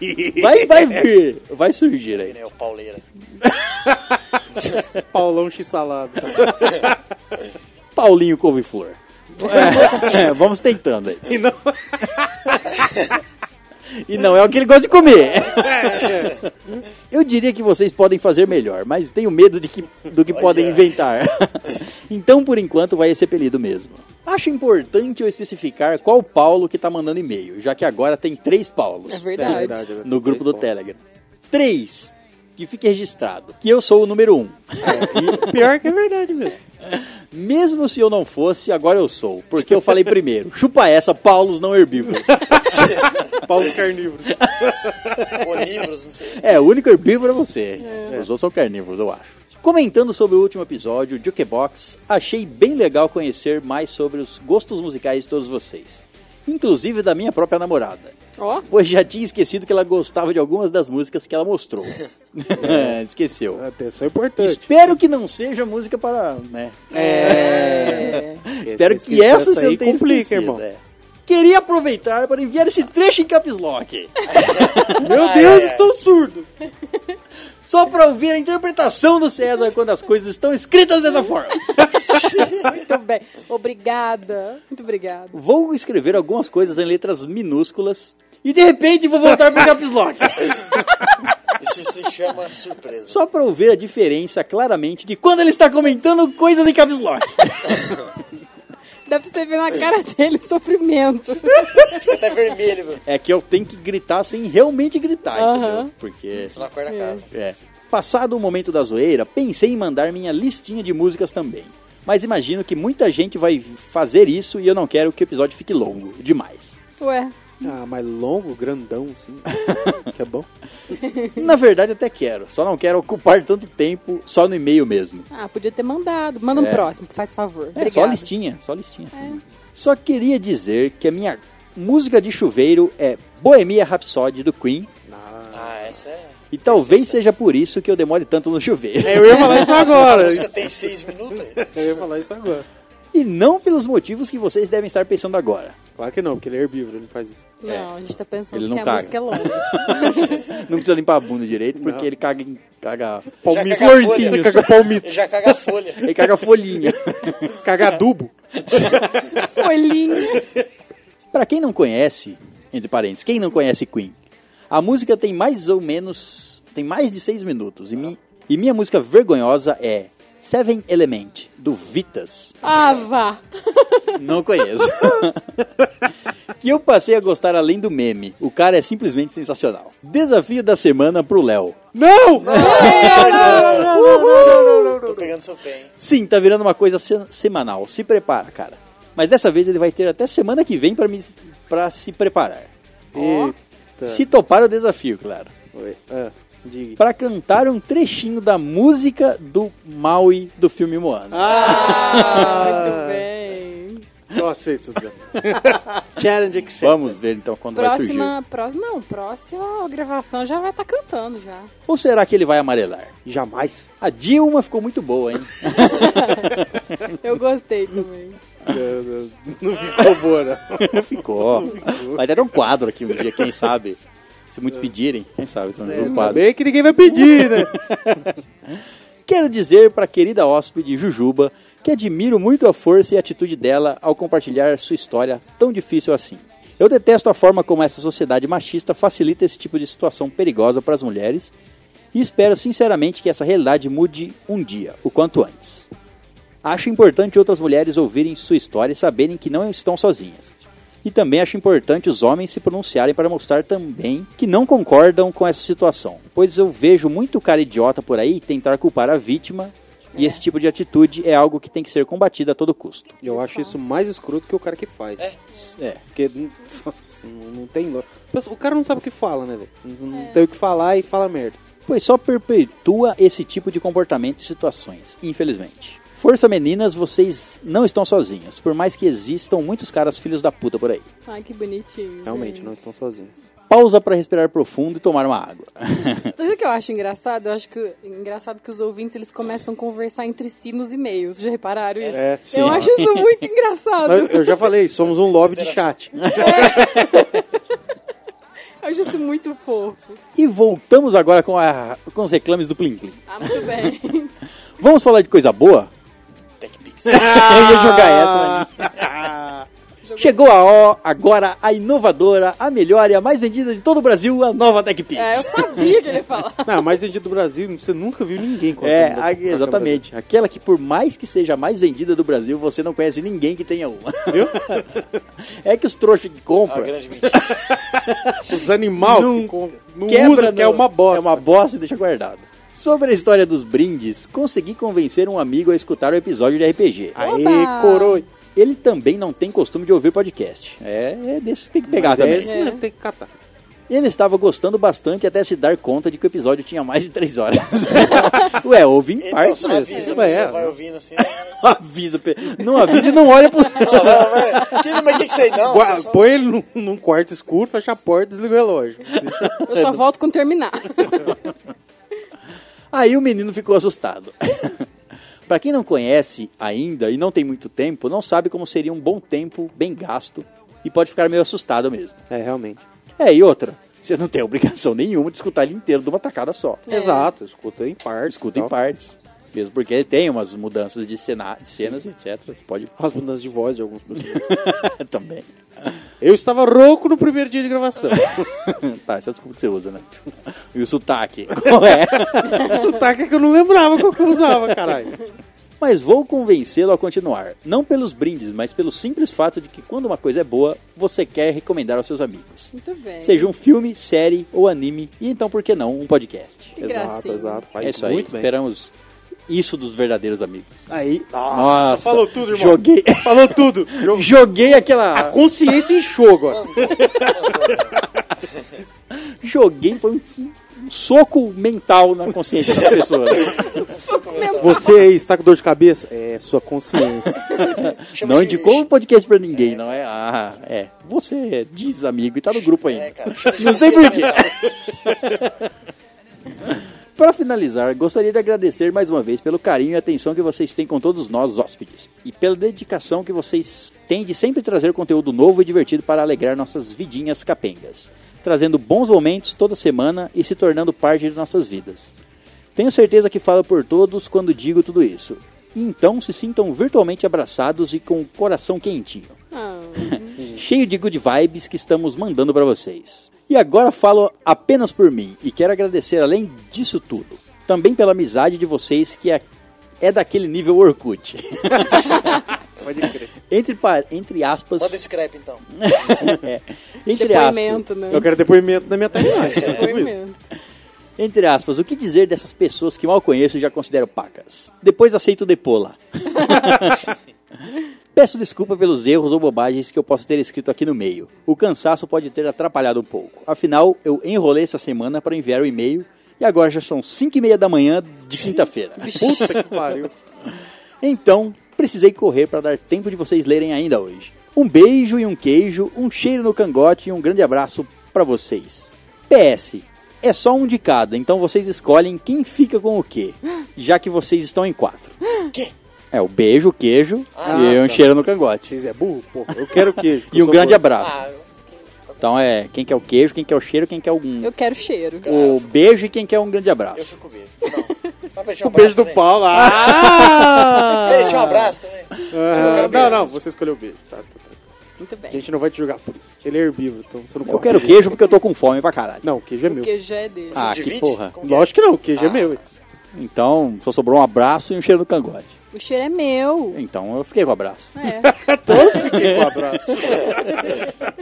Speaker 1: você.
Speaker 4: <laughs>
Speaker 1: Vai, vai vir. Vai surgir aí.
Speaker 3: Que nem é o Pauleira.
Speaker 4: Paulão x-salado.
Speaker 1: Paulinho Couve-Flor. É, vamos tentando aí.
Speaker 4: E não...
Speaker 1: E não é o que ele gosta de comer. <laughs> Eu diria que vocês podem fazer melhor, mas tenho medo de que, do que podem inventar. <laughs> Então, por enquanto, vai esse apelido mesmo. Acho importante eu especificar qual Paulo que tá mandando e-mail, já que agora tem três Paulos.
Speaker 5: É verdade.
Speaker 1: né,
Speaker 5: É
Speaker 4: verdade, é verdade.
Speaker 1: No grupo do
Speaker 4: Três Paulos.
Speaker 1: Telegram. Três. Que fique registrado. Que eu sou o número um.
Speaker 4: E <laughs> pior que é verdade mesmo.
Speaker 1: Mesmo se eu não fosse, agora eu sou. Porque eu falei primeiro. <laughs> Chupa essa, Paulos não herbívoros.
Speaker 4: Paulo Carnívoro.
Speaker 3: Onívros, não sei.
Speaker 1: É, o único herbívoro é você. Os outros são carnívoros, eu acho. Comentando sobre o último episódio, Jukebox, achei bem legal conhecer mais sobre os gostos musicais de todos vocês. Inclusive da minha própria namorada.
Speaker 5: Ó,
Speaker 1: Pois já tinha esquecido que ela gostava de algumas das músicas que ela mostrou. <laughs> Esqueceu.
Speaker 4: Atenção é importante.
Speaker 1: Espero que não seja música para. né?
Speaker 5: É.
Speaker 1: Espero
Speaker 4: Esse-
Speaker 1: que essa,
Speaker 4: essa
Speaker 1: você não
Speaker 4: aí
Speaker 1: tenha
Speaker 4: complica,
Speaker 1: esquecido,
Speaker 4: irmão.
Speaker 1: é. Queria aproveitar para enviar esse trecho em caps
Speaker 4: <laughs>
Speaker 1: lock.
Speaker 4: Meu Deus, estou surdo.
Speaker 1: Só para ouvir a interpretação do César quando as coisas estão escritas dessa forma.
Speaker 5: muito bem. Obrigada. Muito obrigada.
Speaker 1: Vou escrever algumas coisas em letras minúsculas e de repente vou voltar pro caps
Speaker 4: <laughs>
Speaker 1: lock.
Speaker 3: Isso se chama surpresa.
Speaker 1: Só para ouvir a diferença claramente de quando ele está comentando coisas em caps lock.
Speaker 5: Dá pra você ver na cara dele o sofrimento.
Speaker 3: Fica até vermelho, meu.
Speaker 1: É que eu tenho que gritar sem realmente gritar,
Speaker 5: Aham.
Speaker 1: entendeu? Porque
Speaker 3: Você não acorda a casa.
Speaker 1: É. Passado o momento da zoeira, pensei em mandar minha listinha de músicas também. Mas imagino que muita gente vai fazer isso e eu não quero que o episódio fique longo demais.
Speaker 5: Ué,
Speaker 4: Ah, mas longo, grandão, sim. <laughs> Que é bom.
Speaker 1: Na verdade, até quero, só não quero ocupar tanto tempo só no e-mail mesmo.
Speaker 5: ah, podia ter mandado. Manda no
Speaker 1: É.
Speaker 5: próximo, faz favor.
Speaker 1: É, só
Speaker 5: Obrigada.
Speaker 1: listinha, só listinha. Só queria dizer que a minha música de chuveiro é Bohemia Rhapsody do Queen
Speaker 3: Ah, essa é.
Speaker 1: e talvez seja por isso que eu demore tanto no chuveiro.
Speaker 4: É, Eu ia falar isso
Speaker 3: A
Speaker 4: agora.
Speaker 3: música tem seis minutos.
Speaker 4: Eu ia falar isso agora.
Speaker 1: <laughs> E não pelos motivos que vocês devem estar pensando agora.
Speaker 4: Claro que não, porque ele é herbívoro, ele não faz isso.
Speaker 5: Não, a gente tá pensando que
Speaker 1: Ele não
Speaker 5: a
Speaker 1: caga.
Speaker 5: música é longa.
Speaker 1: Não precisa limpar a bunda direito, porque ele caga em. Caga. assim.
Speaker 3: caga
Speaker 4: Palmito,
Speaker 3: a folha.
Speaker 4: florzinho, caga palmito.
Speaker 3: Ele já caga a folha.
Speaker 1: Ele caga folhinha.
Speaker 4: Caga adubo.
Speaker 5: Folhinha.
Speaker 1: Pra quem não conhece, entre parênteses, quem não conhece Queen, a música tem mais ou menos. tem mais de seis minutos. E, mi- e minha música vergonhosa é Seven Element, do Vitas.
Speaker 5: Ah, vá.
Speaker 1: Não conheço. <laughs> que eu passei a gostar além do meme. O cara é simplesmente sensacional. Desafio da semana pro Léo.
Speaker 4: Não!
Speaker 3: Tô pegando seu pé, hein?
Speaker 1: Sim, tá virando uma coisa se- semanal. Se prepara, cara. Mas dessa vez ele vai ter até semana que vem pra, me, pra se preparar.
Speaker 4: Eita.
Speaker 1: Se topar é o desafio, claro.
Speaker 4: Oi. Ah, diga.
Speaker 1: Pra cantar um trechinho da música do Maui do filme Moana.
Speaker 5: Muito Ah, bem.
Speaker 4: Ó, aceito. Zé. Challenge accept.
Speaker 1: Vamos ver então quando vai surgir.
Speaker 5: Próxima, pró- não, próxima gravação já vai estar cantando já.
Speaker 1: Ou será que ele vai amarelar?
Speaker 4: Jamais. <laughs>
Speaker 1: A Dilma ficou muito boa, hein?
Speaker 5: Eu gostei também.
Speaker 4: É, Não ficou boa, né? não.
Speaker 1: ficou. Vai ter um quadro aqui um dia, quem sabe? Se muitos pedirem, quem sabe também
Speaker 4: É,
Speaker 1: um quadro.
Speaker 4: Bem que ninguém vai pedir, né?
Speaker 1: Quero dizer para a querida hóspede Jujuba que admiro muito a força e a atitude dela ao compartilhar sua história tão difícil assim. Eu detesto a forma como essa sociedade machista facilita esse tipo de situação perigosa para as mulheres e espero sinceramente que essa realidade mude um dia, o quanto antes. Acho importante outras mulheres ouvirem sua história e saberem que não estão sozinhas. E também acho importante os homens se pronunciarem para mostrar também que não concordam com essa situação, pois eu vejo muito cara idiota por aí tentar culpar a vítima e esse tipo de atitude é algo que tem que ser combatido a todo custo.
Speaker 4: Eu acho isso mais escroto que o cara que faz.
Speaker 1: É,
Speaker 4: Porque, nossa, não, não tem... lo- O cara não sabe o que fala, né, velho? Não, não tem o que falar e fala merda.
Speaker 1: pois só perpetua esse tipo de comportamento e situações, infelizmente. Força meninas, vocês não estão sozinhas, por mais que existam muitos caras filhos da puta por aí.
Speaker 5: Ai, que bonitinho.
Speaker 4: Realmente,
Speaker 5: gente.
Speaker 4: não estão sozinhos.
Speaker 1: Pausa para respirar profundo e tomar uma água. <laughs>
Speaker 5: Sabe o que eu acho engraçado? Eu acho que engraçado que os ouvintes eles começam a conversar entre si nos e-mails. Já repararam isso?
Speaker 4: É, sim.
Speaker 5: Eu acho isso
Speaker 4: <laughs>
Speaker 5: muito engraçado.
Speaker 4: Mas eu já falei, somos um lobby de chat. <laughs>
Speaker 5: Eu acho isso muito fofo.
Speaker 1: E voltamos agora com, a- com os reclames do Plim Plim.
Speaker 5: Ah, muito
Speaker 4: <laughs>
Speaker 5: bem.
Speaker 1: Vamos falar de coisa boa?
Speaker 3: TechPix.
Speaker 5: Ah!
Speaker 1: Eu ia jogar essa. né?
Speaker 5: <laughs>
Speaker 1: Chegou a O, agora a inovadora, a melhor e a mais vendida de todo o Brasil, a nova TechPix.
Speaker 5: É, eu sabia que ele ia falar.
Speaker 4: Não, mais vendido do Brasil, você nunca viu ninguém com a
Speaker 5: um
Speaker 1: É,
Speaker 4: câmera-
Speaker 1: a-
Speaker 4: com a câmera
Speaker 1: exatamente. Aquela que, por mais que seja a mais vendida do Brasil, você não conhece ninguém que tenha uma.
Speaker 4: Viu?
Speaker 1: <laughs> É que os trouxas que
Speaker 3: Uma
Speaker 1: compram <laughs>
Speaker 3: grande mentira.
Speaker 4: Os animais
Speaker 1: Não
Speaker 4: não, não
Speaker 1: quebra,
Speaker 4: usa,
Speaker 1: não.
Speaker 4: que é uma bosta.
Speaker 1: É uma bosta e deixa guardado. Sobre a história dos brindes, consegui convencer um amigo a escutar o episódio de RPG.
Speaker 4: Aí,
Speaker 5: Oba!
Speaker 4: coroa.
Speaker 1: Ele também não tem costume de ouvir podcast. É, é desse que tem que pegar
Speaker 4: Mas
Speaker 1: também.
Speaker 4: é esse,
Speaker 5: É.
Speaker 4: né, tem que catar.
Speaker 1: Ele estava gostando bastante até se dar conta de que o episódio tinha mais de três horas. <laughs> Ué, ouvi em
Speaker 3: Então,
Speaker 1: partes,
Speaker 3: você não
Speaker 1: mas
Speaker 3: avisa,
Speaker 1: não,
Speaker 3: você
Speaker 1: é,
Speaker 3: vai ouvindo assim. né?
Speaker 1: não <laughs> avisa. pe- Não avisa e não olha pro...
Speaker 3: Fala, vai, vai. Tira, Mas o que que você... Não,
Speaker 4: Gua-
Speaker 3: você só-
Speaker 4: Põe ele num, num quarto escuro, fecha a porta, desliga o relógio.
Speaker 5: Eu
Speaker 4: É.
Speaker 5: só volto quando terminar.
Speaker 1: Aí o menino ficou assustado. <laughs> Pra quem não conhece ainda e não tem muito tempo, não sabe como seria um bom tempo bem gasto e pode ficar meio assustado mesmo.
Speaker 4: É, realmente.
Speaker 1: É, e outra, você não tem <laughs> obrigação nenhuma de escutar ele inteiro de uma tacada só.
Speaker 5: É.
Speaker 4: Exato, escuta em partes.
Speaker 1: Escuta em
Speaker 4: tal.
Speaker 1: partes. Mesmo porque ele tem umas mudanças de, cena, de cenas, etc. Você pode <laughs>
Speaker 4: As mudanças de voz de alguns personagens.
Speaker 1: também.
Speaker 4: Eu estava rouco no primeiro dia de gravação.
Speaker 1: Tá, essa é a desculpa que você usa, né? <laughs> E o sotaque, <laughs> qual é?
Speaker 4: o sotaque é que eu não lembrava qual que eu usava, caralho.
Speaker 1: Mas vou convencê-lo a continuar. Não pelos brindes, mas pelo simples fato de que quando uma coisa é boa, você quer recomendar aos seus amigos.
Speaker 5: Muito bem.
Speaker 1: Seja um filme, série ou anime, e então, por que não, um podcast.
Speaker 5: Que
Speaker 4: Exato,
Speaker 5: gracinha.
Speaker 4: exato. Faz
Speaker 1: é isso aí,
Speaker 4: muito bem.
Speaker 1: esperamos isso dos verdadeiros amigos.
Speaker 4: Aí, nossa,
Speaker 1: Nossa,
Speaker 4: falou tudo, irmão.
Speaker 1: joguei-
Speaker 4: Falou <laughs> tudo.
Speaker 1: Joguei aquela...
Speaker 4: A consciência inchou agora.
Speaker 1: Joguei, foi um, um soco mental na consciência das
Speaker 4: <laughs>
Speaker 1: pessoas.
Speaker 4: Você aí está com dor de cabeça? É sua consciência.
Speaker 3: Chama
Speaker 1: Não
Speaker 3: de-
Speaker 1: indicou o podcast pra ninguém, não é? Ah, é. Você diz amigo e tá no grupo ainda.
Speaker 3: É, cara. chama de
Speaker 1: Não sei
Speaker 3: mentira
Speaker 1: por quê.
Speaker 3: mental.
Speaker 1: Para finalizar, gostaria de agradecer mais uma vez pelo carinho e atenção que vocês têm com todos nós, hóspedes, e pela dedicação que vocês têm de sempre trazer conteúdo novo e divertido para alegrar nossas vidinhas capengas, trazendo bons momentos toda semana e se tornando parte de nossas vidas. Tenho certeza que falo por todos quando digo tudo isso. E Então se sintam virtualmente abraçados e com o coração quentinho
Speaker 5: Ah,
Speaker 1: cheio de good vibes que estamos mandando pra vocês. E agora falo apenas por mim e quero agradecer além disso tudo, também pela amizade de vocês que é, é daquele nível Orkut. <laughs>
Speaker 4: Pode crer.
Speaker 1: entre, pa- entre aspas,
Speaker 3: Manda esse crepe, então.
Speaker 1: é, entre, aspas
Speaker 5: depoimento, né?
Speaker 4: Eu quero depoimento na minha timeline.
Speaker 5: Depoimento.
Speaker 1: entre aspas, o que dizer dessas pessoas que mal conheço e já considero pacas? Depois aceito depola. Peço desculpa pelos erros ou bobagens que eu possa ter escrito aqui no meio. O cansaço pode ter atrapalhado um pouco. Afinal, eu enrolei essa semana para enviar o e-mail e agora já são 5 e meia da manhã de quinta-feira.
Speaker 4: Puta que pariu.
Speaker 1: Então, precisei correr para dar tempo de vocês lerem ainda hoje. Um beijo e um queijo, um cheiro no cangote e um grande abraço para vocês. PS. É só um de cada, então vocês escolhem quem fica com o quê, já que vocês estão em quatro.
Speaker 3: Quê?
Speaker 1: É o beijo, o queijo e um
Speaker 4: tá.
Speaker 1: cheiro no cangote.
Speaker 4: Vocês é burro, pô. Eu quero queijo. que
Speaker 1: E
Speaker 4: eu
Speaker 1: um
Speaker 4: sou
Speaker 1: grande
Speaker 4: gordo.
Speaker 1: abraço.
Speaker 3: Ah, eu-
Speaker 1: Então é quem quer o queijo, quem quer o cheiro, quem quer o,
Speaker 5: Eu quero cheiro.
Speaker 1: o beijo e quem quer um grande abraço.
Speaker 3: eu fico com beijo. Não. Mas pra deixar um
Speaker 4: Um beijo
Speaker 3: abraço
Speaker 4: do
Speaker 3: também.
Speaker 4: Paulo. Ah!
Speaker 3: Ele tinha um abraço também.
Speaker 4: Ah,
Speaker 3: Eu quero
Speaker 4: não, não,
Speaker 3: beijo.
Speaker 4: você escolheu o beijo. Tá, tá, tá.
Speaker 5: Muito
Speaker 4: A
Speaker 5: bem.
Speaker 4: gente não vai te julgar por isso. Ele é herbívoro, então você não
Speaker 1: Eu
Speaker 4: pode
Speaker 1: quero queijo porque eu tô com fome pra caralho.
Speaker 4: Não, o queijo é meu.
Speaker 5: Porque já é dele.
Speaker 1: Ah, que
Speaker 3: Divide?
Speaker 1: porra.
Speaker 3: Como que é?
Speaker 4: Lógico que não, o queijo é meu. hein.
Speaker 1: Então só sobrou um abraço e um cheiro no cangote.
Speaker 5: O cheiro é meu.
Speaker 1: Então eu fiquei com o abraço.
Speaker 5: É.
Speaker 4: Fiquei com o Um abraço.
Speaker 1: <laughs>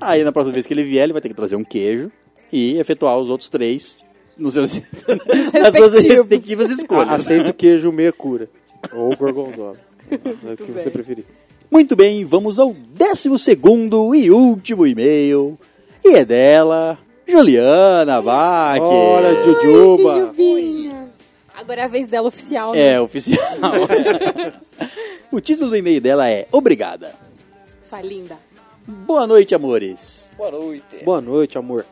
Speaker 1: Aí na próxima vez que ele vier, ele vai ter que trazer um queijo e efetuar os outros três nos seus, <laughs> nas suas
Speaker 5: Respectivos.
Speaker 1: respectivas
Speaker 4: A-
Speaker 1: escolhas.
Speaker 4: Aceita o Ah, queijo meia cura. Ou gorgonzola. É o que você
Speaker 5: bem.
Speaker 4: preferir.
Speaker 1: Muito bem, vamos ao décimo segundo e último e-mail. E é dela, Juliana Vac.
Speaker 4: Olha,
Speaker 5: Ai,
Speaker 4: Jujuba.
Speaker 5: Jujubinha. Agora é a vez dela oficial, né?
Speaker 1: É, oficial. <laughs> o título do e-mail dela é Obrigada.
Speaker 4: É.
Speaker 5: Sua linda.
Speaker 1: Boa noite, amores.
Speaker 3: Boa noite.
Speaker 4: Boa noite, amor.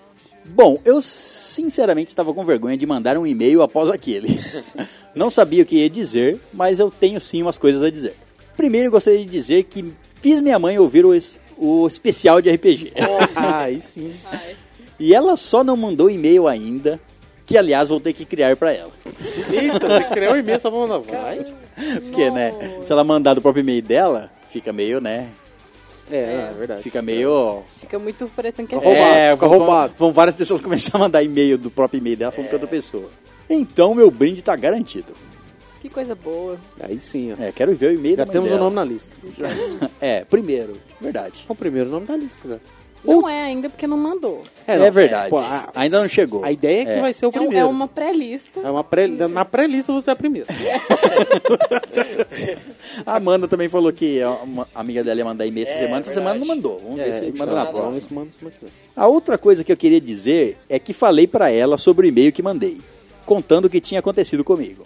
Speaker 1: Bom, eu sinceramente estava com vergonha de mandar um e-mail após aquele. <laughs> Não sabia o que ia dizer, mas eu tenho sim umas coisas a dizer. Primeiro, gostaria de dizer que fiz minha mãe ouvir o, es- o especial de RPG.
Speaker 4: Oh. Aí sim.
Speaker 5: Ai.
Speaker 1: <laughs> E ela só não mandou e-mail ainda, que aliás vou ter que criar pra ela. <laughs>
Speaker 4: Eita, tem que criar um e-mail só pra mandar. Vai.
Speaker 1: Porque, né, se ela mandar do próprio e-mail dela, fica meio, né,
Speaker 4: É, é verdade.
Speaker 1: fica meio...
Speaker 5: Fica muito parecendo que é
Speaker 4: Roubado, fica
Speaker 1: vão-
Speaker 4: roubado.
Speaker 1: Vão várias pessoas <laughs> começar a mandar e-mail do próprio e-mail dela falando que é outra pessoa. Então, meu brinde tá garantido.
Speaker 5: Que coisa boa.
Speaker 4: Aí sim, ó.
Speaker 1: É, quero ver o e-mail
Speaker 4: Já
Speaker 1: da mãe
Speaker 4: temos um o
Speaker 1: dela.
Speaker 4: nome na lista.
Speaker 1: <laughs> É, primeiro, verdade.
Speaker 4: É o primeiro nome da lista, velho.
Speaker 5: Não é ainda porque não mandou.
Speaker 1: É,
Speaker 4: não,
Speaker 1: verdade.
Speaker 4: pô, a-
Speaker 1: Ainda não chegou.
Speaker 4: A ideia é que vai ser
Speaker 5: É,
Speaker 4: o
Speaker 5: um-
Speaker 4: primeiro.
Speaker 5: é uma pré-lista.
Speaker 4: É uma pré- Na pré-lista você é a primeira.
Speaker 1: A Amanda também falou que a uma amiga dela ia mandar e-mail essa
Speaker 3: É,
Speaker 1: semana. Essa
Speaker 3: verdade. É,
Speaker 1: semana não mandou. Vamos ver se É, manda na
Speaker 3: mandar
Speaker 1: próxima.
Speaker 4: Vamos, manda isso, manda isso.
Speaker 1: A outra coisa que eu queria dizer é que falei pra ela sobre o e-mail que mandei, contando o que tinha acontecido comigo.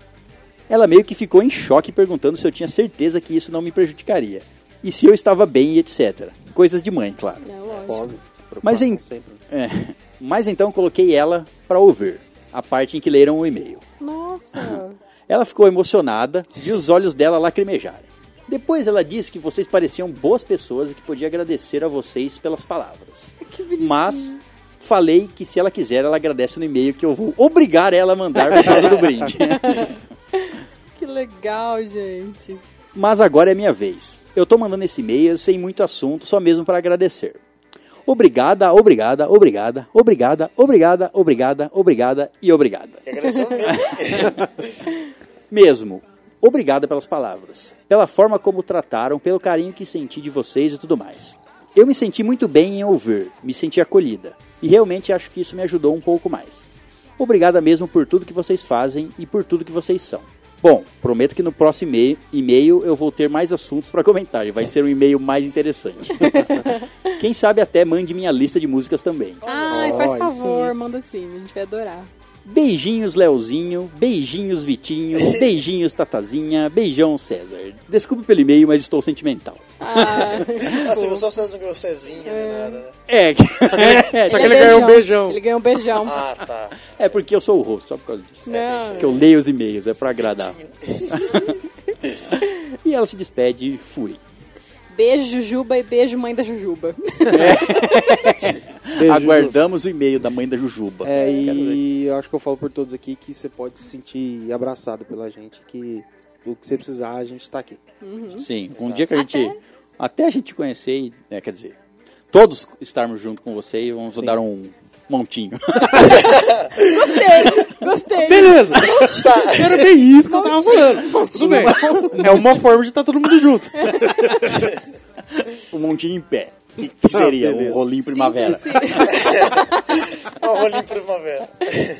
Speaker 1: Ela meio que ficou em choque perguntando se eu tinha certeza que isso não me prejudicaria. E se eu estava bem e etc. Coisas de mãe, claro.
Speaker 5: É lógico.
Speaker 4: Óbvio.
Speaker 1: Mas, em-
Speaker 4: Preocupação sempre.
Speaker 1: É, Mas então coloquei ela pra ouvir, a parte em que leram o e-mail.
Speaker 5: Nossa.
Speaker 1: Ela ficou emocionada e os olhos dela lacrimejaram. Depois ela disse que vocês pareciam boas pessoas e que podia agradecer a vocês pelas palavras.
Speaker 5: É Que bonitinho.
Speaker 1: Mas falei que se ela quiser, ela agradece no e-mail que eu vou obrigar ela a mandar por causa
Speaker 5: <laughs>
Speaker 1: do brinde.
Speaker 5: Que legal, gente.
Speaker 1: Mas agora é minha vez. Eu tô mandando esse e-mail sem muito assunto, só mesmo para agradecer. Obrigada, obrigada, obrigada, obrigada, obrigada, obrigada, obrigada e obrigada.
Speaker 3: E agradeceu
Speaker 1: <laughs>
Speaker 3: mesmo.
Speaker 1: Mesmo. Obrigada pelas palavras, pela forma como trataram, pelo carinho que senti de vocês e tudo mais. Eu me senti muito bem em ouvir, me senti acolhida, e realmente acho que isso me ajudou um pouco mais. Obrigada mesmo por tudo que vocês fazem e por tudo que vocês são. Bom, prometo que no próximo e- e-mail eu vou ter mais assuntos para comentar e vai ser um e-mail mais interessante. Quem sabe até mande minha lista de músicas
Speaker 5: Ah,
Speaker 1: também.
Speaker 5: Ai, faz
Speaker 4: Olha,
Speaker 5: favor, manda sim. A gente vai
Speaker 4: <laughs>
Speaker 5: adorar.
Speaker 1: Beijinhos, Leozinho. Beijinhos,
Speaker 4: <laughs>
Speaker 1: Vitinho. Beijinhos, Tatazinha. Beijão, César. Desculpe pelo e-mail, mas estou sentimental.
Speaker 5: Ah,
Speaker 3: Nossa, eu sou o César, não ganhou o Cezinha, nem nada, né?
Speaker 1: É, <laughs> é,
Speaker 4: Só que ele ganhou um beijão.
Speaker 5: Ele ganhou um beijão.
Speaker 3: Ah, tá.
Speaker 1: é porque eu sou o rosto, só por causa disso.
Speaker 5: Não.
Speaker 1: Que eu leio os e-mails, é pra agradar. <laughs> E ela se despede e fui.
Speaker 5: Beijo, Jujuba, e beijo, mãe da
Speaker 4: <laughs>
Speaker 5: Jujuba.
Speaker 4: Beijo,
Speaker 1: Aguardamos o e-mail da mãe da Jujuba.
Speaker 4: É,
Speaker 1: Quero ver.
Speaker 4: e eu acho que eu falo por todos aqui que você pode se sentir abraçado pela gente, que o que você precisar, a gente tá aqui.
Speaker 1: Sim, um
Speaker 3: Exato.
Speaker 1: dia que a gente. Até, a gente conhecer e. é, quer dizer, todos estarmos junto com você e vamos dar um montinho.
Speaker 5: Gostei, gostei.
Speaker 4: <laughs> Beleza! Tá. Era bem isso que eu tava falando. Tudo bem. É uma forma de estar todo mundo junto.
Speaker 1: um montinho em pé. Que,
Speaker 4: <laughs>
Speaker 1: que seria? um
Speaker 4: Ah, beleza.
Speaker 1: rolinho primavera.
Speaker 5: Sinta-se
Speaker 3: Olha o rolinho primavera.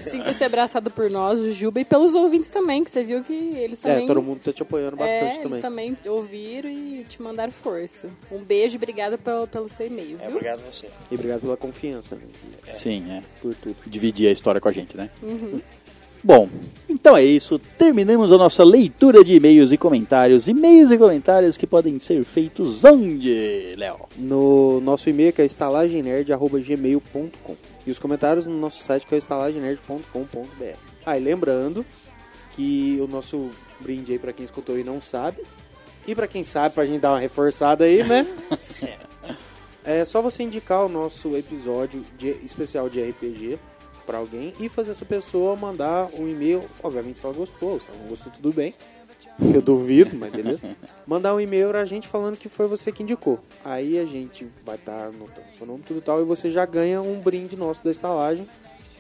Speaker 5: sinta-se abraçado por nós, Jujuba, e pelos ouvintes também, que você viu que eles também...
Speaker 4: É, todo mundo tá te apoiando
Speaker 5: É,
Speaker 4: bastante
Speaker 5: eles
Speaker 4: também.
Speaker 5: também ouviram e te mandaram força. Um beijo e obrigada pelo, pelo seu e-mail,
Speaker 3: É,
Speaker 5: viu?
Speaker 3: obrigado a você.
Speaker 4: E obrigado pela confiança, né,
Speaker 1: Sim, é.
Speaker 4: por tudo. Uhum.
Speaker 1: dividir a história com a gente, né? Bom, então é isso. Terminamos a nossa leitura de e-mails e comentários. E-mails e comentários que podem ser feitos onde, Léo?
Speaker 4: no nosso e-mail que é estalagenerd.gmail.com e os comentários no nosso site que é estalagenerd.com.br. Ah, e lembrando que o nosso brinde aí pra quem escutou e não sabe, e pra quem sabe, pra gente dar uma reforçada aí, né? É só você indicar o nosso episódio de, especial de RPG pra alguém e fazer essa pessoa mandar um e-mail. Obviamente, se ela gostou, se ela não gostou, tudo bem. Eu duvido, mas beleza. Mandar um e-mail pra gente falando que foi você que indicou. Aí a gente vai estar anotando seu nome tudo e tal e você já ganha um brinde nosso da estalagem.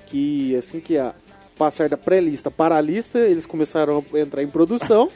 Speaker 4: Que assim que a passar da pré-lista para a lista, eles começaram a entrar em produção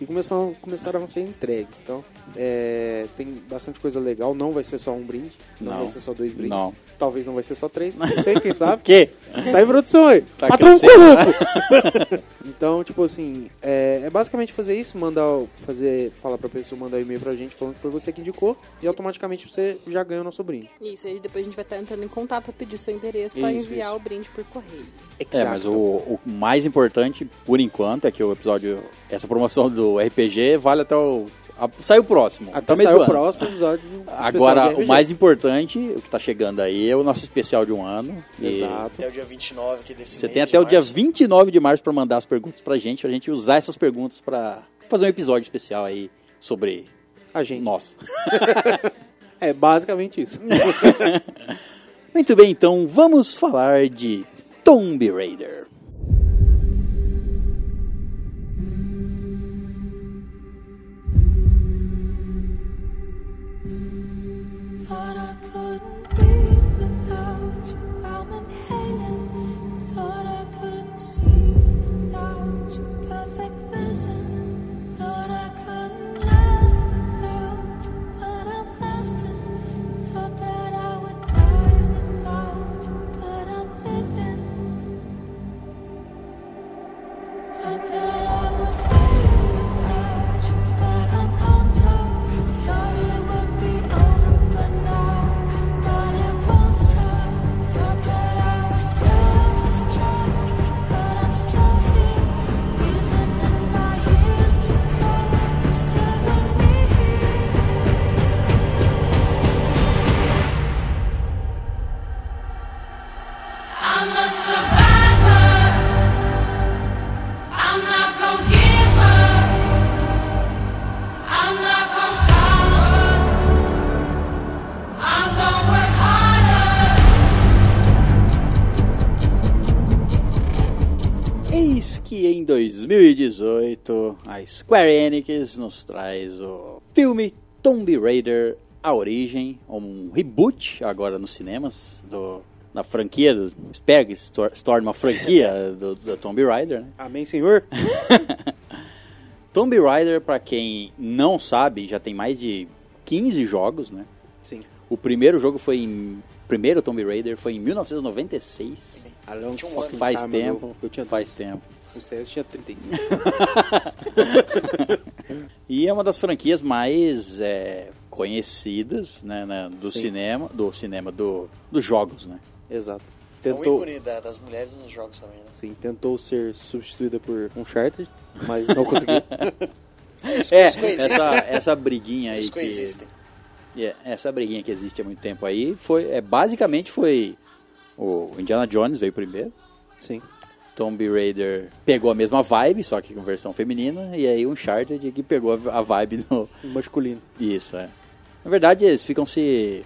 Speaker 4: e começaram, começaram a ser entregues. Então, é, tem bastante coisa legal. Não vai ser só um brinde, não,
Speaker 1: Não.
Speaker 4: vai ser só dois brindes.
Speaker 1: Não.
Speaker 4: Talvez não vai ser só três, não sei, quem sabe.
Speaker 1: Que?
Speaker 4: Está em produção aí.
Speaker 1: Tá
Speaker 4: Patrão
Speaker 1: crescendo,
Speaker 4: corrupto. <laughs> então, tipo assim, é, é basicamente fazer isso, mandar, o- fazer, falar pra pessoa mandar um e-mail pra gente falando que foi você que indicou e automaticamente você já ganha o nosso brinde.
Speaker 5: Isso, aí depois a gente vai estar entrando em contato pra pedir seu endereço pra
Speaker 4: Isso,
Speaker 5: enviar
Speaker 4: isso.
Speaker 5: o brinde por correio.
Speaker 1: É, mas o, o mais importante, por enquanto, é que o episódio. Essa promoção do RPG vale até o. a- sai o próximo.
Speaker 4: Até
Speaker 1: Ah, tá meio
Speaker 4: sair
Speaker 1: do
Speaker 4: o
Speaker 1: ano.
Speaker 4: próximo episódio. especial de
Speaker 1: Agora,
Speaker 4: RPG.
Speaker 1: o mais importante, o que tá chegando aí, é o nosso especial de um ano. E
Speaker 4: Exato.
Speaker 3: Até o dia 29 aqui desse
Speaker 1: Você
Speaker 3: mês
Speaker 1: tem
Speaker 3: de
Speaker 1: até o dia
Speaker 3: março.
Speaker 1: 29 de março pra mandar as perguntas pra gente, pra gente usar essas perguntas pra fazer um episódio especial aí sobre
Speaker 4: A gente.
Speaker 1: nós.
Speaker 4: É
Speaker 1: <laughs>
Speaker 4: basicamente isso.
Speaker 1: Muito bem, então vamos falar de Tomb Raider.
Speaker 7: Thought I couldn't breathe without you. I'm inhaling. Thought I couldn't see without your perfect vision. Thought I couldn't last without you, but I'm lasting. Thought that I would die without you, but I'm living. Thought that I would fail without you, but I'm on top. Thought it would be over, but no, but it won't stop. Thought that I would self-destruct, but I'm still here, even in my years to come. I'm still with me here. I'm a survivor. I'm not gonna give up. I'm not gonna stop her. I'm gonna work harder.
Speaker 1: Eis que em 2018 a Square Enix nos traz o filme Tomb Raider A Origem, um reboot agora nos cinemas do, da franquia, do, espero que se tor- se torne uma franquia do, do Tomb Raider. Né?
Speaker 4: Amém, senhor?
Speaker 1: Tomb Raider, pra quem não sabe, já tem mais de 15 jogos, né?
Speaker 4: Sim.
Speaker 1: O primeiro jogo foi em. Primeiro Tomb Raider foi em 1996.
Speaker 4: A long
Speaker 3: Tinha um
Speaker 4: fucking
Speaker 3: ano.
Speaker 1: Faz
Speaker 4: time
Speaker 1: tempo,
Speaker 4: ago. Tá, Eu tinha
Speaker 1: faz tempo.
Speaker 4: O César
Speaker 1: <laughs>
Speaker 4: tinha 35.
Speaker 1: E é uma das franquias mais é, conhecidas né, né, do
Speaker 4: Sim.
Speaker 1: cinema, do cinema, do, dos jogos, né?
Speaker 4: Exato.
Speaker 3: É um
Speaker 4: Tentou,
Speaker 3: ícone da- das mulheres nos jogos também, né?
Speaker 4: sim, tentou ser substituída por um Uncharted, mas
Speaker 1: <laughs>
Speaker 4: não conseguiu.
Speaker 3: Eles,
Speaker 1: É,
Speaker 3: eles coexistem.
Speaker 1: essa, essa briguinha aí
Speaker 3: eles
Speaker 1: que,
Speaker 3: coexistem.
Speaker 1: é, essa briguinha que existe há muito tempo aí foi, é, basicamente foi o Indiana Jones veio primeiro,
Speaker 4: Sim.
Speaker 1: Tomb Raider pegou a mesma vibe, só que com versão feminina, e aí Uncharted que pegou a a vibe do, <laughs>
Speaker 4: Um Masculino.
Speaker 1: Isso, é. Na verdade, eles ficam se.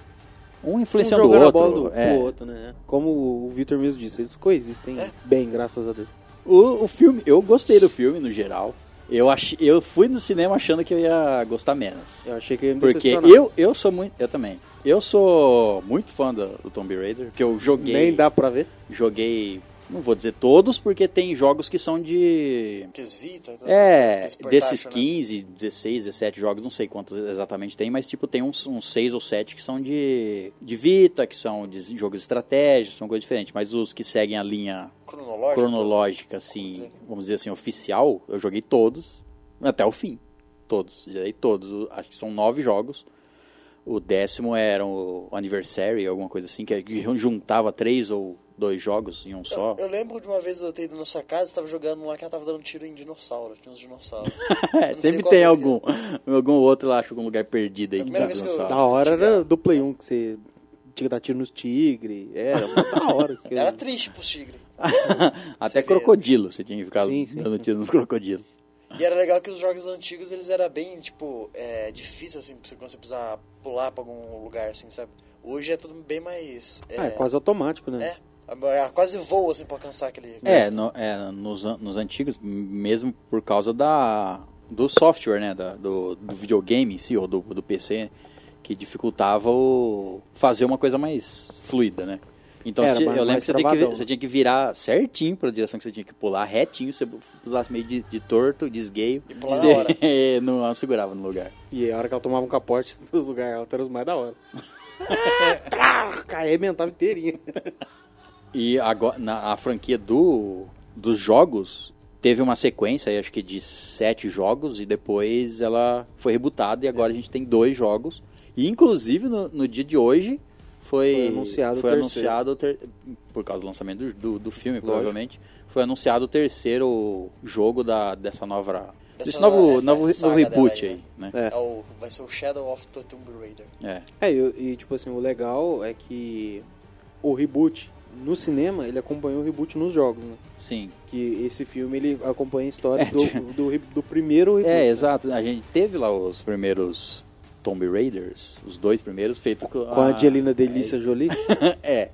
Speaker 1: Um influenciando
Speaker 4: um
Speaker 1: o
Speaker 4: jogando
Speaker 1: outro.
Speaker 4: a bola do,
Speaker 1: é.
Speaker 4: pro outro, né? Como o Vitor mesmo disse, eles coexistem
Speaker 3: É.
Speaker 4: bem, graças a Deus.
Speaker 1: O, o filme, eu gostei do filme no geral. Eu, ach, eu fui no cinema achando que eu ia gostar menos.
Speaker 4: Eu achei que ia É, me
Speaker 1: Porque
Speaker 4: decepcionar.
Speaker 1: eu, eu sou muito. Eu também. Eu sou muito fã do, do Tomb Raider, que eu joguei.
Speaker 4: Nem dá pra ver.
Speaker 1: Joguei. Não vou dizer todos, porque tem jogos que são de.
Speaker 3: Que eles vitam, então,
Speaker 1: É,
Speaker 3: eles portacho,
Speaker 1: desses
Speaker 3: né?
Speaker 1: 15, 16, 17 jogos, não sei quantos exatamente tem, mas tipo, tem uns, uns 6 ou 7 que são de, de Vita, que são de jogos de estratégia, são coisas diferentes, mas os que seguem a linha
Speaker 3: Cronológico.
Speaker 1: cronológica, assim, vamos dizer assim, oficial, eu joguei todos, até o fim. Todos, joguei todos, acho que são 9 jogos. O décimo era o Anniversary, alguma coisa assim, que que juntava três ou dois jogos em um só.
Speaker 3: Eu lembro de uma vez eu ter ido na sua casa, tava jogando lá que ela tava dando tiro em dinossauro, tinha uns <laughs> dinossauros. Eu não sei
Speaker 1: Sempre
Speaker 3: qual
Speaker 1: tem
Speaker 3: que é.
Speaker 1: algum, algum outro lá, acho algum lugar perdido aí
Speaker 3: Foi a
Speaker 1: que
Speaker 3: primeira
Speaker 1: tá
Speaker 3: vez que eu-
Speaker 1: dinossauro. <laughs>
Speaker 4: Da hora era do Play 1 que você tinha que dar tiro nos tigres. Era, mó da hora.
Speaker 3: <laughs>
Speaker 4: que-
Speaker 3: Era triste pros tigres.
Speaker 1: Até
Speaker 3: vê.
Speaker 1: crocodilo, você tinha que ficar
Speaker 4: Sim, sim,
Speaker 1: dando
Speaker 4: sim.
Speaker 1: tiro nos crocodilos.
Speaker 3: E era legal que os jogos antigos, eles eram bem, tipo, é, difícil, assim, pra você- quando você precisar pular pra algum lugar, assim, sabe? Hoje é tudo bem mais... É,
Speaker 4: Ah, é quase automático, né?
Speaker 3: é, é, quase voa, assim, pra alcançar aquele...
Speaker 1: É, no- é, nos, an- nos antigos, mesmo por causa da, do software, né? da- do, do videogame em si, ou do, do PC, que dificultava o fazer uma coisa mais fluida, né? Então
Speaker 4: Era
Speaker 1: você tinha-
Speaker 4: mais-
Speaker 1: eu lembro
Speaker 4: mais
Speaker 1: que você, tinha que vi-
Speaker 4: travadão.
Speaker 1: você tinha que virar certinho pra direção que você tinha que pular, retinho, se você usasse meio de, de torto, de esgueio,
Speaker 3: E pular na
Speaker 1: você-
Speaker 3: hora.
Speaker 1: <laughs> não, não segurava no lugar.
Speaker 4: E a hora que ela tomava um capote <laughs> nos lugares altos era os mais
Speaker 3: <laughs>
Speaker 4: da hora. Ah, Caía a mental inteirinha.
Speaker 1: E agora, na, a franquia do, dos jogos teve uma sequência, acho que de sete jogos, e depois ela foi rebutada, e agora a gente tem dois jogos. E inclusive no, no dia de hoje foi,
Speaker 4: Foi anunciado o
Speaker 1: foi
Speaker 4: terceiro.
Speaker 1: anunciado o ter- por causa do lançamento do, do, do filme, provavelmente. Foi anunciado o terceiro jogo da, dessa nova.
Speaker 3: Dessa
Speaker 1: desse
Speaker 3: nova-
Speaker 1: novo,
Speaker 3: é,
Speaker 1: novo,
Speaker 3: saga
Speaker 1: novo reboot
Speaker 3: dela
Speaker 1: aí,
Speaker 3: aí,
Speaker 1: né?
Speaker 4: É.
Speaker 3: É o, vai ser o Shadow of the Tomb Raider.
Speaker 1: É.
Speaker 4: É, e, e, tipo assim, o legal é que o reboot no cinema, ele acompanhou o reboot nos jogos, né?
Speaker 1: Sim.
Speaker 4: Que esse filme, ele acompanha a história
Speaker 1: É,
Speaker 4: do,
Speaker 1: tipo-
Speaker 4: do, re- do primeiro reboot.
Speaker 1: É,
Speaker 4: né?
Speaker 1: exato. A gente teve lá os primeiros Tomb Raiders, os dois primeiros, feito com
Speaker 4: Com a Angelina
Speaker 1: <laughs>
Speaker 4: Delícia Jolie.
Speaker 1: É.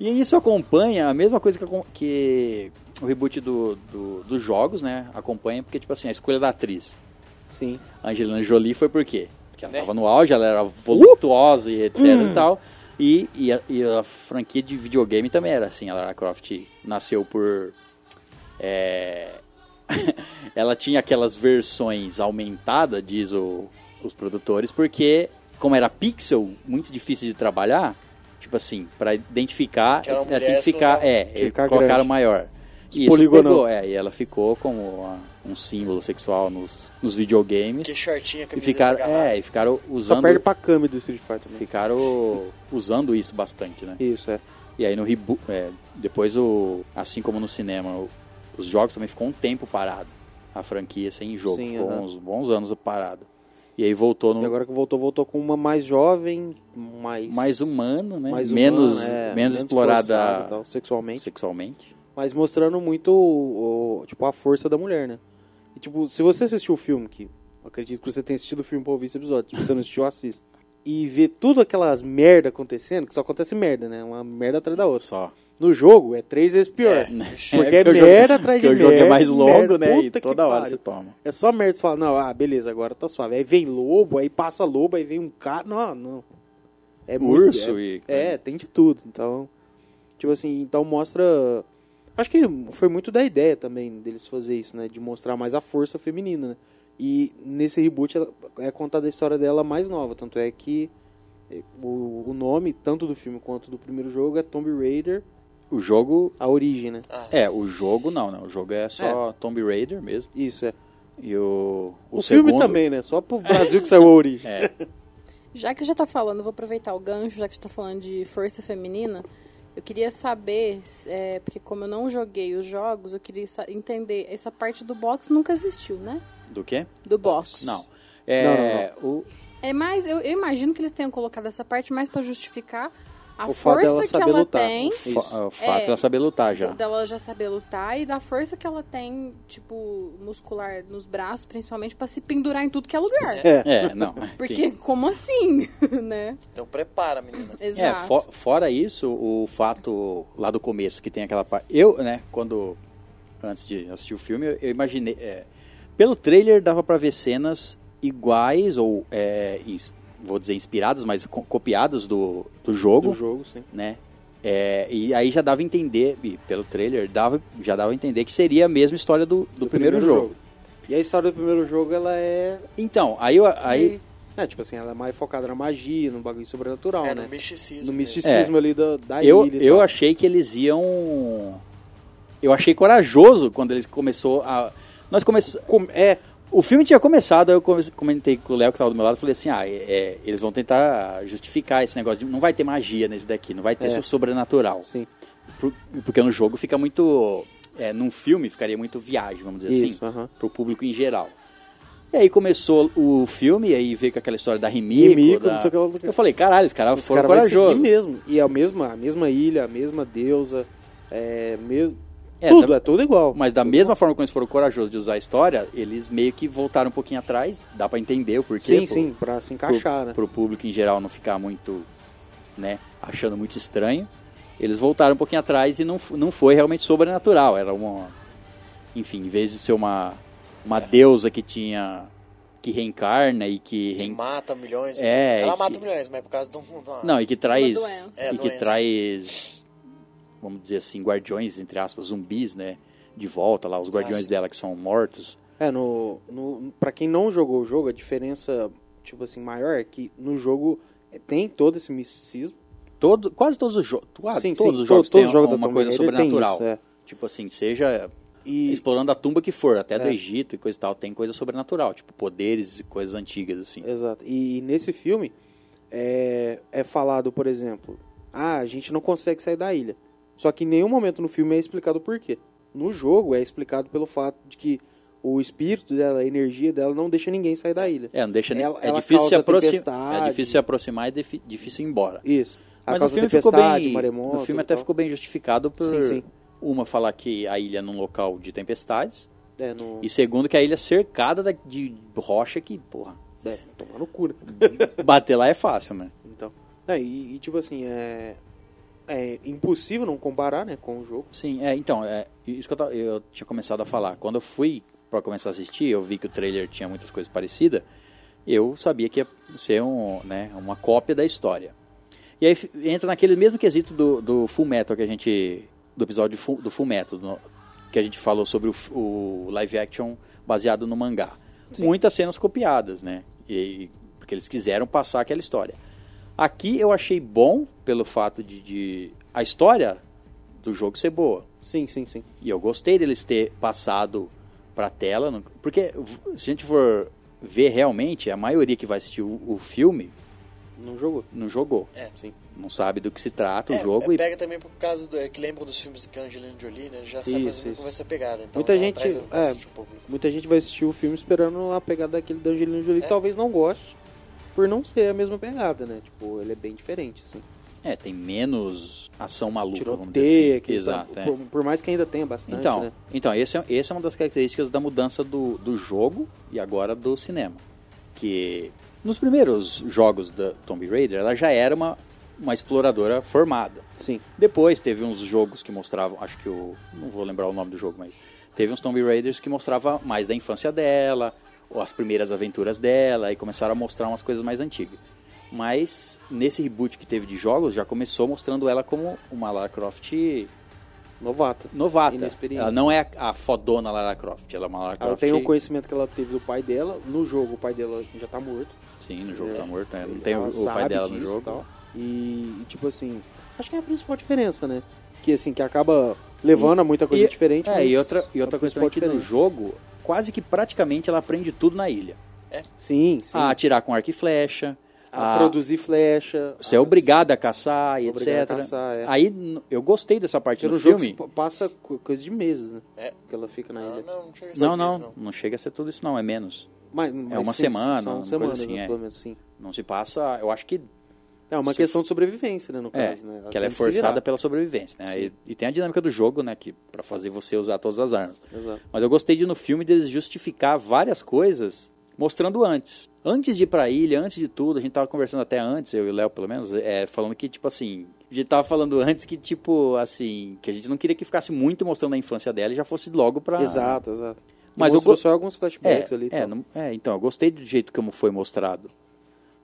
Speaker 1: E isso acompanha a mesma coisa que, acom- que o reboot do, do- dos jogos, né? Acompanha, porque, tipo assim, a escolha da atriz.
Speaker 4: Sim.
Speaker 1: A Angelina Jolie foi por quê? Porque ela
Speaker 3: Né?
Speaker 1: tava no auge, ela era voluptuosa e etc e tal. E, e a, e a franquia de videogame também era assim. A Lara Croft nasceu por... é, <laughs> ela tinha aquelas versões aumentadas, diz o- os produtores, porque como era pixel, muito difícil de trabalhar, tipo assim, pra identificar,
Speaker 3: Que era
Speaker 1: ela
Speaker 3: uma
Speaker 1: tinha
Speaker 3: mulher,
Speaker 1: que ficar,
Speaker 3: colocaram-
Speaker 1: é,
Speaker 4: Ficar
Speaker 1: colocaram
Speaker 4: grande.
Speaker 1: maior. E isso
Speaker 4: poligonal.
Speaker 1: pegou, é, e ela ficou como uma- um símbolo sexual nos, nos videogames.
Speaker 3: Que shortinha,
Speaker 1: E
Speaker 3: camiseta
Speaker 1: ficaram,
Speaker 3: agarrada.
Speaker 1: é, e ficaram
Speaker 4: Só perde
Speaker 1: usando,
Speaker 4: pra Kami do Street Fighter. Né?
Speaker 1: ficaram usando isso bastante, né?
Speaker 4: Isso, é.
Speaker 1: E aí no reboot, é, depois o, assim como no cinema, o- os jogos também ficou um tempo parado. A franquia sem jogo,
Speaker 4: Sim,
Speaker 1: ficou
Speaker 4: aham.
Speaker 1: uns bons anos parado. E aí voltou no
Speaker 4: E agora que voltou, voltou com uma mais jovem, mais...
Speaker 1: mais humano, né?
Speaker 4: mais
Speaker 1: menos
Speaker 4: humana, é,
Speaker 1: menos, explorada
Speaker 4: forçada e tal, sexualmente.
Speaker 1: sexualmente.
Speaker 4: mas mostrando muito o- o- tipo a força da mulher, né? E, tipo, se você assistiu o filme, que eu acredito que você tenha assistido o filme pra ouvir esse episódio, se você não assistiu, assista. E ver tudo aquelas merda acontecendo, que só acontece merda, né? Uma merda atrás da outra.
Speaker 1: Só.
Speaker 4: No jogo é três vezes pior. <laughs> Porque é
Speaker 1: que né? o jogo- <laughs>
Speaker 4: merda atrás de
Speaker 1: que o
Speaker 4: merda.
Speaker 1: jogo é mais longo,
Speaker 4: merda.
Speaker 1: né? E
Speaker 4: Puta que
Speaker 1: toda hora você
Speaker 4: pariu.
Speaker 1: toma.
Speaker 4: É só merda, você fala, não, ah, beleza, agora tá suave. Aí vem lobo, aí passa lobo, aí vem um cara. Não, não. É
Speaker 1: Urso
Speaker 4: é,
Speaker 1: e-
Speaker 4: É, tem de tudo. Então. Tipo assim, então mostra. Acho que foi muito da ideia também deles fazer isso, né? De mostrar mais a força feminina, né? E nesse reboot ela- é contada a história dela mais nova. Tanto é que eh, o, o nome, tanto do filme quanto do primeiro jogo, é Tomb Raider,
Speaker 1: O jogo
Speaker 4: a origem, né?
Speaker 3: Ah,
Speaker 1: é, o jogo não, não. O jogo é só Tomb Raider mesmo.
Speaker 4: Isso, é.
Speaker 1: E o
Speaker 4: O, filme
Speaker 1: segundo-
Speaker 4: também, né? Só pro Brasil que saiu a origem.
Speaker 1: É.
Speaker 5: Já que você já tá falando, vou aproveitar o gancho, já que você tá falando de força feminina, eu queria saber, é, porque como eu não joguei os jogos, eu queria sa- entender, essa parte do box nunca existiu, né?
Speaker 1: do quê?
Speaker 5: Do box.
Speaker 1: Não. <laughs> É, o
Speaker 5: É mais, eu, eu imagino que eles tenham colocado essa parte mais pra justificar a
Speaker 4: O fato dela
Speaker 5: força que
Speaker 4: saber
Speaker 5: ela
Speaker 4: lutar.
Speaker 5: tem,
Speaker 1: fa-
Speaker 4: Isso.
Speaker 1: o fato
Speaker 5: É.
Speaker 1: é ela saber lutar já.
Speaker 5: dela já saber lutar e da força que ela tem, tipo, muscular nos braços, principalmente pra se pendurar em tudo que é lugar.
Speaker 1: É, não.
Speaker 5: Porque como assim, <laughs> né?
Speaker 3: Então prepara, menina.
Speaker 5: Exato.
Speaker 1: É, fo- fora isso, o fato lá do começo, que tem aquela parte. Eu, né, quando. Antes de assistir o filme, eu, eu imaginei. é, pelo trailer dava pra ver cenas iguais, ou. é, ins- vou dizer inspiradas, mas co- copiadas do, do jogo,
Speaker 4: Do jogo, sim.
Speaker 1: né? É, e aí já dava a entender, e pelo trailer, dava, já dava a entender que seria a mesma história do, do, primeiro, jogo.
Speaker 4: E a história do primeiro jogo, ela é.
Speaker 1: Então, aí, eu- aí
Speaker 4: É, tipo assim, ela é mais focada na magia, no bagulho sobrenatural,
Speaker 3: É, no
Speaker 4: né?
Speaker 3: misticismo.
Speaker 4: No
Speaker 3: mesmo.
Speaker 4: misticismo ali da, da
Speaker 1: É. eu,
Speaker 4: ilha. e
Speaker 1: eu
Speaker 4: tal.
Speaker 1: achei que eles iam. Eu achei corajoso quando eles começou a. Nós começamos.
Speaker 4: Com- É,
Speaker 1: O filme tinha começado, aí eu come- comentei com o Léo que tava do meu lado, falei assim, ah, é- é, eles vão tentar justificar esse negócio, de, não vai ter magia nesse daqui, não vai ter
Speaker 4: É.
Speaker 1: so- sobrenatural.
Speaker 4: Sim.
Speaker 1: Por- porque no jogo fica muito, é, num filme ficaria muito viagem, vamos dizer
Speaker 4: Isso,
Speaker 1: assim,
Speaker 4: aham.
Speaker 1: pro público em geral. E aí começou o filme, e aí veio com aquela história da Rimico,
Speaker 4: Rimico,
Speaker 1: da-
Speaker 4: não sei o que lá.
Speaker 1: eu falei, caralho, os caras
Speaker 4: Esse
Speaker 1: foram
Speaker 4: cara vai seguir
Speaker 1: corajosos.
Speaker 4: mesmo. E é a mesma, a mesma ilha, a mesma deusa, é mesmo.
Speaker 1: É,
Speaker 4: tudo,
Speaker 1: da-
Speaker 4: é tudo igual.
Speaker 1: Mas da mesma forma como eles foram corajosos de usar a história, eles meio que voltaram um pouquinho atrás, dá pra entender o porquê.
Speaker 4: Sim,
Speaker 1: pô.
Speaker 4: sim, pra
Speaker 1: pro,
Speaker 4: se encaixar, né?
Speaker 1: pro público em geral não ficar muito, né, achando muito estranho. Eles voltaram um pouquinho atrás e não, f- não foi realmente sobrenatural. Era uma. Enfim, em vez de ser uma, uma
Speaker 3: É.
Speaker 1: deusa que tinha. que reencarna e que.
Speaker 3: Que
Speaker 1: reen-
Speaker 3: mata milhões.
Speaker 1: É,
Speaker 3: ela
Speaker 1: e
Speaker 3: mata
Speaker 1: que-
Speaker 3: milhões, mas é por causa de um. de uma-
Speaker 1: Não, e que traz.
Speaker 5: Uma doença.
Speaker 1: E
Speaker 3: É,
Speaker 1: que
Speaker 3: doença.
Speaker 1: traz. Vamos dizer assim, guardiões, entre aspas, zumbis, né? De volta lá, os guardiões
Speaker 3: sim.
Speaker 1: dela que são mortos.
Speaker 4: É, no, no, pra quem não jogou o jogo, a diferença, tipo assim, maior é que no jogo é, tem todo esse misticismo.
Speaker 1: Todo, quase todos os jogos. Todos
Speaker 4: Sim, sim,
Speaker 1: os
Speaker 4: to-
Speaker 1: jogos
Speaker 4: todos
Speaker 1: têm
Speaker 4: os jogos da
Speaker 1: uma
Speaker 4: Tomb
Speaker 1: coisa
Speaker 4: Raider tem
Speaker 1: sobrenatural.
Speaker 4: isso, é.
Speaker 1: Tipo assim, seja
Speaker 4: E
Speaker 1: explorando a tumba que for, até do
Speaker 4: É.
Speaker 1: Egito e coisa e tal, tem coisa sobrenatural, tipo poderes e coisas antigas, assim.
Speaker 4: Exato. E, e nesse filme é, é falado, por exemplo, ah, a gente não consegue sair da ilha. Só que em nenhum momento no filme é explicado por quê. No jogo é explicado pelo fato de que o espírito dela, a energia dela, não deixa ninguém sair da ilha.
Speaker 1: É, não deixa nem.
Speaker 4: Ela-
Speaker 1: É
Speaker 4: ela
Speaker 1: difícil, se
Speaker 4: causa
Speaker 1: aproximar,
Speaker 4: tempestade.
Speaker 1: é difícil se aproximar e defi- difícil ir embora.
Speaker 4: Isso. A
Speaker 1: Mas
Speaker 4: causa
Speaker 1: no
Speaker 4: da
Speaker 1: filme, ficou
Speaker 4: tempestade,
Speaker 1: bem,
Speaker 4: maremoto.
Speaker 1: no filme
Speaker 4: e
Speaker 1: até
Speaker 4: tal.
Speaker 1: ficou bem justificado por
Speaker 4: Sim, sim.
Speaker 1: uma falar que a ilha é num local de tempestades
Speaker 4: É, no...
Speaker 1: e segundo que a ilha é cercada da- de rocha que, porra,
Speaker 4: é, tomar no cu, né?
Speaker 1: bater lá é fácil, né?
Speaker 4: Então. É, e, e, tipo assim, é... É impossível não comparar, né, com o jogo.
Speaker 1: Sim, é, então, é isso que eu, tava- eu tinha começado a falar. Quando eu fui pra começar a assistir, eu vi que o trailer tinha muitas coisas parecidas. Eu sabia que ia ser um, né, uma cópia da história. E aí f- entra naquele mesmo quesito do, do Full Metal que a gente. do episódio fu- do Full Metal, do- que a gente falou sobre o, f- o live action baseado no mangá. Muitas cenas copiadas, né? E, porque eles quiseram passar aquela história. Aqui eu achei bom pelo fato de- de a história do jogo ser boa.
Speaker 4: Sim, sim, sim.
Speaker 1: E eu gostei deles ter passado pra tela, no- porque v- se a gente for ver realmente, a maioria que vai assistir o, o filme
Speaker 4: Não jogou.
Speaker 1: não jogou.
Speaker 3: É.
Speaker 4: Sim.
Speaker 1: Não sabe do que se trata
Speaker 3: É,
Speaker 1: o jogo
Speaker 3: é,
Speaker 1: e
Speaker 3: Pega também por causa do. É, que lembra dos filmes que a Angelina Jolie, né? Já sabe mais
Speaker 4: Isso,
Speaker 3: ou menos
Speaker 4: isso.
Speaker 3: como vai ser pegada. Então
Speaker 4: Muita
Speaker 3: já
Speaker 4: gente,
Speaker 3: traz o
Speaker 4: é.
Speaker 3: bastante público.
Speaker 4: Muita gente vai assistir o filme esperando a pegada daquele da Angelina
Speaker 3: É.
Speaker 4: Jolie, que talvez não goste, por não ser a mesma pegada, né? Tipo, ele é bem diferente, assim.
Speaker 1: é, tem menos ação maluca, vamos dizer
Speaker 4: Tiroteia,
Speaker 1: assim.
Speaker 4: que
Speaker 1: Exato, é.
Speaker 4: por, por mais que ainda tenha bastante,
Speaker 1: Então,
Speaker 4: né?
Speaker 1: então esse é, esse é uma das características da mudança do, do jogo e agora do cinema. Que nos primeiros jogos da Tomb Raider, ela já era uma, uma exploradora formada.
Speaker 4: Sim.
Speaker 1: Depois teve uns jogos que mostravam, acho que o. Não vou lembrar o nome do jogo, mas. Teve uns Tomb Raiders que mostrava mais da infância dela, ou as primeiras aventuras dela, e começaram a mostrar umas coisas mais antigas. Mas nesse reboot que teve de jogos, já começou mostrando ela como uma Lara Croft
Speaker 4: Novata.
Speaker 1: novata.
Speaker 4: Inexperiente.
Speaker 1: Ela não é a, a fodona Lara Croft, ela é uma Lara
Speaker 4: Ela
Speaker 1: Croft.
Speaker 4: tem um o conhecimento que ela teve do pai dela. No jogo, o pai dela já tá morto.
Speaker 1: Sim, no jogo
Speaker 4: É.
Speaker 1: tá morto, né? Não
Speaker 4: Ele-
Speaker 1: tem o,
Speaker 4: ela
Speaker 1: o pai
Speaker 4: sabe
Speaker 1: dela no
Speaker 4: disso e
Speaker 1: jogo.
Speaker 4: tal. E, e, tipo assim, acho que é a principal diferença, né? Que assim, que acaba levando a muita coisa
Speaker 1: e-
Speaker 4: diferente.
Speaker 1: É,
Speaker 4: mas
Speaker 1: e outra, e outra
Speaker 4: a
Speaker 1: coisa
Speaker 4: principal
Speaker 1: também é que no
Speaker 4: diferença.
Speaker 1: jogo, quase que praticamente ela aprende tudo na ilha.
Speaker 4: Sim, sim.
Speaker 1: a atirar com arco e flecha,
Speaker 4: a,
Speaker 1: a-
Speaker 4: produzir flecha.
Speaker 1: ah, você é
Speaker 4: a-
Speaker 1: obrigado a caçar e etc.
Speaker 4: Obrigado a caçar, é.
Speaker 1: Aí n- eu gostei dessa parte
Speaker 4: Porque
Speaker 1: do
Speaker 4: no
Speaker 1: filme.
Speaker 4: jogo se passa co- coisa de meses, né?
Speaker 3: É.
Speaker 4: Que ela fica na
Speaker 3: Não,
Speaker 4: ilha.
Speaker 3: não, não chega a ser
Speaker 1: Não,
Speaker 3: isso,
Speaker 1: não, não, chega a ser tudo isso não, é menos.
Speaker 4: Mas, mas
Speaker 1: uma
Speaker 4: sim,
Speaker 1: semana,
Speaker 4: são
Speaker 1: uma coisa
Speaker 4: semanas,
Speaker 1: assim,
Speaker 4: né,
Speaker 1: é.
Speaker 4: pelo menos, sim.
Speaker 1: Não se passa, eu acho que
Speaker 4: É uma
Speaker 1: Se-
Speaker 4: questão de sobrevivência, né, no
Speaker 1: é,
Speaker 4: caso, né?
Speaker 1: que ela é
Speaker 4: tem se virar.
Speaker 1: forçada pela sobrevivência, né? E, e tem a dinâmica do jogo, né, que para fazer você usar todas as armas.
Speaker 4: Exato.
Speaker 1: Mas eu gostei de no filme deles justificar várias coisas mostrando antes. Antes de ir pra ilha, antes de tudo, a gente tava conversando até antes, eu e o Léo pelo menos, é, falando que, tipo assim, a gente tava falando antes que, tipo, assim, que a gente não queria que ficasse muito mostrando a infância dela e já fosse logo pra.
Speaker 4: Exato, exato. E
Speaker 1: Mas eu
Speaker 4: mostrou
Speaker 1: go-
Speaker 4: só alguns
Speaker 1: É,
Speaker 4: flashbacks ali. e
Speaker 1: é,
Speaker 4: tal.
Speaker 1: não- é, então, eu gostei do jeito como foi mostrado.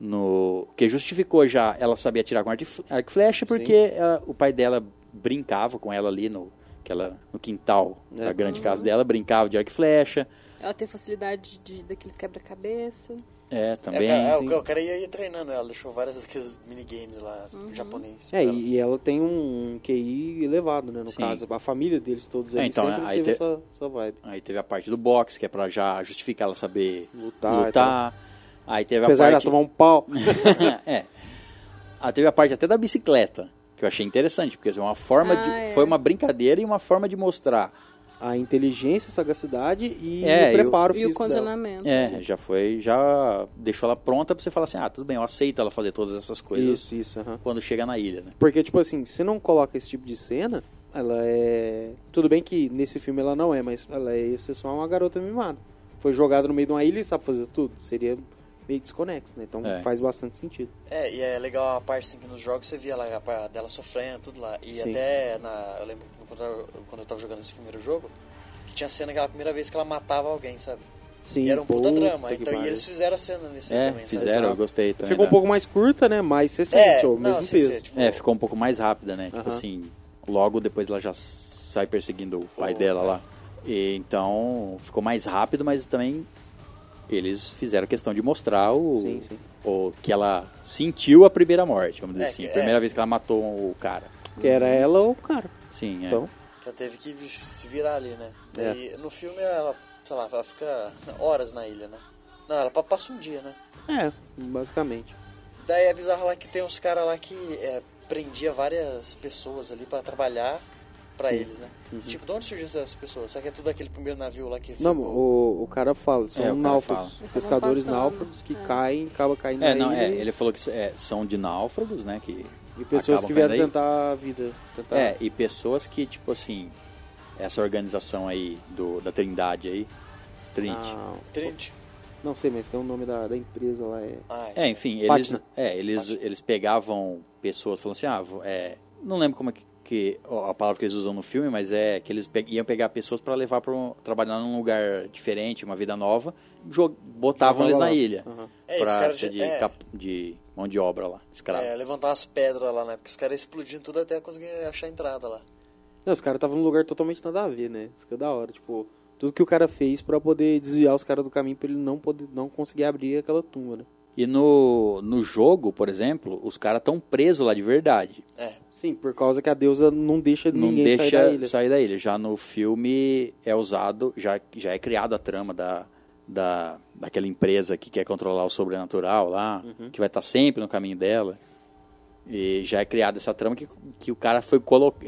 Speaker 1: No, que justificou já ela sabia atirar com arco e fle- arco e flecha, porque ela- o pai dela brincava com ela ali no, que ela- no quintal
Speaker 4: É.
Speaker 1: da grande casa dela, brincava de arco e flecha.
Speaker 5: Ela tem facilidade de, daqueles quebra-cabeça.
Speaker 1: É,
Speaker 3: É, o
Speaker 1: também.
Speaker 3: cara, é, o
Speaker 1: sim.
Speaker 3: ca- o cara ia, ia treinando ela, deixou várias aqueles minigames lá,
Speaker 1: Uhum.
Speaker 3: japonês.
Speaker 4: É, e e ela tem um QI elevado, né? No
Speaker 1: Sim.
Speaker 4: caso, a família deles todos
Speaker 1: É,
Speaker 4: ali
Speaker 1: então,
Speaker 4: sempre
Speaker 1: aí te-
Speaker 4: teve essa, essa vibe.
Speaker 1: Aí teve a parte do boxe, que é pra já justificar ela saber
Speaker 4: Lutar
Speaker 1: lutar.
Speaker 4: e tal.
Speaker 1: Aí teve a
Speaker 4: Apesar dela
Speaker 1: parte.
Speaker 4: tomar um pau.
Speaker 1: <laughs> é. Ah, teve a parte até da bicicleta, que eu achei interessante, porque assim, uma forma de-
Speaker 5: Ah, é.
Speaker 1: foi uma brincadeira e uma forma de mostrar.
Speaker 4: A inteligência, a sagacidade e
Speaker 1: É, e
Speaker 4: o
Speaker 1: o-
Speaker 4: preparo
Speaker 5: E o
Speaker 4: físico dela.
Speaker 5: condicionamento.
Speaker 1: É, já foi, já deixou ela pronta pra você falar assim: "Ah, tudo bem, eu aceito ela fazer todas essas coisas
Speaker 4: Isso, isso, aham.
Speaker 1: quando chega na ilha, né?"
Speaker 4: Porque, tipo assim, se não coloca esse tipo de cena, ela é. Tudo bem que nesse filme ela não é, mas ela ia ser só uma garota mimada. Foi jogada no meio de uma ilha e sabe fazer tudo. Seria meio desconexo, né? Então
Speaker 1: É.
Speaker 4: faz bastante sentido.
Speaker 3: É, e é legal a parte assim, que nos jogos você via lá, a parte dela sofrendo, tudo lá. E
Speaker 4: Sim.
Speaker 3: até na. Eu lembro quando eu, tava- quando eu tava jogando esse primeiro jogo, que tinha cena que era a primeira vez que ela matava alguém, sabe?
Speaker 4: Sim,
Speaker 3: e era um puta
Speaker 4: puta
Speaker 3: drama.
Speaker 4: que
Speaker 3: Então, e
Speaker 4: pariu.
Speaker 3: eles fizeram a cena nesse aí
Speaker 1: É,
Speaker 3: também, sabe?
Speaker 1: fizeram, eu gostei também.
Speaker 4: Ficou um
Speaker 1: da-
Speaker 4: pouco mais curta, né? Mas você sente o mesmo
Speaker 3: não, assim,
Speaker 4: peso.
Speaker 3: você, tipo,
Speaker 1: É, ficou um pouco mais rápida, né? Tipo
Speaker 4: Aham.
Speaker 1: assim, logo depois ela já sai perseguindo o pai
Speaker 3: Oh,
Speaker 1: dela lá. E, então, ficou mais rápido, mas também eles fizeram questão de mostrar o,
Speaker 4: Sim, sim.
Speaker 1: o que ela sentiu a primeira morte, vamos dizer
Speaker 3: É,
Speaker 1: assim.
Speaker 3: que-
Speaker 1: A primeira
Speaker 3: é.
Speaker 1: vez que ela matou o cara.
Speaker 4: Que
Speaker 3: Uhum.
Speaker 4: era ela ou o cara.
Speaker 1: Sim, é.
Speaker 4: Então,
Speaker 3: Ela teve que se virar ali, né?
Speaker 4: É.
Speaker 3: E no filme ela, sei lá, ela fica horas na ilha, né? Não, ela pa- passa um dia, né?
Speaker 4: é, basicamente.
Speaker 3: Daí é bizarro lá que tem uns caras lá que é, prendia várias pessoas ali pra trabalhar pra eles, né?
Speaker 1: Uhum.
Speaker 3: Tipo, de onde surgiu essas pessoas? Será que é tudo aquele primeiro navio lá que
Speaker 4: Não,
Speaker 3: ficou?
Speaker 4: o, o cara fala, são
Speaker 1: É, o cara
Speaker 4: náufragos.
Speaker 1: fala.
Speaker 5: Eles estavam
Speaker 4: Pescadores
Speaker 5: passando.
Speaker 4: náufragos que
Speaker 5: É.
Speaker 4: caem, acaba caindo
Speaker 1: É,
Speaker 4: na
Speaker 1: não,
Speaker 4: ilha
Speaker 1: é,
Speaker 4: e-
Speaker 1: ele falou que é, são de náufragos, né? Que
Speaker 4: e pessoas
Speaker 1: acabam
Speaker 4: que vieram
Speaker 1: caindo aí.
Speaker 4: tentar a vida. Tentar...
Speaker 1: É, e pessoas que, tipo assim, essa organização aí do, da Trindade aí, Trinity.
Speaker 4: Ah,
Speaker 3: Trinity.
Speaker 4: não sei, mas tem o nome da, da empresa lá. É...
Speaker 3: Ah,
Speaker 1: É,
Speaker 3: sim.
Speaker 1: enfim, eles,
Speaker 4: Pátina.
Speaker 1: é, eles,
Speaker 3: Pátina.
Speaker 1: eles pegavam pessoas, falando assim, ah, vo- é, não lembro como é que, que- a palavra que eles usam no filme, mas é que eles pe- iam pegar pessoas para levar para trabalhar num lugar diferente, uma vida nova, jo- botavam eles na
Speaker 4: lá.
Speaker 1: ilha
Speaker 4: Aham.
Speaker 3: É, os
Speaker 1: para
Speaker 3: caras
Speaker 1: ser
Speaker 3: já-
Speaker 1: de,
Speaker 3: é.
Speaker 1: cap- de mão de obra lá, escravo.
Speaker 3: É, levantar as pedras lá, né? Porque os caras explodiam tudo até conseguir achar a entrada lá.
Speaker 4: Não, os caras estavam num lugar totalmente nada a ver, né? Isso que é da hora, tipo... Tudo que o cara fez pra poder desviar os caras do caminho pra ele não, poder, não conseguir abrir aquela tumba, né?
Speaker 1: E no, no jogo, por exemplo, os caras estão presos lá de verdade,
Speaker 3: É.
Speaker 4: Sim, por causa que a deusa não deixa
Speaker 1: não
Speaker 4: ninguém
Speaker 1: deixa
Speaker 4: sair da ilha.
Speaker 1: Já no filme é usado, já, já é criada a trama da, da, daquela empresa que quer controlar o sobrenatural lá,
Speaker 4: Uhum.
Speaker 1: que vai estar sempre no caminho dela. E já é criada essa trama que, que o cara foi colocado.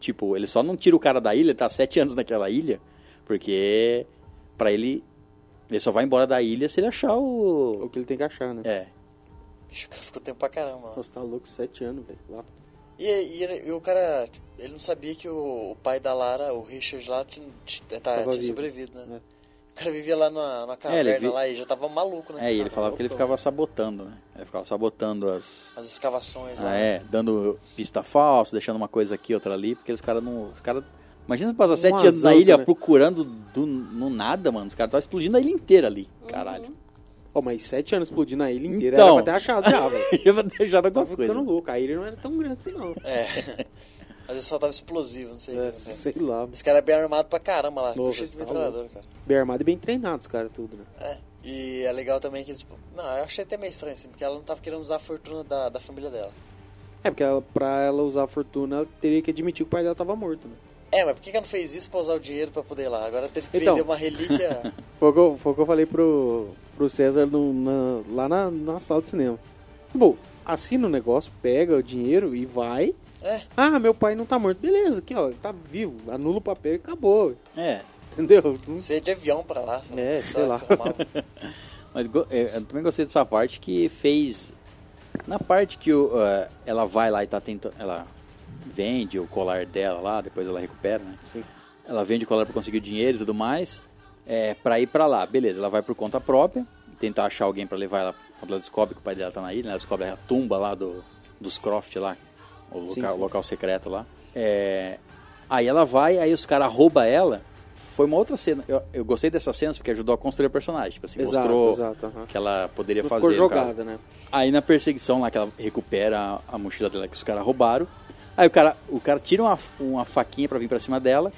Speaker 1: tipo, ele só não tira o cara da ilha, tá sete anos naquela ilha, porque pra ele. Ele só vai embora da ilha se ele achar
Speaker 4: O
Speaker 1: o.
Speaker 4: que ele tem que achar, né?
Speaker 1: É.
Speaker 3: Ixi, o cara ficou tempo pra caramba lá.
Speaker 4: Nossa, tá louco, sete anos, velho. Lá.
Speaker 3: E, e- e o cara, ele não sabia que o, o pai da Lara, o Richard lá, tinha, tinha- tá-
Speaker 4: Tava
Speaker 3: tinha
Speaker 4: vivo.
Speaker 3: sobrevivido, né?
Speaker 4: É.
Speaker 3: O cara vivia lá na,
Speaker 1: É,
Speaker 3: na
Speaker 1: ele
Speaker 3: caverna
Speaker 1: vi-
Speaker 3: lá e já tava maluco, né?
Speaker 1: É, e ele falava que ele ficava sabotando, né? Ele ficava sabotando as,
Speaker 3: As escavações lá.
Speaker 1: Ah, é, dando pista falsa, deixando uma coisa aqui, outra ali, porque os caras não. Os cara... Imagina você passar sete anos na
Speaker 4: Um azul, né?
Speaker 1: ilha
Speaker 4: cara.
Speaker 1: procurando do, no nada, mano. Os caras estavam explodindo a ilha inteira ali. Caralho. <laughs>
Speaker 4: Ó, mas sete anos explodindo a ilha inteira
Speaker 1: Então.
Speaker 4: era pra ter achado já, velho.
Speaker 1: <laughs> Já vou deixar
Speaker 4: Tava
Speaker 1: alguma
Speaker 4: ficando
Speaker 1: coisa.
Speaker 4: louco, a ilha não era tão grande assim, não.
Speaker 3: É. <laughs> Às vezes faltava explosivo, não sei o que.
Speaker 4: É,
Speaker 3: né?
Speaker 4: sei lá.
Speaker 3: Esse cara é bem armado pra caramba lá. Tô
Speaker 4: Nossa,
Speaker 3: cheio de
Speaker 4: tá
Speaker 3: metralhadora, cara.
Speaker 4: Bem armado e bem treinado os caras tudo, né?
Speaker 3: É. E é legal também que, tipo... Não, eu achei até meio estranho, assim, porque ela não tava querendo usar a fortuna da, da família dela.
Speaker 4: É, porque ela, pra ela usar a fortuna, ela teria que admitir que o pai dela tava morto, né?
Speaker 3: É, mas por que que ela não fez isso pra usar o dinheiro pra poder ir lá? Agora teve que
Speaker 4: Então.
Speaker 3: vender uma
Speaker 4: <laughs>
Speaker 3: relíquia...
Speaker 4: Foi o que eu, foi o que eu falei pro, pro César no- na- lá na, na sala de cinema. Bom, assina o negócio, pega o dinheiro e vai.
Speaker 3: É.
Speaker 4: Ah, meu pai não tá morto. Beleza, aqui ó, ele tá vivo. Anula o papel e acabou.
Speaker 1: É,
Speaker 4: Entendeu? Não-
Speaker 3: Você ia de avião pra lá. sabe? Só-
Speaker 4: É,
Speaker 3: um-
Speaker 4: sei lá.
Speaker 3: só arrumava.
Speaker 1: mas go- é, eu também gostei dessa parte que fez. Na parte que o, ah, ela vai lá e tá tentando. Ela vende o colar dela lá, depois ela recupera, né?
Speaker 4: Sim.
Speaker 1: Ela vende o colar pra conseguir o dinheiro e tudo mais. É, pra ir pra lá. Beleza, ela vai por conta própria. Tentar achar alguém pra levar ela. Quando ela descobre que o pai dela tá na ilha, né? ela descobre a tumba lá do, dos Croft lá. O local,
Speaker 4: Sim, sim.
Speaker 1: local secreto lá. É, aí ela vai, aí os caras roubam ela. Foi uma outra cena. Eu, eu gostei dessas cenas porque ajudou a construir o personagem. Tipo assim,
Speaker 4: Exato,
Speaker 1: mostrou
Speaker 4: exato, aham.
Speaker 1: que ela poderia
Speaker 4: não
Speaker 1: fazer.
Speaker 4: ficou
Speaker 1: no caso.
Speaker 4: jogada, né?
Speaker 1: Aí na perseguição lá que ela recupera a, a mochila dela que os caras roubaram. Aí o cara, o cara tira uma, uma faquinha pra vir pra cima dela.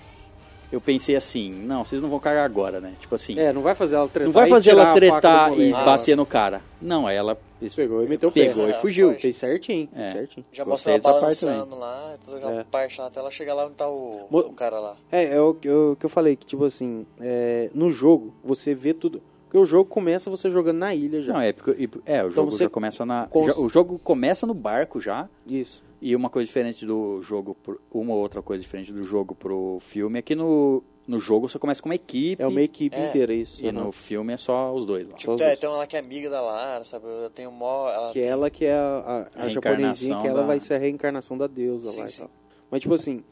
Speaker 1: eu pensei assim, não, vocês não vão cagar agora, né? Tipo assim,
Speaker 4: É, não vai fazer ela tretar.
Speaker 1: não vai
Speaker 4: e
Speaker 1: fazer
Speaker 4: tirar
Speaker 1: ela
Speaker 4: a faca do
Speaker 1: tretar e
Speaker 4: moleque.
Speaker 3: Ah,
Speaker 1: bater
Speaker 3: sim.
Speaker 1: no cara. Não, aí ela
Speaker 4: Pegou e meteu o pé.
Speaker 1: pegou e
Speaker 3: É,
Speaker 1: fugiu.
Speaker 3: foi.
Speaker 4: Fez certinho, fez
Speaker 1: É.
Speaker 4: certinho.
Speaker 3: Já
Speaker 1: Gostei
Speaker 3: mostra ela
Speaker 1: dessa parte também.
Speaker 3: balançando lá, toda aquela
Speaker 4: É.
Speaker 3: parte lá, até ela chegar lá onde tá o,
Speaker 4: Mo-
Speaker 3: o cara lá.
Speaker 4: É, é o que eu, que eu falei, que tipo assim, é, no jogo você vê tudo. Porque o jogo começa você jogando na ilha já.
Speaker 1: Não, é porque e- é, o jogo
Speaker 4: Então você
Speaker 1: já começa na
Speaker 4: cons-
Speaker 1: já- o jogo começa no barco já.
Speaker 4: Isso.
Speaker 1: E uma coisa diferente do jogo pro, uma outra coisa diferente do jogo pro filme é que no no jogo você começa com uma equipe
Speaker 4: É uma equipe
Speaker 3: É.
Speaker 4: inteira, isso. né?
Speaker 1: e
Speaker 4: aham.
Speaker 1: no filme é só os dois lá.
Speaker 3: Tipo,
Speaker 4: Todos.
Speaker 3: tem, tem uma lá que é amiga da Lara, sabe? Eu tenho mó. Ela
Speaker 4: Que
Speaker 3: tem-
Speaker 4: ela que é a, a, a japonesinha,
Speaker 1: Reencarnação
Speaker 4: que ela
Speaker 1: da-
Speaker 4: vai ser a reencarnação da deusa
Speaker 3: Sim,
Speaker 4: lá
Speaker 3: sim.
Speaker 4: e tal. Mas tipo assim,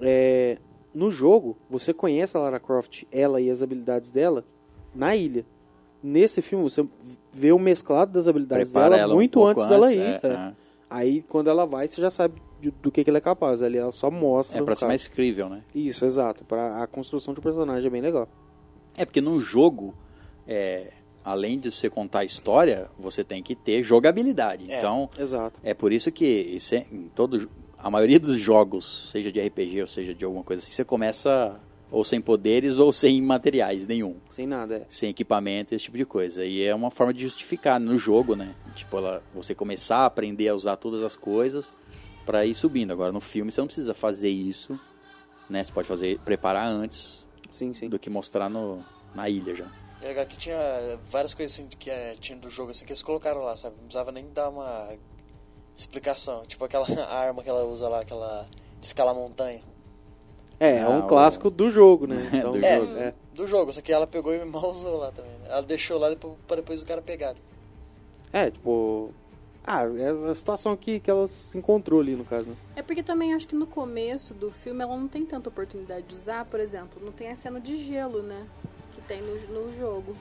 Speaker 4: é, no jogo, você conhece a Lara Croft, ela e as habilidades dela, na ilha. Nesse filme, você vê o mesclado das habilidades
Speaker 1: Prepara
Speaker 4: dela
Speaker 1: ela um
Speaker 4: muito
Speaker 1: pouco
Speaker 4: antes dela ir, tá?
Speaker 1: é,
Speaker 4: cara. Aí quando ela vai, você já sabe de- do que, que ela é capaz. Ali ela só
Speaker 1: É,
Speaker 4: mostra.
Speaker 1: é
Speaker 4: o
Speaker 1: pra ser
Speaker 4: cara.
Speaker 1: mais crível, né?
Speaker 4: Isso, exato. Pra, a construção de personagem é bem legal.
Speaker 1: É porque num jogo, é, além de você contar a história, você tem que ter jogabilidade.
Speaker 3: É.
Speaker 1: Então,
Speaker 4: Exato.
Speaker 1: é por isso que esse- é, em todo, a maioria dos jogos, seja de RPG ou seja de alguma coisa assim, você começa ou sem poderes ou sem materiais nenhum.
Speaker 4: Sem nada, é.
Speaker 1: Sem equipamento, esse tipo de coisa. E é uma forma de justificar no jogo, né? Tipo, ela- você começar a aprender a usar todas as coisas pra ir subindo. Agora, no filme, você não precisa fazer isso, né? Você pode fazer, preparar antes
Speaker 4: Sim, sim.
Speaker 1: do que mostrar no, na ilha já.
Speaker 3: É legal que tinha várias coisas assim que eh, tinha do jogo assim que eles colocaram lá, sabe? Não precisava nem dar uma explicação. Tipo aquela <laughs> arma que ela usa lá, aquela de escalar montanha.
Speaker 4: É, é
Speaker 1: Ah,
Speaker 4: um
Speaker 1: o-
Speaker 4: clássico do jogo, né?
Speaker 1: <laughs> É,
Speaker 4: Então,
Speaker 1: do
Speaker 4: é,
Speaker 1: jogo.
Speaker 4: é.
Speaker 3: Do jogo, só que ela pegou <laughs> e mal usou lá também. né? Ela deixou lá depois, pra depois o cara pegar.
Speaker 4: É, tipo. Ah, é a situação que, que ela se encontrou ali, no caso, né?
Speaker 5: É porque também acho que no começo do filme ela não tem tanta oportunidade de usar, por exemplo, não tem a cena de gelo, né? Que tem no, no jogo.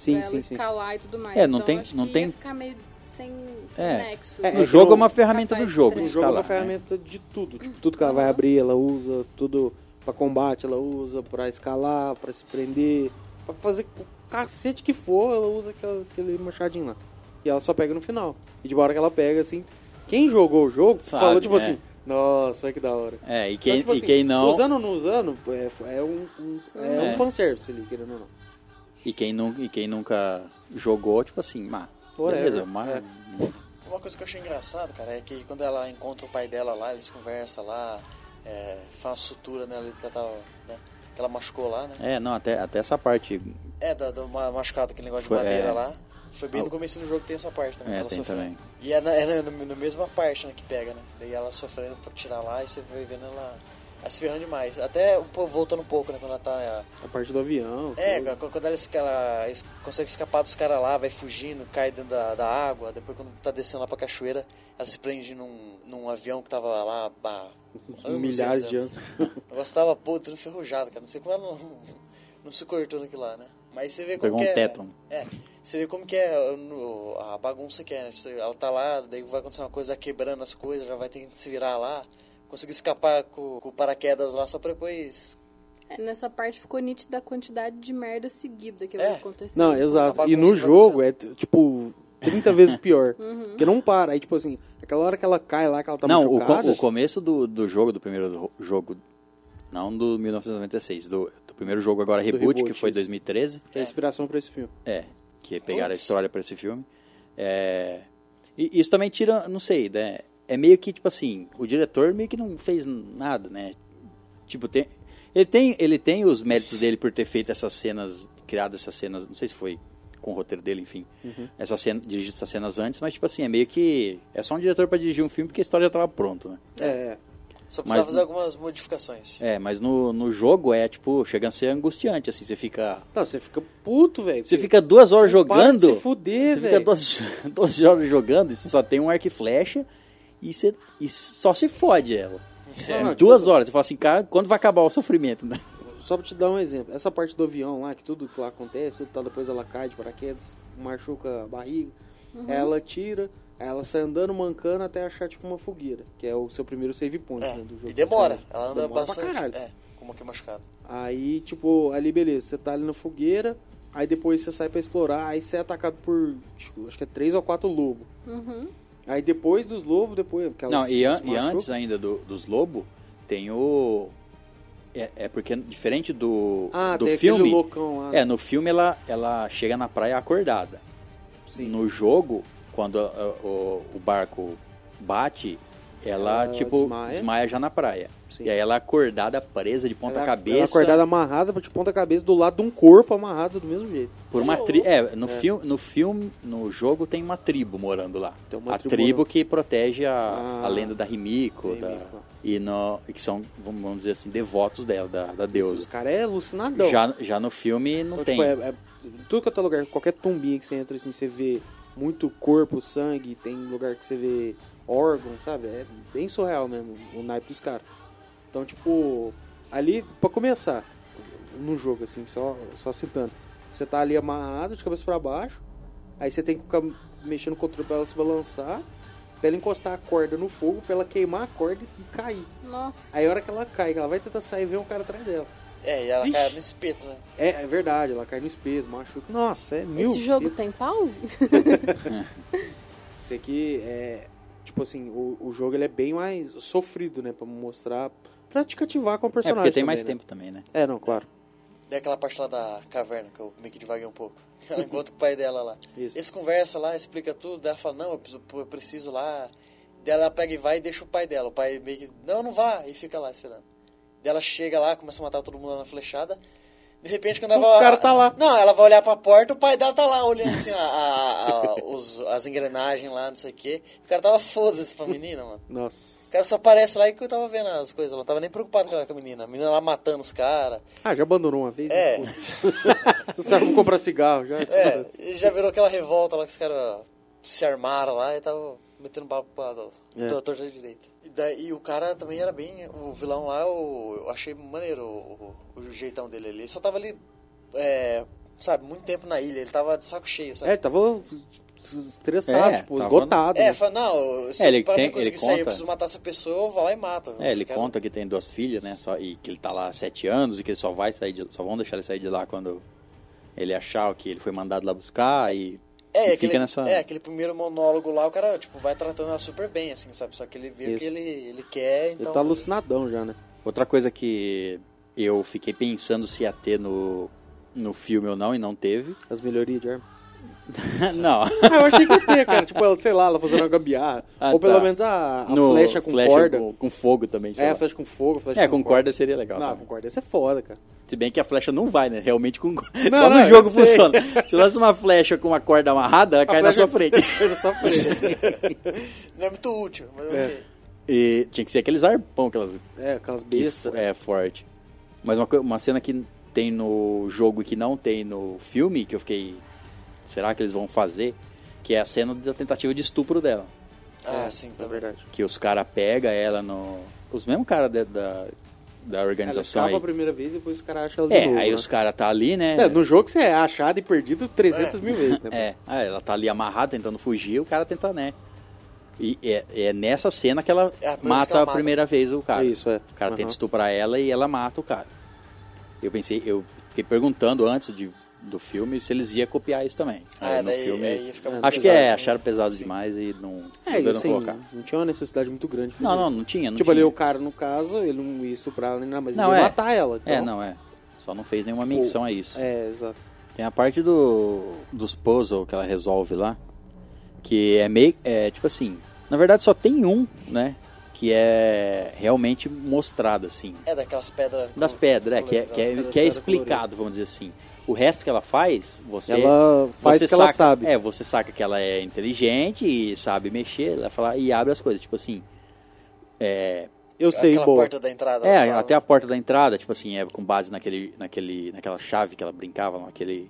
Speaker 4: Sim,
Speaker 5: pra ela
Speaker 4: sim, sim.
Speaker 5: escalar e tudo mais.
Speaker 1: É, não
Speaker 5: então,
Speaker 1: tem-
Speaker 5: acho
Speaker 1: não
Speaker 5: que
Speaker 1: tem-
Speaker 5: ia ficar meio sem, sem
Speaker 1: É.
Speaker 5: nexo.
Speaker 4: É,
Speaker 1: No
Speaker 4: que
Speaker 1: jogo
Speaker 4: no-
Speaker 1: é uma ferramenta do
Speaker 5: Capaz de
Speaker 1: jogo.
Speaker 5: três.
Speaker 4: No
Speaker 5: No
Speaker 1: de
Speaker 4: jogo é uma
Speaker 1: escalar, né?
Speaker 4: ferramenta de tudo. Tipo, tudo que ela vai abrir, ela usa, tudo pra combate ela usa, pra escalar, pra se prender, pra fazer o cacete que for, ela usa aquela- aquele machadinho lá. E ela só pega no final. E de hora que ela pega, assim, quem jogou o jogo
Speaker 1: Sabe,
Speaker 4: falou, tipo
Speaker 1: é.
Speaker 4: assim, nossa, olha que da hora.
Speaker 1: É, e quem,
Speaker 4: Então, tipo
Speaker 1: e
Speaker 4: assim,
Speaker 1: quem não.
Speaker 4: Usando ou não usando, é, é um, um, é,
Speaker 1: É.
Speaker 4: um fanservice ali, querendo ou não.
Speaker 1: E quem, nu, e quem nunca jogou, tipo assim, má.
Speaker 4: Whatever,
Speaker 1: Beleza, mas.
Speaker 4: é.
Speaker 3: Uma coisa que eu achei engraçado, cara, é que quando ela encontra o pai dela lá, eles conversam lá, é, faz uma sutura nela que ela tava, né? Que ela machucou lá, né?
Speaker 1: É, não, até, até essa parte.
Speaker 3: É, da, da uma machucada, aquele negócio
Speaker 1: Foi,
Speaker 3: de madeira
Speaker 1: é.
Speaker 3: lá. Foi bem no começo do jogo que tem essa parte também,
Speaker 1: É,
Speaker 3: que ela
Speaker 1: tem
Speaker 3: sofreu.
Speaker 1: também.
Speaker 3: E é na, é na, no- no mesma parte né, que pega, né? Daí ela sofrendo pra tirar lá e você vai vendo ela, ela se ferrando demais. Até um pouco- voltando um pouco, né? Quando ela tá. é,
Speaker 4: A parte do avião.
Speaker 3: É,
Speaker 4: tudo.
Speaker 3: qu- quando ela, esca- ela es- consegue escapar dos caras lá, vai fugindo, cai dentro da, da água. Depois, quando tá descendo lá pra cachoeira, ela se prende num, num avião que tava lá há anos,
Speaker 4: Um Milhares de anos.
Speaker 3: O negócio tava podre, enferrujado, cara. Não sei como ela não, não se cortou naquilo lá, né? Mas você vê como
Speaker 1: Pegou
Speaker 3: que
Speaker 1: um
Speaker 3: é.
Speaker 1: teto, né?
Speaker 3: É, você vê como que é uh, no- a bagunça que é, né? Você- Ela tá lá, daí vai acontecer uma coisa, tá quebrando as coisas, já vai ter que se virar lá. Conseguiu escapar com, com o paraquedas lá só pra depois.
Speaker 5: É, nessa parte ficou nítida a quantidade de merda seguida que
Speaker 3: É.
Speaker 5: vai acontecer.
Speaker 4: Não, exato. E no
Speaker 3: bagunça,
Speaker 4: jogo
Speaker 3: bagunça.
Speaker 4: é, t- tipo, 30 vezes pior.
Speaker 3: <laughs> Uhum.
Speaker 4: Porque não para. Aí, tipo assim, aquela hora que ela cai lá, que ela tá
Speaker 1: não, o, co-
Speaker 4: machucada...
Speaker 1: o começo do, do jogo, do primeiro ro- jogo. Não do 1996, do, do primeiro jogo agora reboot,
Speaker 4: reboot,
Speaker 1: que foi
Speaker 4: isso.
Speaker 1: 2013.
Speaker 4: É a inspiração pra esse filme.
Speaker 1: É, que pegaram
Speaker 3: Putz.
Speaker 1: a história pra esse filme. É, e isso também tira, não sei, né? É meio que tipo assim, o diretor meio que não fez nada, né? Tipo, tem, ele, tem, ele tem os méritos dele por ter feito essas cenas, criado essas cenas, não sei se foi com o roteiro dele, enfim, essa cena, dirigido essas cenas antes, mas tipo assim, é meio que é só um diretor pra dirigir um filme porque a história já tava pronta, né?
Speaker 4: É, é.
Speaker 3: Só
Speaker 1: Mas-
Speaker 3: precisava fazer algumas modificações.
Speaker 1: É, mas no, no jogo é tipo, chega a ser angustiante, assim, você fica
Speaker 4: Não, você fica puto, velho.
Speaker 1: Você fica duas horas
Speaker 4: Não para de
Speaker 1: jogando.
Speaker 4: se fuder,
Speaker 1: você
Speaker 4: velho.
Speaker 1: fica duas, <laughs> duas horas jogando e você só tem um arco e flecha e, você, e só se fode ela.
Speaker 4: Não, não, tipo
Speaker 1: duas
Speaker 4: assim,
Speaker 1: horas. Você fala assim, cara, quando vai acabar o sofrimento, <laughs> né?
Speaker 4: Só pra te dar um exemplo. Essa parte do avião lá, que tudo que lá acontece, tudo, tá, depois ela cai de paraquedas, machuca a barriga,
Speaker 3: Uhum.
Speaker 4: ela tira... aí Ela sai andando, mancando até achar tipo uma fogueira, que é o seu primeiro save point
Speaker 3: É,
Speaker 4: né, do jogo.
Speaker 3: E demora. Ela anda
Speaker 4: Demora pra caralho.
Speaker 3: bastante. É, como que machucado.
Speaker 4: Aí, tipo, ali beleza, você tá ali na fogueira, aí depois você sai pra explorar, aí você é atacado por, tipo, acho que é três ou quatro lobos.
Speaker 5: Uhum.
Speaker 4: Aí depois dos lobos, depois. que elas
Speaker 1: Não, e, né, an-
Speaker 4: se
Speaker 1: e
Speaker 4: machucam,
Speaker 1: antes ainda do- dos lobos, tem o. É, é porque diferente do,
Speaker 4: Ah,
Speaker 1: do
Speaker 4: tem aquele
Speaker 1: filme.
Speaker 4: loucão lá. né?
Speaker 1: É, no filme ela, ela chega na praia acordada. Assim, No jogo, quando a- a- o, o barco bate, ela,
Speaker 4: Ela
Speaker 1: tipo
Speaker 4: desmaia.
Speaker 1: desmaia. já na praia.
Speaker 4: Sim.
Speaker 1: E aí ela é acordada, presa de ponta
Speaker 4: Ela-
Speaker 1: cabeça.
Speaker 4: ela acordada amarrada de ponta cabeça do lado de um corpo amarrado do mesmo jeito.
Speaker 1: Por uma tri... É, no, Filme, no filme, no jogo tem uma tribo morando lá.
Speaker 4: Tem uma
Speaker 1: a
Speaker 4: tribo
Speaker 1: tribo,
Speaker 4: morando.
Speaker 1: que protege a,
Speaker 4: Ah.
Speaker 1: a lenda da Rimiko.
Speaker 4: Rimiko.
Speaker 1: Da... E no... e que são, vamos vamos dizer assim, devotos dela, da, da
Speaker 4: Os
Speaker 1: deusa.
Speaker 4: caras é alucinadão.
Speaker 1: Já, já no filme não
Speaker 4: Então,
Speaker 1: tem.
Speaker 4: tipo, é, é- tudo que é lugar, qualquer tumbinha que você entra, assim, você vê muito corpo, sangue, tem lugar que você vê órgão, sabe? É bem surreal mesmo o naipe dos caras. Então, tipo, ali, pra começar, no jogo, assim, só, só citando, você tá ali amarrado de cabeça pra baixo, aí você tem que ficar mexendo o controle pra ela se balançar, pra ela encostar a corda no fogo, pra ela queimar a corda e cair.
Speaker 5: Nossa.
Speaker 4: Aí a hora que ela cai, que ela vai tentar sair, vem um cara atrás dela.
Speaker 3: É, e ela
Speaker 4: Ixi.
Speaker 3: cai no espeto, né?
Speaker 4: É, é verdade, ela cai no espelho, machuca. Nossa, é mil.
Speaker 5: Esse jogo
Speaker 4: vezes.
Speaker 5: tem pause?
Speaker 4: Isso aqui é. Tipo assim, o, o jogo ele é bem mais sofrido, né? Pra mostrar. Pra te cativar com o
Speaker 1: É
Speaker 4: personagem.
Speaker 1: porque tem
Speaker 4: também,
Speaker 1: mais
Speaker 4: né?
Speaker 1: tempo também, né?
Speaker 4: É, não, claro.
Speaker 3: Daí aquela parte lá da caverna, que eu meio que devaguei um pouco. <laughs> Ela encontra com o pai dela lá.
Speaker 4: Isso.
Speaker 3: Eles conversam lá, explica tudo. Daí ela fala, não, eu preciso, eu preciso lá. Daí ela pega e vai e deixa o pai dela. O pai meio que, não, não vá. E fica lá esperando. Daí ela chega lá, começa a matar todo mundo lá na flechada. De repente, quando ela
Speaker 4: O
Speaker 3: vai...
Speaker 4: cara tá lá.
Speaker 3: Não, ela vai olhar pra porta, o pai dela tá lá olhando assim a, a- a- os- as engrenagens lá, não sei o quê. O cara tava foda-se pra menina, mano. O
Speaker 4: Nossa.
Speaker 3: cara só aparece lá e que eu tava vendo as coisas. Ela tava nem preocupado com a menina. A menina lá matando os caras.
Speaker 4: Ah, já abandonou uma vez?
Speaker 3: É.
Speaker 4: né? Putz. <laughs> Sabe, vou comprar cigarro já.
Speaker 3: É, e já virou aquela revolta lá que os caras se armaram lá e tava metendo bala pro lado,
Speaker 4: É.
Speaker 3: do ator da direita. E, daí, e o cara também era bem. O vilão lá, o- eu achei maneiro o, o- o jeitão dele ali. Ele só tava ali, é, sabe, muito tempo na ilha. Ele tava de saco cheio, sabe?
Speaker 4: É, tava estressado,
Speaker 1: É,
Speaker 4: tipo,
Speaker 1: tava-
Speaker 4: esgotado.
Speaker 3: É,
Speaker 4: né?
Speaker 3: fala, não, se
Speaker 1: É, ele
Speaker 3: pra
Speaker 1: tem-
Speaker 3: mim conseguir
Speaker 1: ele
Speaker 3: sair, eu
Speaker 1: conta-
Speaker 3: preciso matar essa pessoa, eu vou lá e mato.
Speaker 4: Então,
Speaker 1: É,
Speaker 3: Os
Speaker 1: ele
Speaker 3: caras-
Speaker 1: conta que tem duas filhas, né? Só, e que ele tá lá há sete anos e que ele só vai sair de, só vão deixar ele sair de lá quando ele achar que ele foi mandado lá buscar e,
Speaker 3: É,
Speaker 1: e
Speaker 3: aquele,
Speaker 1: fica nessa.
Speaker 3: é, aquele primeiro monólogo lá, o cara, tipo, vai tratando ela super bem, assim, sabe? Só que ele vê o
Speaker 1: Isso.
Speaker 3: que ele, ele quer, então...
Speaker 4: Ele tá alucinadão já, né?
Speaker 1: Outra coisa que eu fiquei pensando se ia ter no, no filme ou não e não teve.
Speaker 4: <laughs> As melhorias de arma.
Speaker 1: <laughs> não.
Speaker 4: Ah, eu achei que ia ter, cara. Tipo, ela, sei lá, ela fazendo uma gambiarra.
Speaker 1: Ah,
Speaker 4: Ou pelo
Speaker 1: tá.
Speaker 4: menos a, a
Speaker 1: No
Speaker 4: flecha com corda.
Speaker 1: Com, com fogo também. sei
Speaker 4: É,
Speaker 1: lá.
Speaker 4: a flecha com fogo, a flecha
Speaker 1: é, com corda seria legal.
Speaker 4: Não,
Speaker 1: também.
Speaker 4: com corda ia ser foda, cara.
Speaker 1: Se bem que a flecha não vai, né? Realmente com corda.
Speaker 4: Não,
Speaker 1: <laughs> Só
Speaker 4: não,
Speaker 1: no
Speaker 4: eu
Speaker 1: jogo
Speaker 4: sei.
Speaker 1: funciona. Se lança uma flecha com uma corda amarrada, ela cai na
Speaker 4: é
Speaker 1: sua frente.
Speaker 4: Cai na sua frente.
Speaker 1: <laughs>
Speaker 3: Não é muito útil, mas
Speaker 4: É.
Speaker 3: ok.
Speaker 1: E tinha que ser aqueles arpão, aquelas
Speaker 4: É, aquelas
Speaker 1: que
Speaker 4: bestas.
Speaker 1: fo- é forte. Mas uma, co- uma cena que tem no jogo e que não tem no filme, que eu fiquei. Será que eles vão fazer? Que é a cena da tentativa de estupro dela. É,
Speaker 3: Ah, sim, tá
Speaker 4: na
Speaker 3: verdade.
Speaker 4: verdade.
Speaker 1: Que os caras pegam ela no. Os mesmos caras da, da, da
Speaker 4: Ela
Speaker 1: organização
Speaker 4: escapa a
Speaker 1: aí.
Speaker 4: primeira vez e depois os caras acham ela de
Speaker 1: É,
Speaker 4: novo,
Speaker 1: aí
Speaker 4: né?
Speaker 1: os caras tá ali, né?
Speaker 4: É, no jogo você é achado e perdido 300 mil vezes, né?
Speaker 1: É, ah, ela tá ali amarrada, tentando fugir, o cara tenta, né? E é, é nessa cena que ela
Speaker 3: É a primeira vez
Speaker 1: mata
Speaker 3: que ela
Speaker 1: a
Speaker 3: mata.
Speaker 1: primeira vez o cara.
Speaker 4: Isso, é.
Speaker 1: O cara
Speaker 4: Aham.
Speaker 1: tenta estuprar ela e ela mata o cara. Eu pensei, eu fiquei perguntando antes de, do filme se eles iam copiar isso também. Aí
Speaker 3: Ah,
Speaker 1: no
Speaker 3: daí
Speaker 1: filme.
Speaker 3: aí ia ficar muito
Speaker 1: acho que é,
Speaker 3: pesado, né?
Speaker 1: acharam pesado
Speaker 3: Sim.
Speaker 1: demais e não
Speaker 4: É, e
Speaker 1: puderam
Speaker 4: assim,
Speaker 1: colocar.
Speaker 4: não tinha uma necessidade muito grande. de fazer
Speaker 1: Não, não,
Speaker 4: isso.
Speaker 1: não tinha. Não
Speaker 4: tipo, ali
Speaker 1: tinha.
Speaker 4: o cara, no caso, ele não ia estuprar ela nem nada, mas
Speaker 1: Não,
Speaker 4: ele ia
Speaker 1: é.
Speaker 4: matar ela. Então...
Speaker 1: É, não, é. Só não fez nenhuma menção a isso.
Speaker 4: É, exato.
Speaker 1: Tem a parte do dos puzzles que ela resolve lá, que é meio é tipo assim, na verdade só tem um, né, que é realmente mostrado assim,
Speaker 3: É daquelas pedras.
Speaker 1: das
Speaker 3: com-
Speaker 1: pedras, é, que é, que é,
Speaker 4: Aquelas
Speaker 1: que é
Speaker 4: pedras
Speaker 1: explicado, vamos dizer assim. O resto que ela faz, você
Speaker 4: Ela faz o que ela
Speaker 1: saca-
Speaker 4: sabe.
Speaker 1: É, você saca que ela é inteligente e sabe mexer, ela fala e abre as coisas, tipo assim,
Speaker 4: Eu sei,
Speaker 3: Aquela
Speaker 4: boa.
Speaker 3: porta da entrada. né?
Speaker 1: É,
Speaker 3: elas falam.
Speaker 1: até a porta da entrada, tipo assim, é com base naquele, naquele, naquela chave que ela brincava, naquele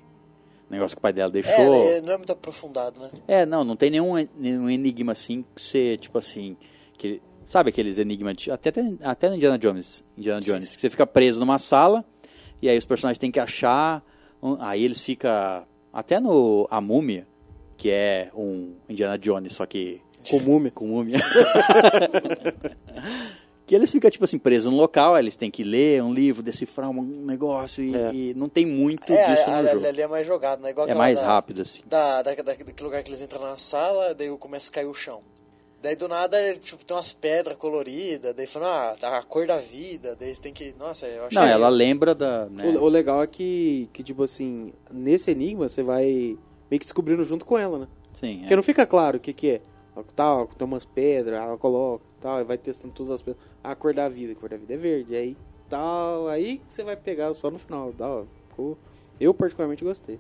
Speaker 1: negócio que o pai dela
Speaker 3: É,
Speaker 1: deixou.
Speaker 3: é, não é muito aprofundado, né?
Speaker 1: É, não, não tem nenhum, nenhum enigma assim que você, tipo assim, que sabe aqueles enigmas de, até até, até no Indiana Jones, Indiana
Speaker 3: Sim,
Speaker 1: Jones,
Speaker 3: sim.
Speaker 1: que você fica preso numa sala e aí os personagens têm que achar, um- aí eles fica até no a múmia, que é um Indiana Jones só que
Speaker 4: Com
Speaker 1: <laughs>
Speaker 4: múmia.
Speaker 1: com múmia. que eles ficam tipo assim presos no local, aí eles têm que ler um livro, decifrar um negócio e,
Speaker 4: É.
Speaker 1: e não tem muito
Speaker 3: É,
Speaker 1: disso
Speaker 3: a-
Speaker 1: no
Speaker 3: a-
Speaker 1: jogo.
Speaker 3: ali é mais jogado, né? Igual
Speaker 1: É
Speaker 3: aquela
Speaker 1: mais
Speaker 3: da-
Speaker 1: rápido assim.
Speaker 3: Da, da, da- daquele lugar que eles entram na sala, daí começa a cair o chão. Daí Daí do nada, ele, tipo, tem umas pedras coloridas, daí falando, ah, tá a cor da vida, daí você tem que. Nossa, eu achei.
Speaker 1: Não, ela lembra da. né?
Speaker 4: O, o legal é que, que, tipo assim, nesse enigma você vai meio que descobrindo junto com ela, né?
Speaker 1: Sim,
Speaker 4: Porque
Speaker 1: é.
Speaker 4: não fica claro o que, que é. Ó, Tal, tem umas pedras, ela coloca, tal, e vai testando todas as pedras. Ah, a cor da vida, a cor da vida é verde, aí tal, aí que você vai pegar só no final. Da hora. Ficou- Eu particularmente gostei.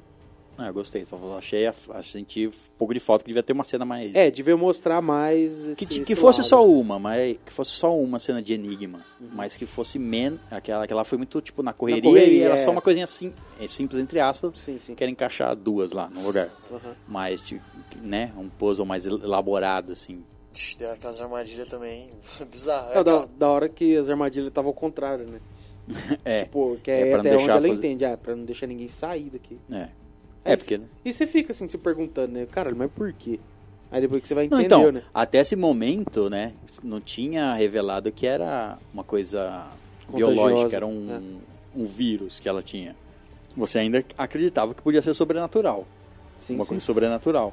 Speaker 1: Ah, eu gostei. Só achei, a, a- senti um pouco de falta que devia ter uma cena mais.
Speaker 4: É, devia mostrar mais.
Speaker 1: Que,
Speaker 4: esse-
Speaker 1: ti-
Speaker 4: esse
Speaker 1: que fosse
Speaker 4: lado.
Speaker 1: só um. uma, mas é, que fosse só uma cena de enigma,
Speaker 4: Uhum.
Speaker 1: mas que fosse men aquela que ela foi muito tipo na correria, e
Speaker 4: correria,
Speaker 1: era
Speaker 4: é.
Speaker 1: só uma coisinha sim, é, simples entre aspas.
Speaker 4: Sim, sim.
Speaker 1: Quero encaixar duas lá no lugar,
Speaker 4: Aham.
Speaker 1: mas tipo, né, um puzzle mais elaborado assim.
Speaker 3: Tch, Tem aquelas armadilhas também, <laughs> hein? bizarro. É
Speaker 4: Não, da,
Speaker 3: aquela-
Speaker 1: então-
Speaker 4: da hora que as armadilhas estavam ao contrário, né?
Speaker 1: É,
Speaker 4: Pô, que
Speaker 1: É, pra
Speaker 4: é,
Speaker 1: não
Speaker 4: até onde
Speaker 1: deixar
Speaker 4: ela
Speaker 1: fazer-
Speaker 4: entende, ah, pra não deixar ninguém sair daqui.
Speaker 1: é, é
Speaker 4: Aí
Speaker 1: porque
Speaker 4: c- E você fica assim, se perguntando, né? Caralho, mas por quê? Aí depois que você vai
Speaker 1: Não,
Speaker 4: entender,
Speaker 1: então,
Speaker 4: né?
Speaker 1: até esse momento, né, não tinha revelado que era uma coisa
Speaker 4: Contagiosa, né?
Speaker 1: biológica, era um, um vírus que ela tinha. Você ainda acreditava que podia ser sobrenatural,
Speaker 4: Sim,
Speaker 1: uma
Speaker 4: sim.
Speaker 1: coisa sobrenatural.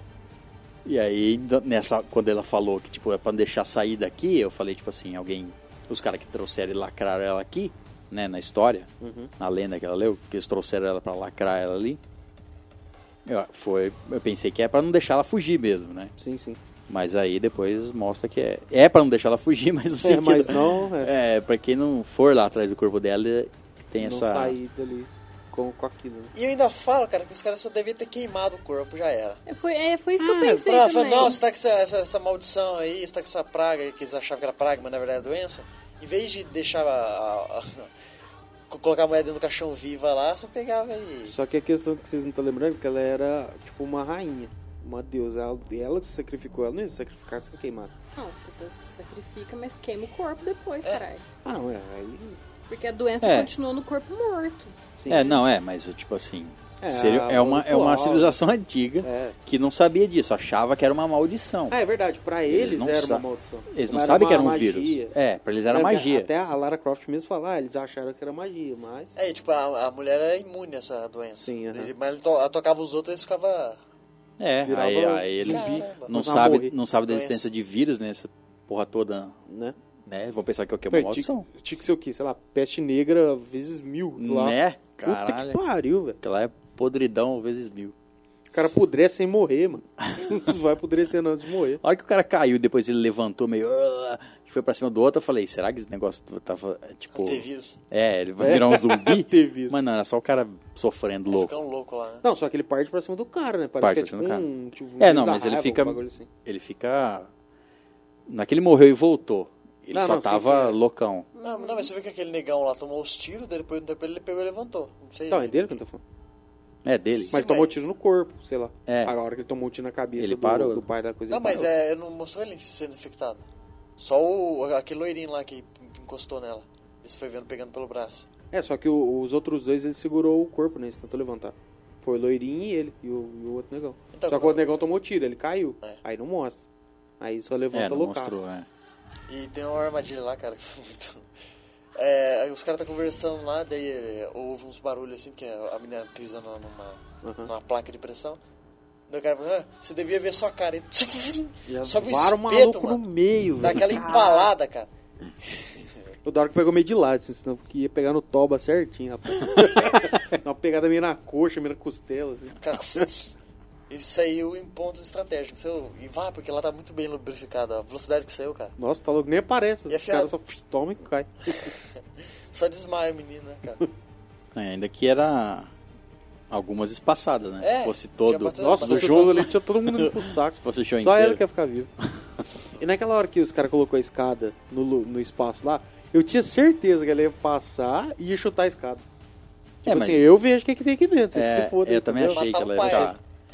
Speaker 1: E aí, da- nessa, quando ela falou que, tipo, é pra deixar sair daqui, eu falei, tipo assim, alguém, os caras que trouxeram e lacraram ela aqui, né, na história,
Speaker 4: Uhum.
Speaker 1: na lenda que ela leu, que eles trouxeram ela pra lacrar ela ali, eu, foi, eu pensei que é pra não deixar ela fugir mesmo, né?
Speaker 4: Sim, sim.
Speaker 1: Mas aí depois mostra que é. É pra não deixar ela fugir, <laughs> mas o
Speaker 4: É,
Speaker 1: sentido.
Speaker 4: mas não, é,
Speaker 1: É, pra quem não for lá atrás do corpo dela, tem
Speaker 4: não
Speaker 1: essa.
Speaker 4: sair dali com, com aquilo. né?
Speaker 3: E eu ainda falo, cara, que os caras só deviam ter queimado o corpo, já era.
Speaker 5: <laughs> É, Foi, é, foi isso que eu pensei
Speaker 3: Ela falou,
Speaker 5: também.
Speaker 3: não, você tá com essa, essa, essa maldição aí, você tá com essa praga aí, que eles achavam que era praga, mas na verdade é doença. Em vez de deixar a, a- <laughs> a- co- colocar a mulher dentro do caixão viva lá, só pegava e.
Speaker 4: Só que a questão que vocês não estão lembrando é que ela era, tipo, uma rainha. Uma deusa. Ela, ela se sacrificou. Ela não ia se sacrificar, se queimar.
Speaker 5: Não, você se se sacrifica, mas queima o corpo depois, caralho.
Speaker 4: Ah, não, é. Aí...
Speaker 5: Porque a doença
Speaker 1: É.
Speaker 5: continua no corpo morto.
Speaker 4: Sim.
Speaker 1: É, não, é, mas tipo assim.
Speaker 4: É,
Speaker 1: seria- É,
Speaker 4: a-
Speaker 1: uma,
Speaker 4: o
Speaker 1: é uma
Speaker 4: ritual.
Speaker 1: civilização <laughs> antiga
Speaker 4: É.
Speaker 1: que não sabia disso, achava que era uma maldição.
Speaker 4: Ah, é verdade. Pra
Speaker 1: Eles
Speaker 4: eles,
Speaker 1: não
Speaker 4: era uma
Speaker 1: sa-
Speaker 4: maldição.
Speaker 1: Eles não
Speaker 4: Era
Speaker 1: sabem que era um
Speaker 4: uma magia.
Speaker 1: vírus. É, pra eles era
Speaker 4: Não, porque
Speaker 1: magia.
Speaker 4: Até a Lara Croft mesmo falar, eles acharam que era magia, mas.
Speaker 3: É, e, tipo, a, a mulher é imune a essa doença.
Speaker 4: Sim, aham.
Speaker 3: Mas ele to- ela tocava os outros e eles ficava.
Speaker 1: É,
Speaker 4: virava um
Speaker 1: aí, aí eles
Speaker 3: zumbi.
Speaker 1: não
Speaker 4: Começava a
Speaker 1: sabem
Speaker 4: morrer.
Speaker 1: não sabe da
Speaker 3: Doença.
Speaker 1: existência de vírus, né? Essa porra toda,
Speaker 4: Né?
Speaker 1: né? Vão pensar que é o quê? Uma maldição.
Speaker 4: Tinha tinha que ser o quê? Sei lá, peste negra vezes mil. Lá.
Speaker 1: Né?
Speaker 4: Puta que
Speaker 1: Caralho.
Speaker 4: pariu, velho.
Speaker 1: Aquela é podridão vezes mil.
Speaker 4: O cara pudrece sem morrer, mano. <laughs> Não vai apodrecendo antes de morrer.
Speaker 1: A hora que o cara caiu, depois ele levantou meio. "Ah", e foi pra cima do outro, eu falei, será que esse negócio tava. é, Tipo.
Speaker 3: Ter vírus.
Speaker 1: É, ele vai
Speaker 4: <laughs>
Speaker 1: virar um zumbi?
Speaker 4: Ter vírus.
Speaker 1: Mas não, era só o cara sofrendo louco.
Speaker 3: Ficar um louco lá, né?
Speaker 4: Não, só que ele parte pra cima do cara, né? Parece
Speaker 1: Parte
Speaker 4: que é
Speaker 1: pra
Speaker 4: tipo
Speaker 1: cima do cara.
Speaker 4: um. Tipo, um
Speaker 1: É, não,
Speaker 4: vírus da
Speaker 1: mas ele
Speaker 4: raiva,
Speaker 1: fica-
Speaker 4: um bagulho assim.
Speaker 1: Ele fica. Naquele morreu e voltou. Ele
Speaker 4: Não,
Speaker 1: só
Speaker 4: não, sim,
Speaker 1: tava
Speaker 4: sim, é.
Speaker 1: loucão.
Speaker 3: Não, não, mas você viu que aquele negão lá tomou os tiros, daí depois do tempo ele pegou e levantou. Não sei.
Speaker 4: Não, é dele que eu tô falando.
Speaker 1: É dele.
Speaker 4: Mas
Speaker 3: Sim,
Speaker 4: ele tomou
Speaker 3: mas-
Speaker 4: tiro no corpo, sei lá.
Speaker 1: É.
Speaker 4: A hora que ele tomou um tiro na cabeça
Speaker 1: Ele
Speaker 4: do,
Speaker 1: parou.
Speaker 4: do pai da coisa.
Speaker 3: Não,
Speaker 4: ele
Speaker 3: mas
Speaker 4: parou.
Speaker 3: é, não mostrou ele sendo infectado. Só o, aquele loirinho lá que encostou nela. Isso foi vendo pegando pelo braço.
Speaker 4: É, só que o- os outros dois ele segurou o corpo, né? Ele tentou levantar. Foi o loirinho e ele, e o, e o outro negão.
Speaker 3: Então,
Speaker 4: só que o outro negão tomou tiro, ele caiu.
Speaker 3: É.
Speaker 4: Aí não mostra. Aí só
Speaker 1: É,
Speaker 4: levanta
Speaker 1: não
Speaker 4: o
Speaker 1: mostrou,
Speaker 4: loucaço.
Speaker 1: é.
Speaker 3: E tem uma armadilha lá, cara, que foi muito. É, aí os caras tá conversando lá, daí é, houve uns barulhos assim, porque a menina pisa numa, numa-
Speaker 4: Aham.
Speaker 3: numa placa de pressão. Daí o cara fala, ah, você devia ver sua
Speaker 4: <laughs>
Speaker 3: cara. E
Speaker 4: Já
Speaker 3: sobe um
Speaker 4: vara o
Speaker 3: espeto,
Speaker 4: maluco
Speaker 3: mano.
Speaker 4: no meio,
Speaker 3: Dá
Speaker 4: velho.
Speaker 3: aquela empalada, cara.
Speaker 4: O Dauro que pegou meio de lado, assim, senão que ia pegar no toba certinho,
Speaker 3: <laughs>
Speaker 4: rapaz. Dá uma pegada meio na coxa, meio na costela, assim.
Speaker 3: O cara <laughs> e saiu em pontos estratégicos. Saiu- E vá, porque ela tá muito bem lubrificada. A velocidade que saiu, cara.
Speaker 4: Nossa, tá louco, nem aparece.
Speaker 1: é
Speaker 3: E
Speaker 4: Os caras
Speaker 3: afiado.
Speaker 4: só toma e cai.
Speaker 3: Só desmaia o menino, né,
Speaker 4: <laughs>
Speaker 3: cara?
Speaker 1: É, Ainda que era. Algumas espaçadas, né?
Speaker 3: É,
Speaker 1: Se fosse
Speaker 3: tinha
Speaker 1: todo.
Speaker 3: bastante-
Speaker 4: Nossa,
Speaker 1: no
Speaker 4: no
Speaker 3: bastante
Speaker 1: jogo
Speaker 4: jogo
Speaker 3: espaço.
Speaker 4: ali tinha todo mundo indo
Speaker 1: <laughs>
Speaker 4: pro saco.
Speaker 1: Se fosse o show
Speaker 4: Só
Speaker 1: inteiro.
Speaker 4: ela que ia
Speaker 1: <laughs>
Speaker 4: ficar viva. E naquela hora que os caras colocou a escada no, lu- no espaço lá, eu tinha certeza que ela ia passar e ia chutar a escada. Tipo
Speaker 1: É, mas-
Speaker 4: assim, eu vejo o que, é que tem aqui dentro, vocês que
Speaker 1: É,
Speaker 4: se foda.
Speaker 1: eu também achei que ela
Speaker 3: Matava
Speaker 1: ia
Speaker 3: o um pai.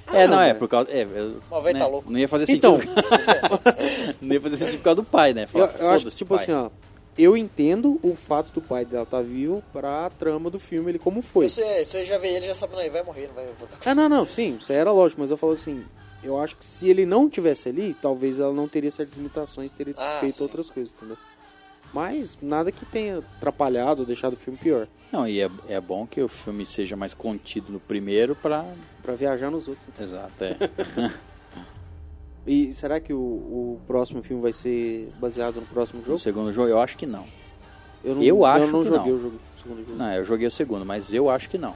Speaker 1: ficar. é, não, é,
Speaker 4: velho.
Speaker 1: por causa. É, eu-
Speaker 3: Mas o velho
Speaker 1: né,
Speaker 3: tá louco.
Speaker 1: Não ia fazer sentido. <laughs>
Speaker 4: Então.
Speaker 1: não ia fazer sentido por causa do pai, né?
Speaker 4: Eu,
Speaker 1: Falar,
Speaker 4: eu acho que,
Speaker 1: "Foda-se,
Speaker 4: tipo
Speaker 1: pai."
Speaker 4: assim, ó. Eu entendo o fato do pai dela estar vivo pra trama do filme, ele como foi.
Speaker 3: Você, você já vê ele, já sabe, não, ele vai morrer, não vai voltar.
Speaker 4: Ah, não, não, sim, isso aí era lógico, mas eu falo assim, eu acho que se ele não tivesse ali, talvez ela não teria certas limitações, teria
Speaker 3: Ah,
Speaker 4: feito
Speaker 3: sim.
Speaker 4: outras coisas, entendeu? Mas nada que tenha atrapalhado ou deixado o filme pior.
Speaker 1: Não, e é, é bom que o filme seja mais contido no primeiro pra.
Speaker 4: <laughs> Pra viajar nos outros.
Speaker 1: Exato, é.
Speaker 4: E será que o, o próximo filme vai ser baseado no próximo
Speaker 1: O
Speaker 4: jogo?
Speaker 1: segundo jogo, eu acho que não.
Speaker 4: Eu não,
Speaker 1: Eu acho
Speaker 4: não
Speaker 1: que
Speaker 4: joguei
Speaker 1: não.
Speaker 4: o jogo, o segundo jogo.
Speaker 1: Não, eu joguei o segundo, mas eu acho que não.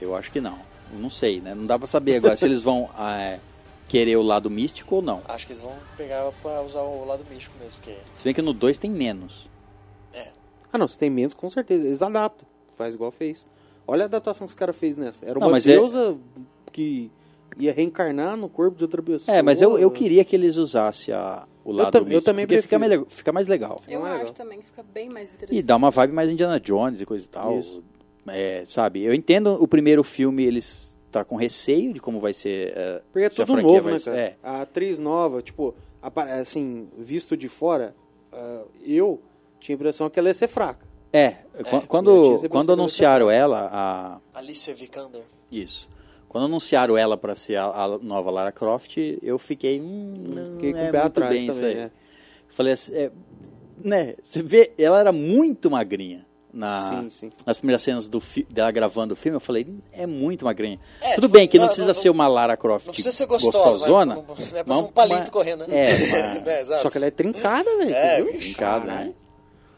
Speaker 1: Eu acho que não. Eu não sei, né? Não dá pra saber agora se eles vão <laughs> ah, é, querer o lado místico ou não.
Speaker 3: Acho que eles vão pegar pra usar o lado místico mesmo, porque.
Speaker 1: Se bem que no 2 tem menos.
Speaker 3: É.
Speaker 4: Ah, não, se tem menos, com certeza. Eles adaptam. Faz igual fez. Olha a adaptação que os caras fez nessa. Era
Speaker 1: Não,
Speaker 4: uma
Speaker 1: mas é-
Speaker 4: deusa que ia reencarnar no corpo de outra pessoa.
Speaker 1: É, mas eu, eu queria que eles usassem a, o lado
Speaker 4: tam- eu
Speaker 1: místico.
Speaker 4: também
Speaker 1: porque fica,
Speaker 4: prefiro.
Speaker 1: mele- fica mais legal.
Speaker 5: Eu
Speaker 4: é
Speaker 5: acho
Speaker 4: legal.
Speaker 5: também que fica bem mais interessante.
Speaker 1: E dá uma vibe mais Indiana Jones e coisa e tal.
Speaker 4: Isso.
Speaker 1: É, sabe? Eu entendo o primeiro filme, eles tá com receio de como vai ser. é,
Speaker 4: Porque é
Speaker 1: se a
Speaker 4: tudo
Speaker 1: franquia
Speaker 4: novo,
Speaker 1: vai
Speaker 4: né,
Speaker 1: ser-
Speaker 4: cara?
Speaker 1: É.
Speaker 4: A atriz nova, tipo, apa- assim, visto de fora, ah, eu tinha a impressão que ela ia ser fraca.
Speaker 1: É, quan-
Speaker 4: eu
Speaker 1: quando,
Speaker 4: tinha essa
Speaker 1: quando
Speaker 4: impressão
Speaker 1: anunciaram ela, a,
Speaker 3: Alicia Vikander.
Speaker 1: Isso. Quando anunciaram ela pra ser a, a nova Lara Croft, eu fiquei. Hum, não
Speaker 4: Fiquei com
Speaker 1: é
Speaker 4: o pé
Speaker 1: muito
Speaker 4: atrás
Speaker 1: bem
Speaker 4: também,
Speaker 1: isso aí.
Speaker 4: né?
Speaker 1: Falei assim, é, né? Você vê, ela era muito magrinha na,
Speaker 4: Sim, sim.
Speaker 1: nas primeiras cenas do fi- dela gravando o filme. Eu falei, "Hum, é muito magrinha.
Speaker 3: É,
Speaker 1: Tudo
Speaker 3: tipo,
Speaker 1: bem que não,
Speaker 3: não-
Speaker 1: precisa
Speaker 3: não-
Speaker 1: ser uma Lara Croft
Speaker 3: não precisa ser gostosa,
Speaker 1: gostosona.
Speaker 3: vai, não- não- não é pra ser um palito
Speaker 1: mas-
Speaker 3: <laughs> correndo, né?
Speaker 1: É,
Speaker 3: É, exato.
Speaker 4: Só que ela é trincada, velho.
Speaker 3: É,
Speaker 4: você viu?
Speaker 3: bicho.
Speaker 1: brincada,
Speaker 4: Caralho.
Speaker 1: né?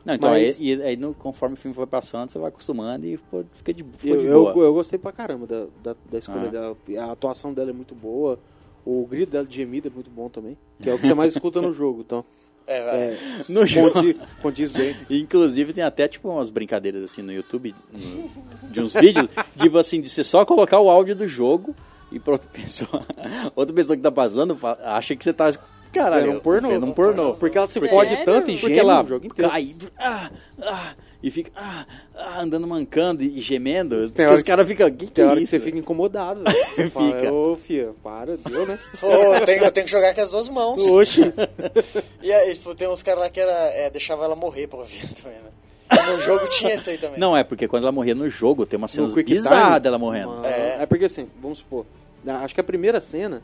Speaker 1: Não, então
Speaker 4: Mas-
Speaker 1: aí, e aí no- conforme o filme foi passando, você vai acostumando e pô, fica de, ficou
Speaker 4: Eu,
Speaker 1: de
Speaker 4: eu,
Speaker 1: boa.
Speaker 4: eu gostei pra caramba da, da, da escolha
Speaker 1: Ah.
Speaker 4: dela. A atuação dela é muito boa. O grito dela de gemida é muito bom também. Que é o que você mais escuta no
Speaker 1: <laughs>
Speaker 4: jogo, então.
Speaker 3: É, vai.
Speaker 4: É,
Speaker 1: No jogo.
Speaker 4: condiz, condiz bem.
Speaker 1: Inclusive tem até tipo umas brincadeiras assim no YouTube no- de uns vídeos, tipo assim, de você só colocar o áudio do jogo e pra outra <laughs> pessoa, outra pessoa que tá passando fa- acha que você tá caralho,
Speaker 4: Era um pornô.
Speaker 1: vendo um pornô.
Speaker 4: Porque ela se
Speaker 5: Sério?
Speaker 4: fode tanto e
Speaker 1: Porque
Speaker 4: geme
Speaker 1: ela
Speaker 4: o jogo inteiro.
Speaker 1: cai ah, ah, e fica ah, ah, andando mancando e gemendo.
Speaker 4: Tem hora
Speaker 1: os
Speaker 4: que-
Speaker 1: caras ficam, que que
Speaker 4: Tem
Speaker 1: é
Speaker 4: hora que
Speaker 1: isso?"
Speaker 4: você
Speaker 1: <laughs>
Speaker 4: fica incomodado. velho. Você
Speaker 1: Fica.
Speaker 4: fala, ô, fia, para, deu, né?
Speaker 3: Pô, tem, eu tenho que jogar com as duas mãos.
Speaker 1: <laughs>
Speaker 4: Oxe.
Speaker 3: E aí, tipo, tem uns caras lá que era, é, deixava ela morrer pra ouvir <laughs> também, né? No jogo tinha isso aí também.
Speaker 1: Não é porque quando ela morrer no jogo tem uma cena
Speaker 4: No Quick Time,
Speaker 1: bizarra dela morrendo.
Speaker 4: mano,
Speaker 3: É.
Speaker 4: é. porque assim, vamos supor, na- acho que a primeira cena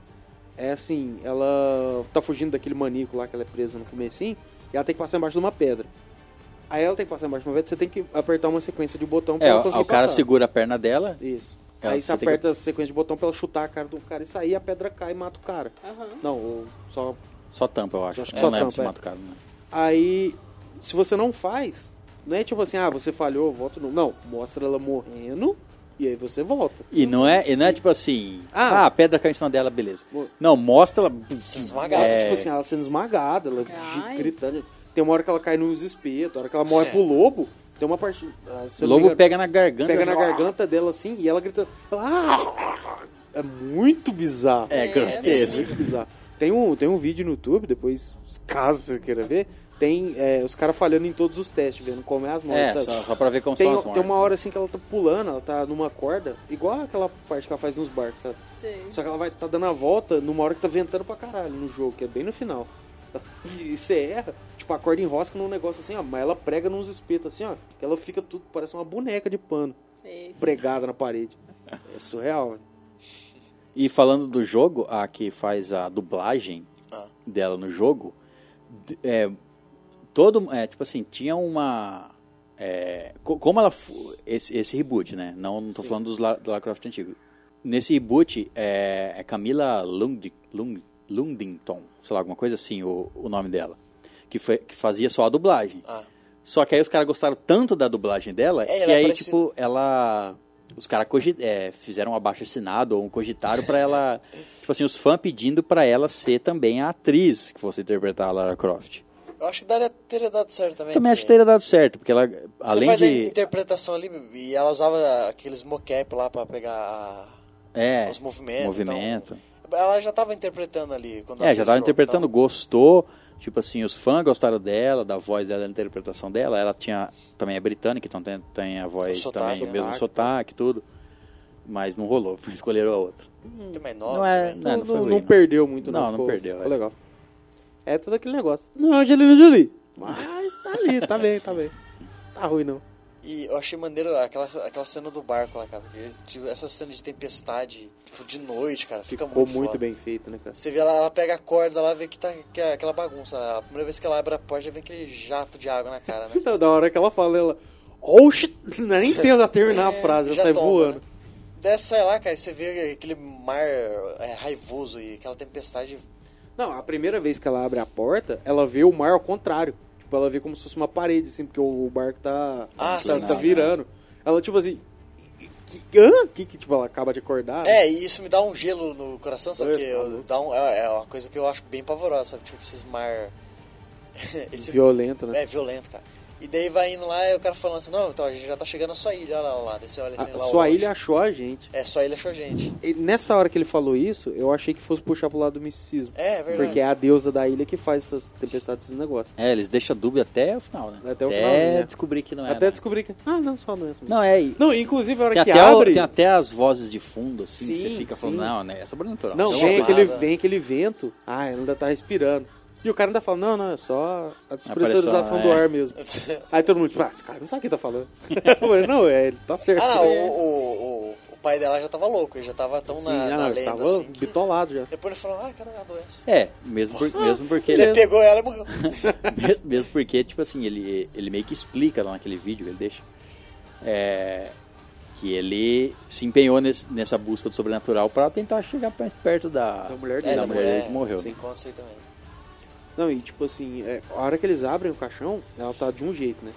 Speaker 4: é assim, ela tá fugindo daquele maníaco lá que ela é presa no comecinho, e ela tem que passar embaixo de uma pedra. Aí ela tem que passar embaixo de uma pedra, você tem que apertar uma sequência de botão pra
Speaker 1: É,
Speaker 4: ela
Speaker 1: o,
Speaker 4: conseguir
Speaker 1: o cara
Speaker 4: passar.
Speaker 1: segura a perna dela.
Speaker 4: Isso.
Speaker 1: Ela-
Speaker 4: Aí
Speaker 1: você
Speaker 4: você
Speaker 1: tem que-
Speaker 4: aperta a sequência de botão pra ela chutar a cara do cara e sair, a pedra cai e mata o cara.
Speaker 5: Aham.
Speaker 4: Não, ou só
Speaker 1: Só tampa, eu acho.
Speaker 4: Eu acho que
Speaker 1: É,
Speaker 4: só
Speaker 1: não é pra
Speaker 4: tampa,
Speaker 1: você
Speaker 4: é.
Speaker 1: matar o cara, né?
Speaker 4: Aí, se você não faz, não é tipo assim, ah, você falhou, volta no. Não, mostra ela morrendo e aí você volta.
Speaker 1: E não é, e não é tipo assim, ah,
Speaker 4: Ah.
Speaker 1: a pedra caiu em cima dela, beleza.
Speaker 4: Mo-
Speaker 1: Não, mostra ela.
Speaker 3: Se
Speaker 4: Ela,
Speaker 3: esmagava.
Speaker 1: É.
Speaker 4: tipo assim, ela sendo esmagada, ela gi-
Speaker 5: Ai.
Speaker 4: gritando. Tem uma hora que ela cai nos espetos, tem hora que ela morre pro lobo. Tem uma parte. ah, se
Speaker 1: O
Speaker 4: eu não me
Speaker 1: É. lobo
Speaker 4: engano,
Speaker 1: pega na garganta.
Speaker 4: pega na
Speaker 1: fala, "Ah".
Speaker 4: garganta dela assim e ela grita. "Ah!" É muito bizarro.
Speaker 1: É, grotesco.
Speaker 4: muito bizarro. Tem um, tem um vídeo no YouTube, depois, caso você queira ver, tem é, os caras falhando em todos os testes, vendo como é as mortes.
Speaker 1: É,
Speaker 4: sabe?
Speaker 1: só, só pra ver como
Speaker 4: Tem,
Speaker 1: são as
Speaker 4: tem
Speaker 1: mortes.
Speaker 4: uma hora assim que ela tá pulando, ela tá numa corda, igual aquela parte que ela faz nos barcos, sabe?
Speaker 1: um
Speaker 5: Sei.
Speaker 4: Só que ela vai tá dando a volta numa hora que tá ventando pra caralho no jogo, que é bem no final. <laughs> E você erra, tipo, a corda enrosca num negócio assim, ó, mas ela prega nos espetos assim, ó, que ela fica tudo, parece uma boneca de pano,
Speaker 5: Eita.
Speaker 4: pregada na parede. É surreal, velho.
Speaker 1: E falando do jogo, a que faz a dublagem
Speaker 3: Ah.
Speaker 1: dela no jogo, d- é, todo, é, tipo assim, tinha uma... é, co- como ela... fu- Esse, esse reboot, né? Não, não tô falando dos La, do Lara Croft antigo. Nesse reboot, é, é Camila Lund, Lund, Lundington, sei lá, alguma coisa assim, o, o nome dela. Que, foi, que fazia só a dublagem.
Speaker 3: Ah,
Speaker 1: Só que aí os caras gostaram tanto da dublagem dela
Speaker 3: É,
Speaker 1: que
Speaker 3: ela é
Speaker 1: aí,
Speaker 3: parecida.
Speaker 1: tipo, ela. Os caras cogi- é, fizeram um abaixo assinado ou um cogitaram pra
Speaker 3: <laughs>
Speaker 1: ela. tipo assim, os fãs pedindo pra ela ser também a atriz que fosse interpretar a Lara Croft.
Speaker 3: eu acho que daria, teria dado certo também.
Speaker 1: Também acho que
Speaker 3: porque
Speaker 1: teria dado certo, porque ela.
Speaker 3: Você
Speaker 1: Além
Speaker 3: faz a
Speaker 1: de.
Speaker 3: interpretação ali e ela usava aqueles mocap lá pra pegar a-
Speaker 1: É,
Speaker 3: os movimentos.
Speaker 1: movimento.
Speaker 3: então, ela já tava interpretando ali. Quando ela
Speaker 1: É,
Speaker 3: fez
Speaker 1: já
Speaker 3: o
Speaker 1: tava
Speaker 3: jogo,
Speaker 1: interpretando,
Speaker 3: então-
Speaker 1: gostou. Tipo assim, os fãs gostaram dela, da voz dela, da interpretação dela. Ela tinha. Também é britânica, então tem, tem a voz
Speaker 3: sotaque,
Speaker 1: também, o
Speaker 3: né?
Speaker 1: mesmo
Speaker 4: Ah,
Speaker 1: sotaque, tudo. Mas não rolou, <laughs> escolheram a outra.
Speaker 3: Tem mais nove
Speaker 1: não é-
Speaker 3: também. né?
Speaker 1: não,
Speaker 4: Então, Não,
Speaker 1: foi
Speaker 4: não-
Speaker 1: ruim,
Speaker 4: não
Speaker 1: não.
Speaker 4: perdeu muito, não.
Speaker 1: Não, não
Speaker 4: ficou-
Speaker 1: perdeu,
Speaker 4: Ficou
Speaker 1: é.
Speaker 4: legal. É todo aquele negócio. Não, Angelina Jolie. Mas tá ali, tá bem, tá bem. Tá ruim, não.
Speaker 3: E eu achei maneiro aquela, aquela cena do barco lá, cara. Porque, tipo, essa cena de tempestade, tipo, de noite, cara, fica
Speaker 4: Ficou
Speaker 3: muito
Speaker 4: muito
Speaker 3: foda.
Speaker 4: bem feito, né, cara? <laughs>
Speaker 3: Você vê ela, ela pega a corda lá, vê que tá que é aquela bagunça. A primeira vez que ela abre a porta, já vem aquele jato de água na cara,
Speaker 4: <laughs>
Speaker 3: né?
Speaker 4: Então, Da hora que ela fala, ela. Oxi! <laughs> é Nem tenta terminar a frase, ela
Speaker 3: É, já
Speaker 4: sai
Speaker 3: tomba,
Speaker 4: voando.
Speaker 3: né? é, Daí sai lá, cara, e você vê aquele mar é, raivoso e aquela tempestade
Speaker 4: Não, a primeira vez que ela abre a porta, ela vê o mar ao contrário. Tipo, ela vê como se fosse uma parede, assim, porque o barco tá,
Speaker 3: Ah,
Speaker 4: tá,
Speaker 3: sim,
Speaker 4: tá
Speaker 3: sim.
Speaker 4: virando. Ela, tipo assim. Que, hã? que, que, tipo, ela acaba de acordar?
Speaker 3: É, e isso me dá um gelo no coração, sabe?
Speaker 4: Pois,
Speaker 3: Porque
Speaker 4: tá
Speaker 3: eu-
Speaker 4: louco.
Speaker 3: dá um, é, é uma coisa que eu acho bem pavorosa, sabe? Tipo, esses mar. <laughs> Esse
Speaker 4: Violento, né?
Speaker 3: É violento, cara. E daí vai indo lá e o cara falando assim: Não, então a gente já tá chegando à sua ilha, olha lá, olha lá. Daí você olha assim,
Speaker 4: a
Speaker 3: lá
Speaker 4: sua
Speaker 3: longe.
Speaker 4: ilha achou a gente.
Speaker 3: É, sua ilha achou a gente.
Speaker 4: E nessa hora que ele falou isso, eu achei que fosse puxar pro lado do misticismo.
Speaker 3: É, é verdade.
Speaker 4: Porque é a deusa da ilha que faz essas tempestades, esses negócios.
Speaker 1: É, eles deixam dúvida até o final, né?
Speaker 4: Até o finalzinho, né?
Speaker 1: descobrir que não é.
Speaker 4: até
Speaker 1: né?
Speaker 4: descobri que. Ah, não, só doença mesmo.
Speaker 1: Não, é. e-
Speaker 4: Não, inclusive a hora
Speaker 1: Tem
Speaker 4: que
Speaker 1: até, o-
Speaker 4: abre.
Speaker 1: tem até as vozes de fundo, assim, que você
Speaker 4: Sim,
Speaker 1: fica
Speaker 4: sim.
Speaker 1: falando, não, né? É sobrenatural.
Speaker 4: Não,
Speaker 1: Isso é
Speaker 4: vem
Speaker 1: uma
Speaker 4: aquele,
Speaker 3: Tá nada.
Speaker 4: vem aquele vento. Ah, ela ainda tá respirando. E o cara ainda fala, não, não, é só a despressurização
Speaker 1: Apareceu,
Speaker 4: do
Speaker 1: é.
Speaker 4: ar mesmo. Aí todo mundo, tipo, ah, esse cara não sabe o que tá falando. <laughs> Ué, não, é, ele tá
Speaker 3: <laughs>
Speaker 4: certo.
Speaker 3: ah, não,
Speaker 4: É.
Speaker 3: o, o, o, o pai dela já tava louco, ele já tava tão
Speaker 4: Sim,
Speaker 3: na,
Speaker 4: ah,
Speaker 3: na
Speaker 4: não, ele
Speaker 3: lenda
Speaker 4: tava
Speaker 3: assim. que-
Speaker 4: bitolado já.
Speaker 3: Depois ele falou: Ah, cara, é uma doença.
Speaker 1: É, mesmo,
Speaker 4: <laughs>
Speaker 1: por- mesmo porque
Speaker 4: é
Speaker 3: Ele
Speaker 1: ele,
Speaker 3: pegou ela e morreu.
Speaker 1: mes- <laughs> mesmo porque, tipo assim, ele, ele meio que explica lá naquele vídeo que ele deixa. é, que ele se empenhou nesse- nessa busca do sobrenatural pra tentar chegar mais perto da,
Speaker 4: Da mulher
Speaker 1: da
Speaker 3: É,
Speaker 4: dele. É,
Speaker 1: mulher que morreu.
Speaker 3: Sim,
Speaker 1: Né?
Speaker 3: conta isso aí também.
Speaker 4: Não, e tipo assim, é, a hora que eles abrem o caixão, ela tá de um jeito, né?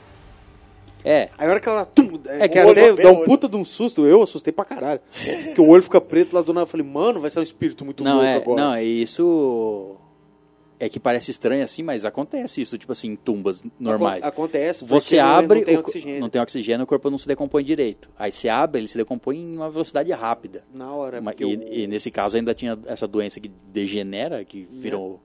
Speaker 1: É,
Speaker 4: Aí a hora que ela. Tum, é,
Speaker 1: É que
Speaker 4: o
Speaker 1: ela
Speaker 4: olho
Speaker 3: deu-
Speaker 4: dá um
Speaker 3: olho.
Speaker 4: puta de um susto, eu assustei pra
Speaker 3: <laughs>
Speaker 4: caralho. Porque o olho fica preto lá do nada. Eu falei, mano, vai ser um espírito muito
Speaker 1: não,
Speaker 4: louco
Speaker 1: é,
Speaker 4: agora.
Speaker 1: não, é isso. É que parece estranho assim, mas acontece isso, tipo assim, em tumbas normais.
Speaker 4: Acon- acontece. porque
Speaker 1: Você
Speaker 4: não-
Speaker 1: abre,
Speaker 4: Não tem
Speaker 1: o co-
Speaker 4: oxigênio.
Speaker 1: não tem oxigênio, o corpo não se decompõe direito. Aí você abre, ele se decompõe em uma velocidade rápida.
Speaker 4: Na hora.
Speaker 1: Mas-
Speaker 4: É, porque
Speaker 1: e,
Speaker 4: o-
Speaker 1: e nesse caso ainda tinha essa doença que degenera, que
Speaker 4: Né?
Speaker 1: virou.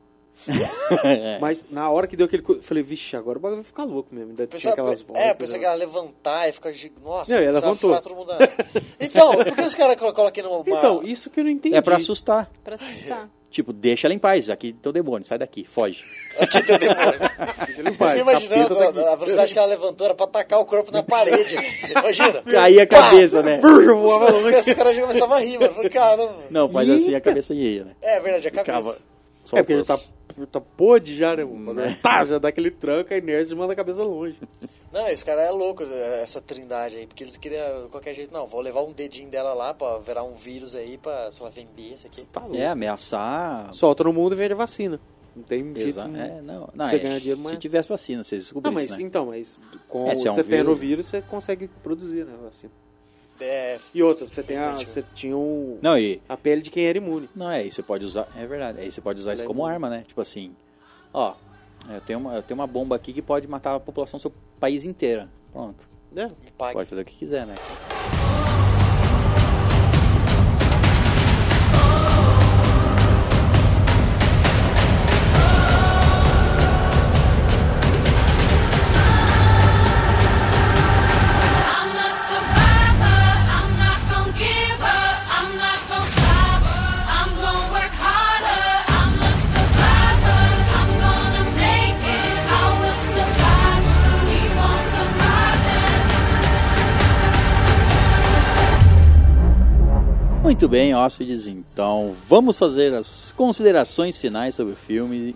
Speaker 4: Mas na hora que deu aquele. co- Eu falei, vixe, agora o bagulho vai ficar louco mesmo. Ainda tinha
Speaker 3: Pensava,
Speaker 4: aquelas vozes.
Speaker 3: é, pensei que
Speaker 4: né?
Speaker 3: ela levantar e ficar. gi- Nossa,
Speaker 4: Não, e ela
Speaker 3: precisava furar
Speaker 4: levantou.
Speaker 3: todo mundo na área. Então, por que os caras colo- colocam aqui no mar?
Speaker 4: Então, isso que eu não entendi.
Speaker 1: É pra assustar.
Speaker 5: Pra
Speaker 1: <laughs>
Speaker 5: assustar.
Speaker 1: Tipo, deixa ela em paz, aqui teu demônio, sai daqui,
Speaker 4: <laughs>
Speaker 1: foge.
Speaker 3: Aqui tem o demônio.
Speaker 4: Ele
Speaker 3: Eu
Speaker 4: vai,
Speaker 3: fiquei imaginando né?
Speaker 4: capeta tá
Speaker 3: a,
Speaker 4: daqui. <laughs>
Speaker 3: a velocidade que ela levantou era pra tacar o corpo na parede. Imagina.
Speaker 4: <laughs>
Speaker 1: Aí a
Speaker 3: Pá!
Speaker 1: cabeça, né?
Speaker 4: Brrr,
Speaker 3: Os,
Speaker 4: voava
Speaker 3: os-
Speaker 4: longe.
Speaker 3: os caras já começavam a rir, mano. Eu Falei, caramba.
Speaker 1: Não, faz
Speaker 4: Ih,
Speaker 1: assim a cabeça ia, né?
Speaker 3: É verdade, a
Speaker 1: Ficava.
Speaker 3: cabeça.
Speaker 1: Só
Speaker 4: É
Speaker 1: o
Speaker 4: porque já tá,
Speaker 1: corpo.
Speaker 4: tá podre já, né? mano? Tá, já dá aquele tranco, a inércia manda a cabeça longe.
Speaker 1: Então.
Speaker 3: Não, esse cara é louco, essa trindade aí. Porque eles queriam, de qualquer jeito, não, vou levar um dedinho dela lá pra virar um vírus aí pra, sei lá, vender isso aqui.
Speaker 4: Tá louco.
Speaker 1: É, ameaçar.
Speaker 4: Solta no mundo e vende vacina. Não tem jeito.
Speaker 1: Exa-
Speaker 4: nenhum.
Speaker 1: É, não, não,
Speaker 4: Você
Speaker 1: é,
Speaker 4: ganha dinheiro, mas-
Speaker 1: Se tivesse vacina, vocês
Speaker 4: Não,
Speaker 1: descobrissem,
Speaker 4: mas
Speaker 1: né?
Speaker 4: então, mas com
Speaker 1: É, se é um
Speaker 4: você tendo o
Speaker 1: vírus-
Speaker 4: vírus, você consegue produzir, né, a vacina.
Speaker 3: É,
Speaker 4: E outra, você tem a,
Speaker 3: Entendi.
Speaker 4: você tinha o,
Speaker 1: Não, e
Speaker 4: a pele de quem era imune.
Speaker 1: Não, é, e você pode usar. É verdade, aí você pode usar isso como
Speaker 4: Legal.
Speaker 1: arma, né? Tipo assim, ó, é, eu tenho, uma, eu tenho uma bomba aqui que pode matar a população do seu país inteira. Pronto.
Speaker 4: né?
Speaker 3: me pague.
Speaker 1: Pode fazer o que quiser, né?
Speaker 7: I'm a survivor. I'm not gonna give up. I'm not gonna stop. I'm gonna work harder. I'm a survivor. I'm gonna make it. I will survive. Keep on surviving.
Speaker 1: Muito bem, hóspedes, então vamos fazer as considerações finais sobre o filme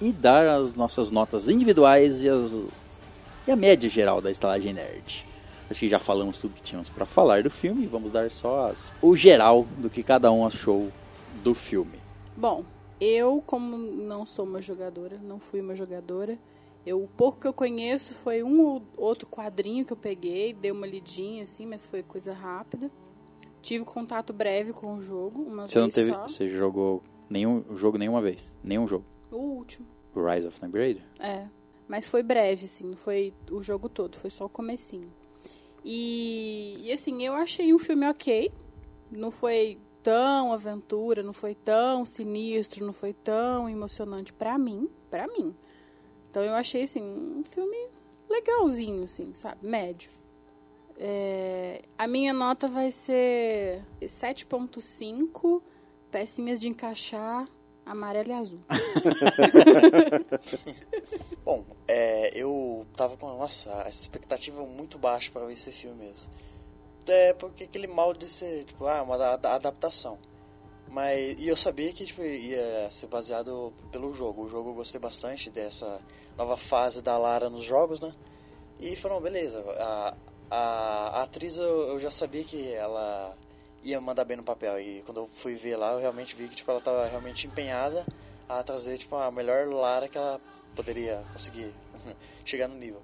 Speaker 1: e dar as nossas notas individuais e, as- e a média geral da estalagem nerd. Acho que já falamos tudo que tínhamos para falar do filme, vamos dar só as- o geral do que cada um achou do filme.
Speaker 5: Bom, eu, como não sou uma jogadora, não fui uma jogadora, eu, o pouco que eu conheço foi um ou outro quadrinho que eu peguei, dei uma lidinha assim, mas foi coisa rápida. Tive contato breve com o jogo, uma
Speaker 1: Você não
Speaker 5: vez
Speaker 1: teve.
Speaker 5: só.
Speaker 1: Você jogou nenhum jogo nenhuma vez. Nenhum jogo.
Speaker 5: O último.
Speaker 1: O Rise of Tomb Raider?
Speaker 5: É. Mas foi breve, assim, não foi o jogo todo, foi só o comecinho. E, e, assim, eu achei um filme ok. Não foi tão aventura, não foi tão sinistro, não foi tão emocionante pra mim, pra mim. Então eu achei assim um filme legalzinho, assim, sabe, médio. É, a minha nota vai ser 7.5 pecinhas de encaixar amarelo e azul.
Speaker 3: Bom, é, eu tava com nossa, a expectativa muito baixa pra ver esse filme mesmo. Até porque aquele mal de ser, tipo, ah, uma da- da- adaptação. Mas, e eu sabia que tipo, ia ser baseado pelo jogo. O jogo eu gostei bastante dessa nova fase da Lara nos jogos, né? E falou, "Não, beleza, a, a- a atriz eu, eu já sabia que ela ia mandar bem no papel. E quando eu fui ver lá, eu realmente vi que tipo, ela tava realmente empenhada a trazer tipo a melhor Lara que ela poderia conseguir <laughs> chegar no nível.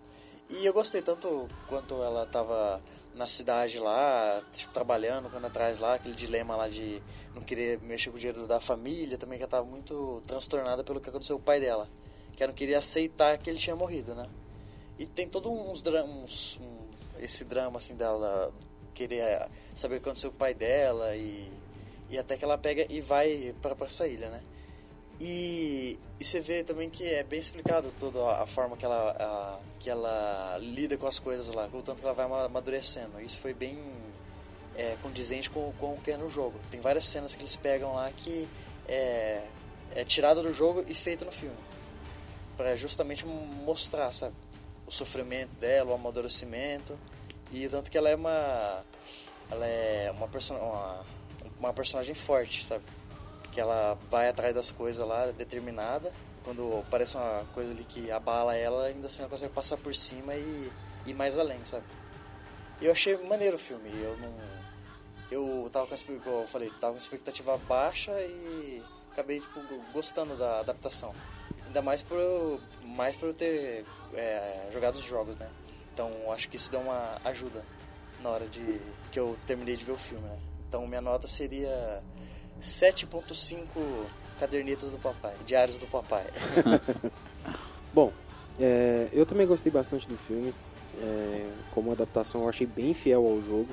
Speaker 3: E eu gostei tanto quanto ela tava na cidade lá, tipo, trabalhando, quando atrás lá, aquele dilema lá de não querer mexer com o dinheiro da família, também que ela tava muito transtornada pelo que aconteceu com o pai dela. Que ela não queria aceitar que ele tinha morrido, né? E tem todo uns dramas, um, esse drama assim dela querer eh, saber o que aconteceu com o pai dela e, e até que ela pega e vai para essa ilha, né? E, e você vê também que é bem explicado toda a a forma que ela, a- que ela lida com as coisas lá, o tanto que ela vai ama- amadurecendo. Isso foi bem é, condizente com, com o que é no jogo. Tem várias cenas que eles pegam lá que é, é tirada do jogo e feita no filme. Pra justamente mostrar, sabe? O sofrimento dela, o amadurecimento. E o tanto que ela é uma. Ela é uma, perso uma, uma personagem forte, sabe? Que ela vai atrás das coisas lá, determinada. Quando aparece uma coisa ali que abala ela, ainda assim ela consegue passar por cima e ir mais além, sabe? Eu achei maneiro o filme. Eu não. Eu tava com a, expe- igual eu falei, tava com a expectativa baixa e acabei tipo, go- gostando da adaptação. Ainda mais por eu, mais por eu ter é, jogado os jogos, né? Então acho que isso deu uma ajuda na hora de que eu terminei de ver o filme, né? Então minha nota seria 7.5 cadernetas do papai, diários do papai.
Speaker 4: Bom, é, eu também gostei bastante do filme. É, como adaptação, eu achei bem fiel ao jogo,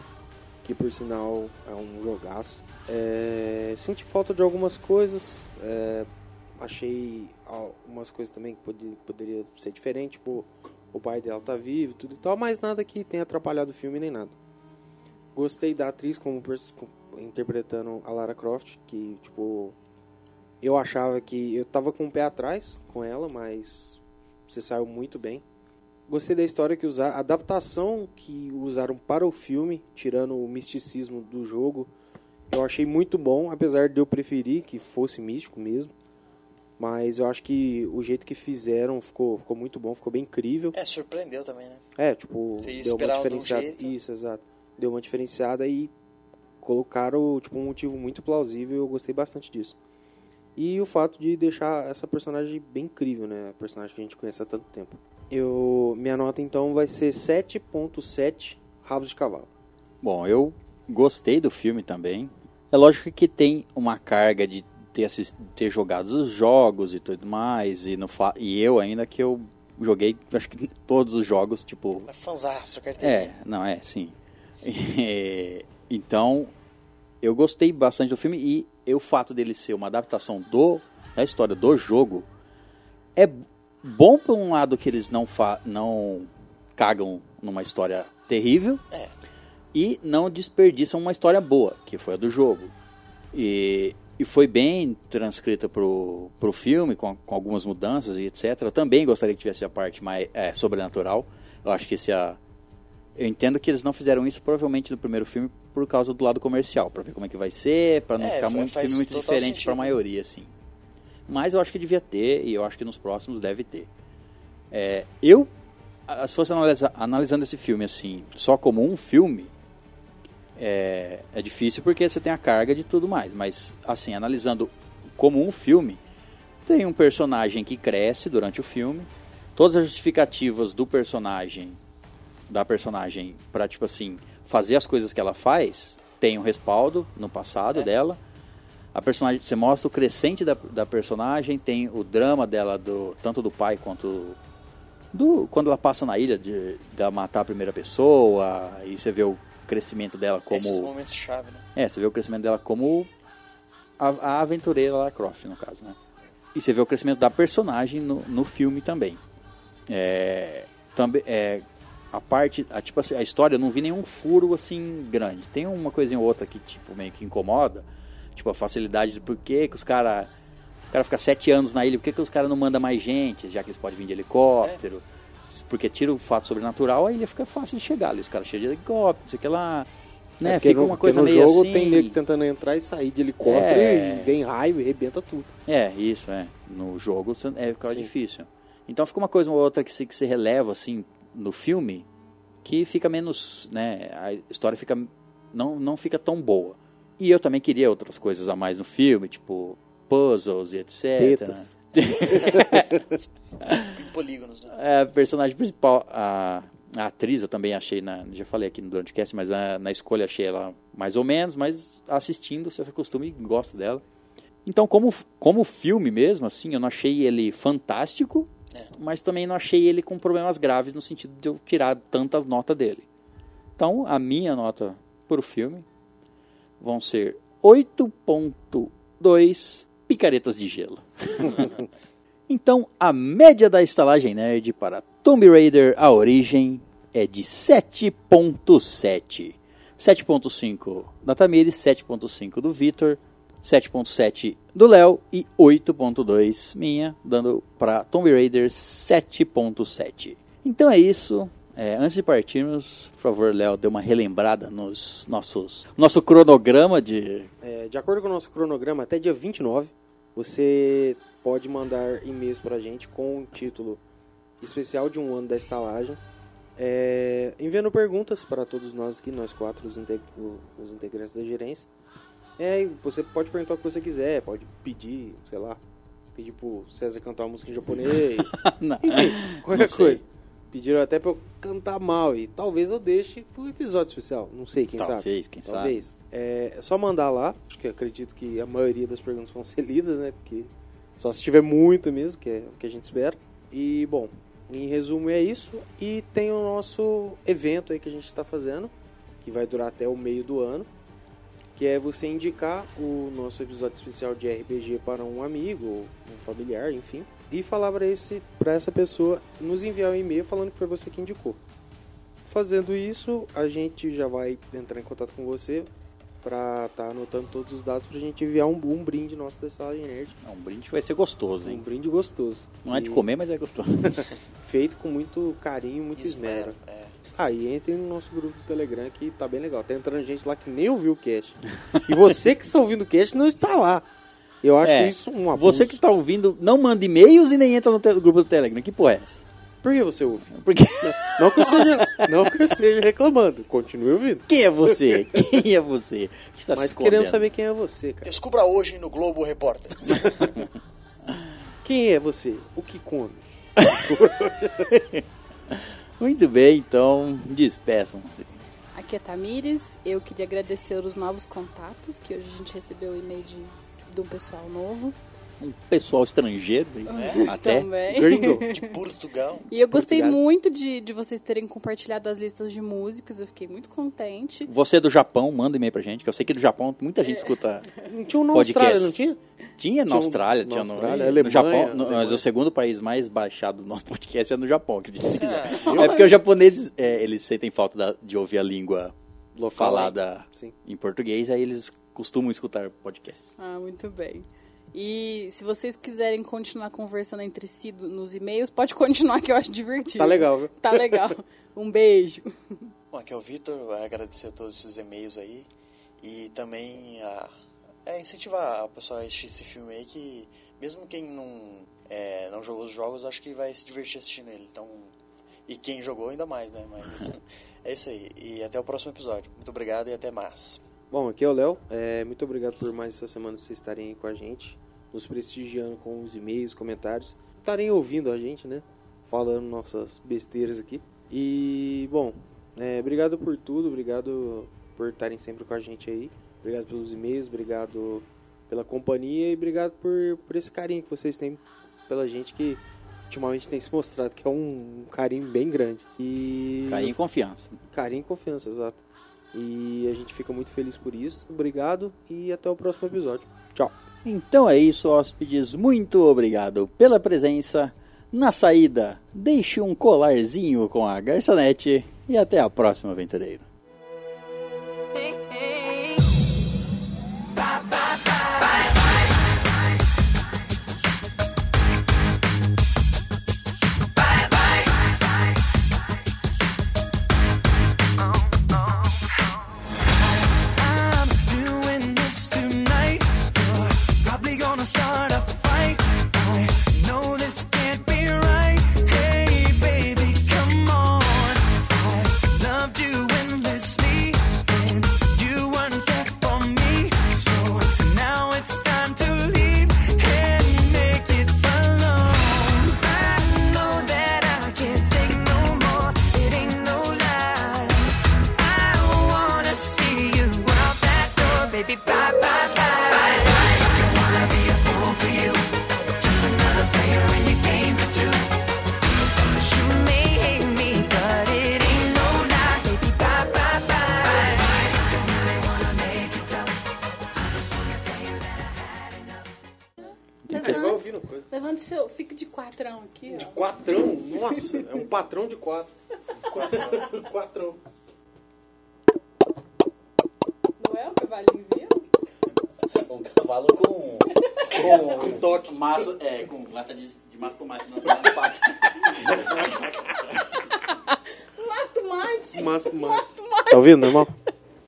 Speaker 4: que por sinal é um jogaço. É, senti falta de algumas coisas, é, achei algumas coisas também que pode- poderia ser diferente, tipo, o pai dela tá vivo tudo e tal, mas nada que tenha atrapalhado o filme nem nada. Gostei da atriz como pers- com- interpretando a Lara Croft, que tipo eu achava que eu tava com o pé atrás com ela, mas você saiu muito bem. Gostei da história que usaram, a adaptação que usaram para o filme, tirando o misticismo do jogo, eu achei muito bom, apesar de eu preferir que fosse místico mesmo. Mas eu acho que o jeito que fizeram ficou, ficou muito bom, ficou bem incrível.
Speaker 3: É, surpreendeu também, né?
Speaker 4: É, tipo,
Speaker 3: Você ia
Speaker 4: deu uma
Speaker 3: esperar de um
Speaker 4: diferenciada.
Speaker 3: jeito.
Speaker 4: Isso, exato. Deu uma diferenciada e colocaram, tipo, um motivo muito plausível. Eu gostei bastante disso. E o fato de deixar essa personagem bem incrível, né? A personagem que a gente conhece há tanto tempo. Eu, minha nota então vai ser 7.7 rabos de cavalo.
Speaker 1: Bom, eu gostei do filme também. É lógico que tem uma carga de ter, assis- ter jogado os jogos e tudo mais, e, no fa- e eu ainda que eu joguei, acho que <laughs> todos os jogos, tipo,
Speaker 3: Mas É fanzaço, carteirinha.
Speaker 1: é, não, é, sim. <laughs> É, então, eu gostei bastante do filme e, e o fato dele ser uma adaptação do, da história do jogo é bom por um lado que eles não, fa, não cagam numa história terrível
Speaker 3: É.
Speaker 1: e não desperdiçam uma história boa, que foi a do jogo. E, e foi bem transcrita pro, pro filme, com, com algumas mudanças e etc. Eu também gostaria que tivesse a parte mais é, sobrenatural. Eu acho que se a, eu entendo que eles não fizeram isso provavelmente no primeiro filme por causa do lado comercial, pra ver como é que vai ser, pra não
Speaker 3: É,
Speaker 1: ficar
Speaker 3: fa-
Speaker 1: muito
Speaker 3: faz
Speaker 1: filme muito
Speaker 3: total
Speaker 1: diferente pra
Speaker 3: sentido.
Speaker 1: maioria assim. Mas eu acho que devia ter e eu acho que nos próximos deve ter. É, eu a- se fosse analisa- analisando esse filme assim, só como um filme, é, é difícil porque você tem a carga de tudo mais, mas assim, analisando como um filme, tem um personagem que cresce durante o filme, todas as justificativas do personagem da personagem pra, tipo assim, fazer as coisas que ela faz, tem um respaldo no passado dela. A personagem, você mostra o crescente da, da personagem, tem o drama dela, do tanto do pai quanto do quando ela passa na ilha de, de matar a primeira pessoa, e você vê o crescimento dela
Speaker 3: Esses
Speaker 1: como...
Speaker 3: momentos chave, né?
Speaker 1: É, você vê o crescimento dela como a, a aventureira Lara Croft, no caso, né? E você vê o crescimento da personagem no, no filme também. É, também é, a parte, a, tipo assim, a história, eu não vi nenhum furo assim grande. Tem uma coisinha ou outra que tipo meio que incomoda, tipo a facilidade de por que que os caras o cara fica sete anos na ilha, por que, que os caras não mandam mais gente, já que eles podem vir de helicóptero?
Speaker 4: É.
Speaker 1: Porque tira o fato sobrenatural, a ilha fica fácil de chegar ali. Os caras chegam de helicóptero, não sei o que lá. Né?
Speaker 4: É, porque
Speaker 1: fica
Speaker 4: no-
Speaker 1: uma
Speaker 4: porque
Speaker 1: coisa
Speaker 4: no
Speaker 1: meio
Speaker 4: jogo
Speaker 1: assim.
Speaker 4: tem nego tentando entrar e sair de helicóptero
Speaker 1: É.
Speaker 4: e vem raio e arrebenta tudo.
Speaker 1: É, isso, é. No jogo você- é, fica
Speaker 4: Sim.
Speaker 1: difícil. Então fica uma coisa ou outra que se, que se releva, assim, no filme, que fica menos, né, a história fica, não, não fica tão boa. E eu também queria outras coisas a mais no filme, tipo, puzzles e etc.
Speaker 4: Tetas.
Speaker 3: Polígonos, né?
Speaker 1: É, a personagem principal, a, a atriz, eu também achei, na, já falei aqui no Broadcast, mas na, na escolha achei ela mais ou menos, mas assistindo, se acostuma e gosta dela. Então, como, como filme mesmo, assim, eu não achei ele fantástico,
Speaker 3: É.
Speaker 1: mas também não achei ele com problemas graves no sentido de eu tirar tantas notas dele. Então, a minha nota para o filme vão ser 8.2 picaretas de gelo. Então, a média da estalagem nerd para Tomb Raider A Origem é de 7.7. 7.5 da Tamires, 7.5 do Vitor, 7.7 do Léo e 8.2 minha, dando para Tomb Raider 7.7. Então é isso. É, antes de partirmos, por favor, Léo, dê uma relembrada nos nossos nosso cronograma de <laughs>
Speaker 4: É, de acordo com o nosso cronograma, até dia 29, você pode mandar e-mails pra gente com o título especial de um ano da estalagem. É, enviando perguntas para todos nós aqui, nós quatro, os, inte- o- os integrantes da gerência. É, e você pode perguntar o que você quiser, pode pedir, sei lá, pedir pro César cantar uma música em japonês,
Speaker 1: Não.
Speaker 4: enfim, qualquer
Speaker 1: sei.
Speaker 4: coisa. Pediram até pra eu cantar mal e talvez eu deixe pro episódio especial, não sei, quem sabe.
Speaker 1: talvez, quem sabe.
Speaker 4: Talvez. É, é só mandar lá. Acho que acredito que a maioria das perguntas vão ser lidas, né? Porque só se tiver muito mesmo, que é o que a gente espera. E, bom, em resumo é isso. E tem o nosso evento aí que a gente está fazendo, que vai durar até o meio do ano. Que é você indicar o nosso episódio especial de RPG para um amigo ou um familiar, enfim. E falar para esse, pra essa pessoa nos enviar um e-mail falando que foi você que indicou. Fazendo isso, a gente já vai entrar em contato com você pra tá anotando todos os dados pra gente enviar um, um brinde nosso da Sala de Nerd.
Speaker 1: É um brinde que vai ser gostoso,
Speaker 4: Um
Speaker 1: hein?
Speaker 4: brinde gostoso.
Speaker 1: Não é de
Speaker 4: E
Speaker 1: comer, mas é gostoso.
Speaker 4: Feito com muito carinho, muito esmero.
Speaker 3: É.
Speaker 4: Aí entre no nosso grupo do Telegram que tá bem legal. Tá entrando gente lá que nem ouviu o cast. E você que está ouvindo o cast não está lá. Eu acho
Speaker 1: É,
Speaker 4: isso um abuso.
Speaker 1: Você que tá ouvindo, não manda e-mails e nem entra no te- grupo do Telegram. Que porra é essa?
Speaker 4: Por que você ouve? <laughs>
Speaker 1: Porque
Speaker 4: Não que eu esteja, não que eu esteja reclamando. Continue ouvindo.
Speaker 1: quem é você? Quem é você? que está se
Speaker 4: Mas
Speaker 1: escondendo?
Speaker 4: queremos saber quem é você, cara.
Speaker 3: Descubra hoje no Globo Repórter.
Speaker 4: Quem é você? O que come?
Speaker 1: Muito bem, então despeçam-se.
Speaker 5: Aqui é Tamires. Eu queria agradecer os novos contatos, que hoje a gente recebeu o e-mail de, de um pessoal novo.
Speaker 1: Um pessoal estrangeiro, hein? até.
Speaker 5: Também.
Speaker 4: Gringo.
Speaker 3: De Portugal.
Speaker 5: E eu gostei
Speaker 4: Obrigado.
Speaker 5: muito de, de vocês terem compartilhado as listas de músicas, eu fiquei muito contente.
Speaker 1: Você é do Japão, manda e-mail pra gente, que eu sei que do Japão muita gente escuta.
Speaker 4: Não tinha um na
Speaker 1: Podcast.
Speaker 4: Austrália, não tinha?
Speaker 1: Tinha na
Speaker 4: Tinha um-
Speaker 1: Austrália,
Speaker 4: na
Speaker 1: tinha no,
Speaker 4: Austrália,
Speaker 1: no
Speaker 4: Alemanha,
Speaker 1: Japão, no- mas
Speaker 4: Alemanha.
Speaker 1: o segundo país mais baixado do nosso podcast é no Japão, acredito. é porque os japoneses, é, eles sentem falta da- de ouvir a língua falada
Speaker 4: Sim.
Speaker 1: em português, aí eles costumam escutar podcasts.
Speaker 5: Ah, muito bem. E se vocês quiserem continuar conversando entre si do- nos e-mails, pode continuar que eu acho divertido.
Speaker 4: Tá legal, viu?
Speaker 5: Tá legal. Um beijo.
Speaker 3: Bom, aqui é o Vitor, vai agradecer a todos esses e-mails aí e também a, é, incentivar o pessoal a assistir esse filme aí que mesmo quem não, é, não jogou os jogos, acho que vai se divertir assistindo ele, então... E quem jogou ainda mais, né? Mas é isso aí. E até o próximo episódio. Muito obrigado e até mais.
Speaker 4: Bom, aqui é o Léo. É, muito obrigado por mais essa semana vocês estarem aí com a gente, nos prestigiando com os e-mails, comentários, estarem ouvindo a gente, né? Falando nossas besteiras aqui. E, bom, é, obrigado por tudo, obrigado por estarem sempre com a gente aí. Obrigado pelos e-mails, obrigado pela companhia e obrigado por, por esse carinho que vocês têm pela gente que ultimamente tem se mostrado, que é um carinho bem grande. E
Speaker 1: Carinho e confiança.
Speaker 4: Carinho e confiança, exato. E a gente fica muito feliz por isso. Obrigado e até o próximo episódio. Tchau.
Speaker 1: Então é isso, hóspedes. Muito obrigado pela presença. Na saída, deixe um colarzinho com a garçonete e até a próxima, aventureiro.
Speaker 2: I'm doing this tonight. You're probably gonna start a fight. I know this can't be right. Hey, baby, come on. I love doing this.
Speaker 5: quatrão aqui, ó.
Speaker 4: Quatrão? Nossa, é um patrão de quatro. Quatrão. Quatrão.
Speaker 5: Não é o cavalinho vivo?
Speaker 1: Um cavalo com. Com
Speaker 4: toque.
Speaker 1: Massa, é, com lata de, de massa de tomate nas, nas patas.
Speaker 5: Lá tomate!
Speaker 4: Mas, mas...
Speaker 5: Tomate!
Speaker 4: Tá ouvindo, normal?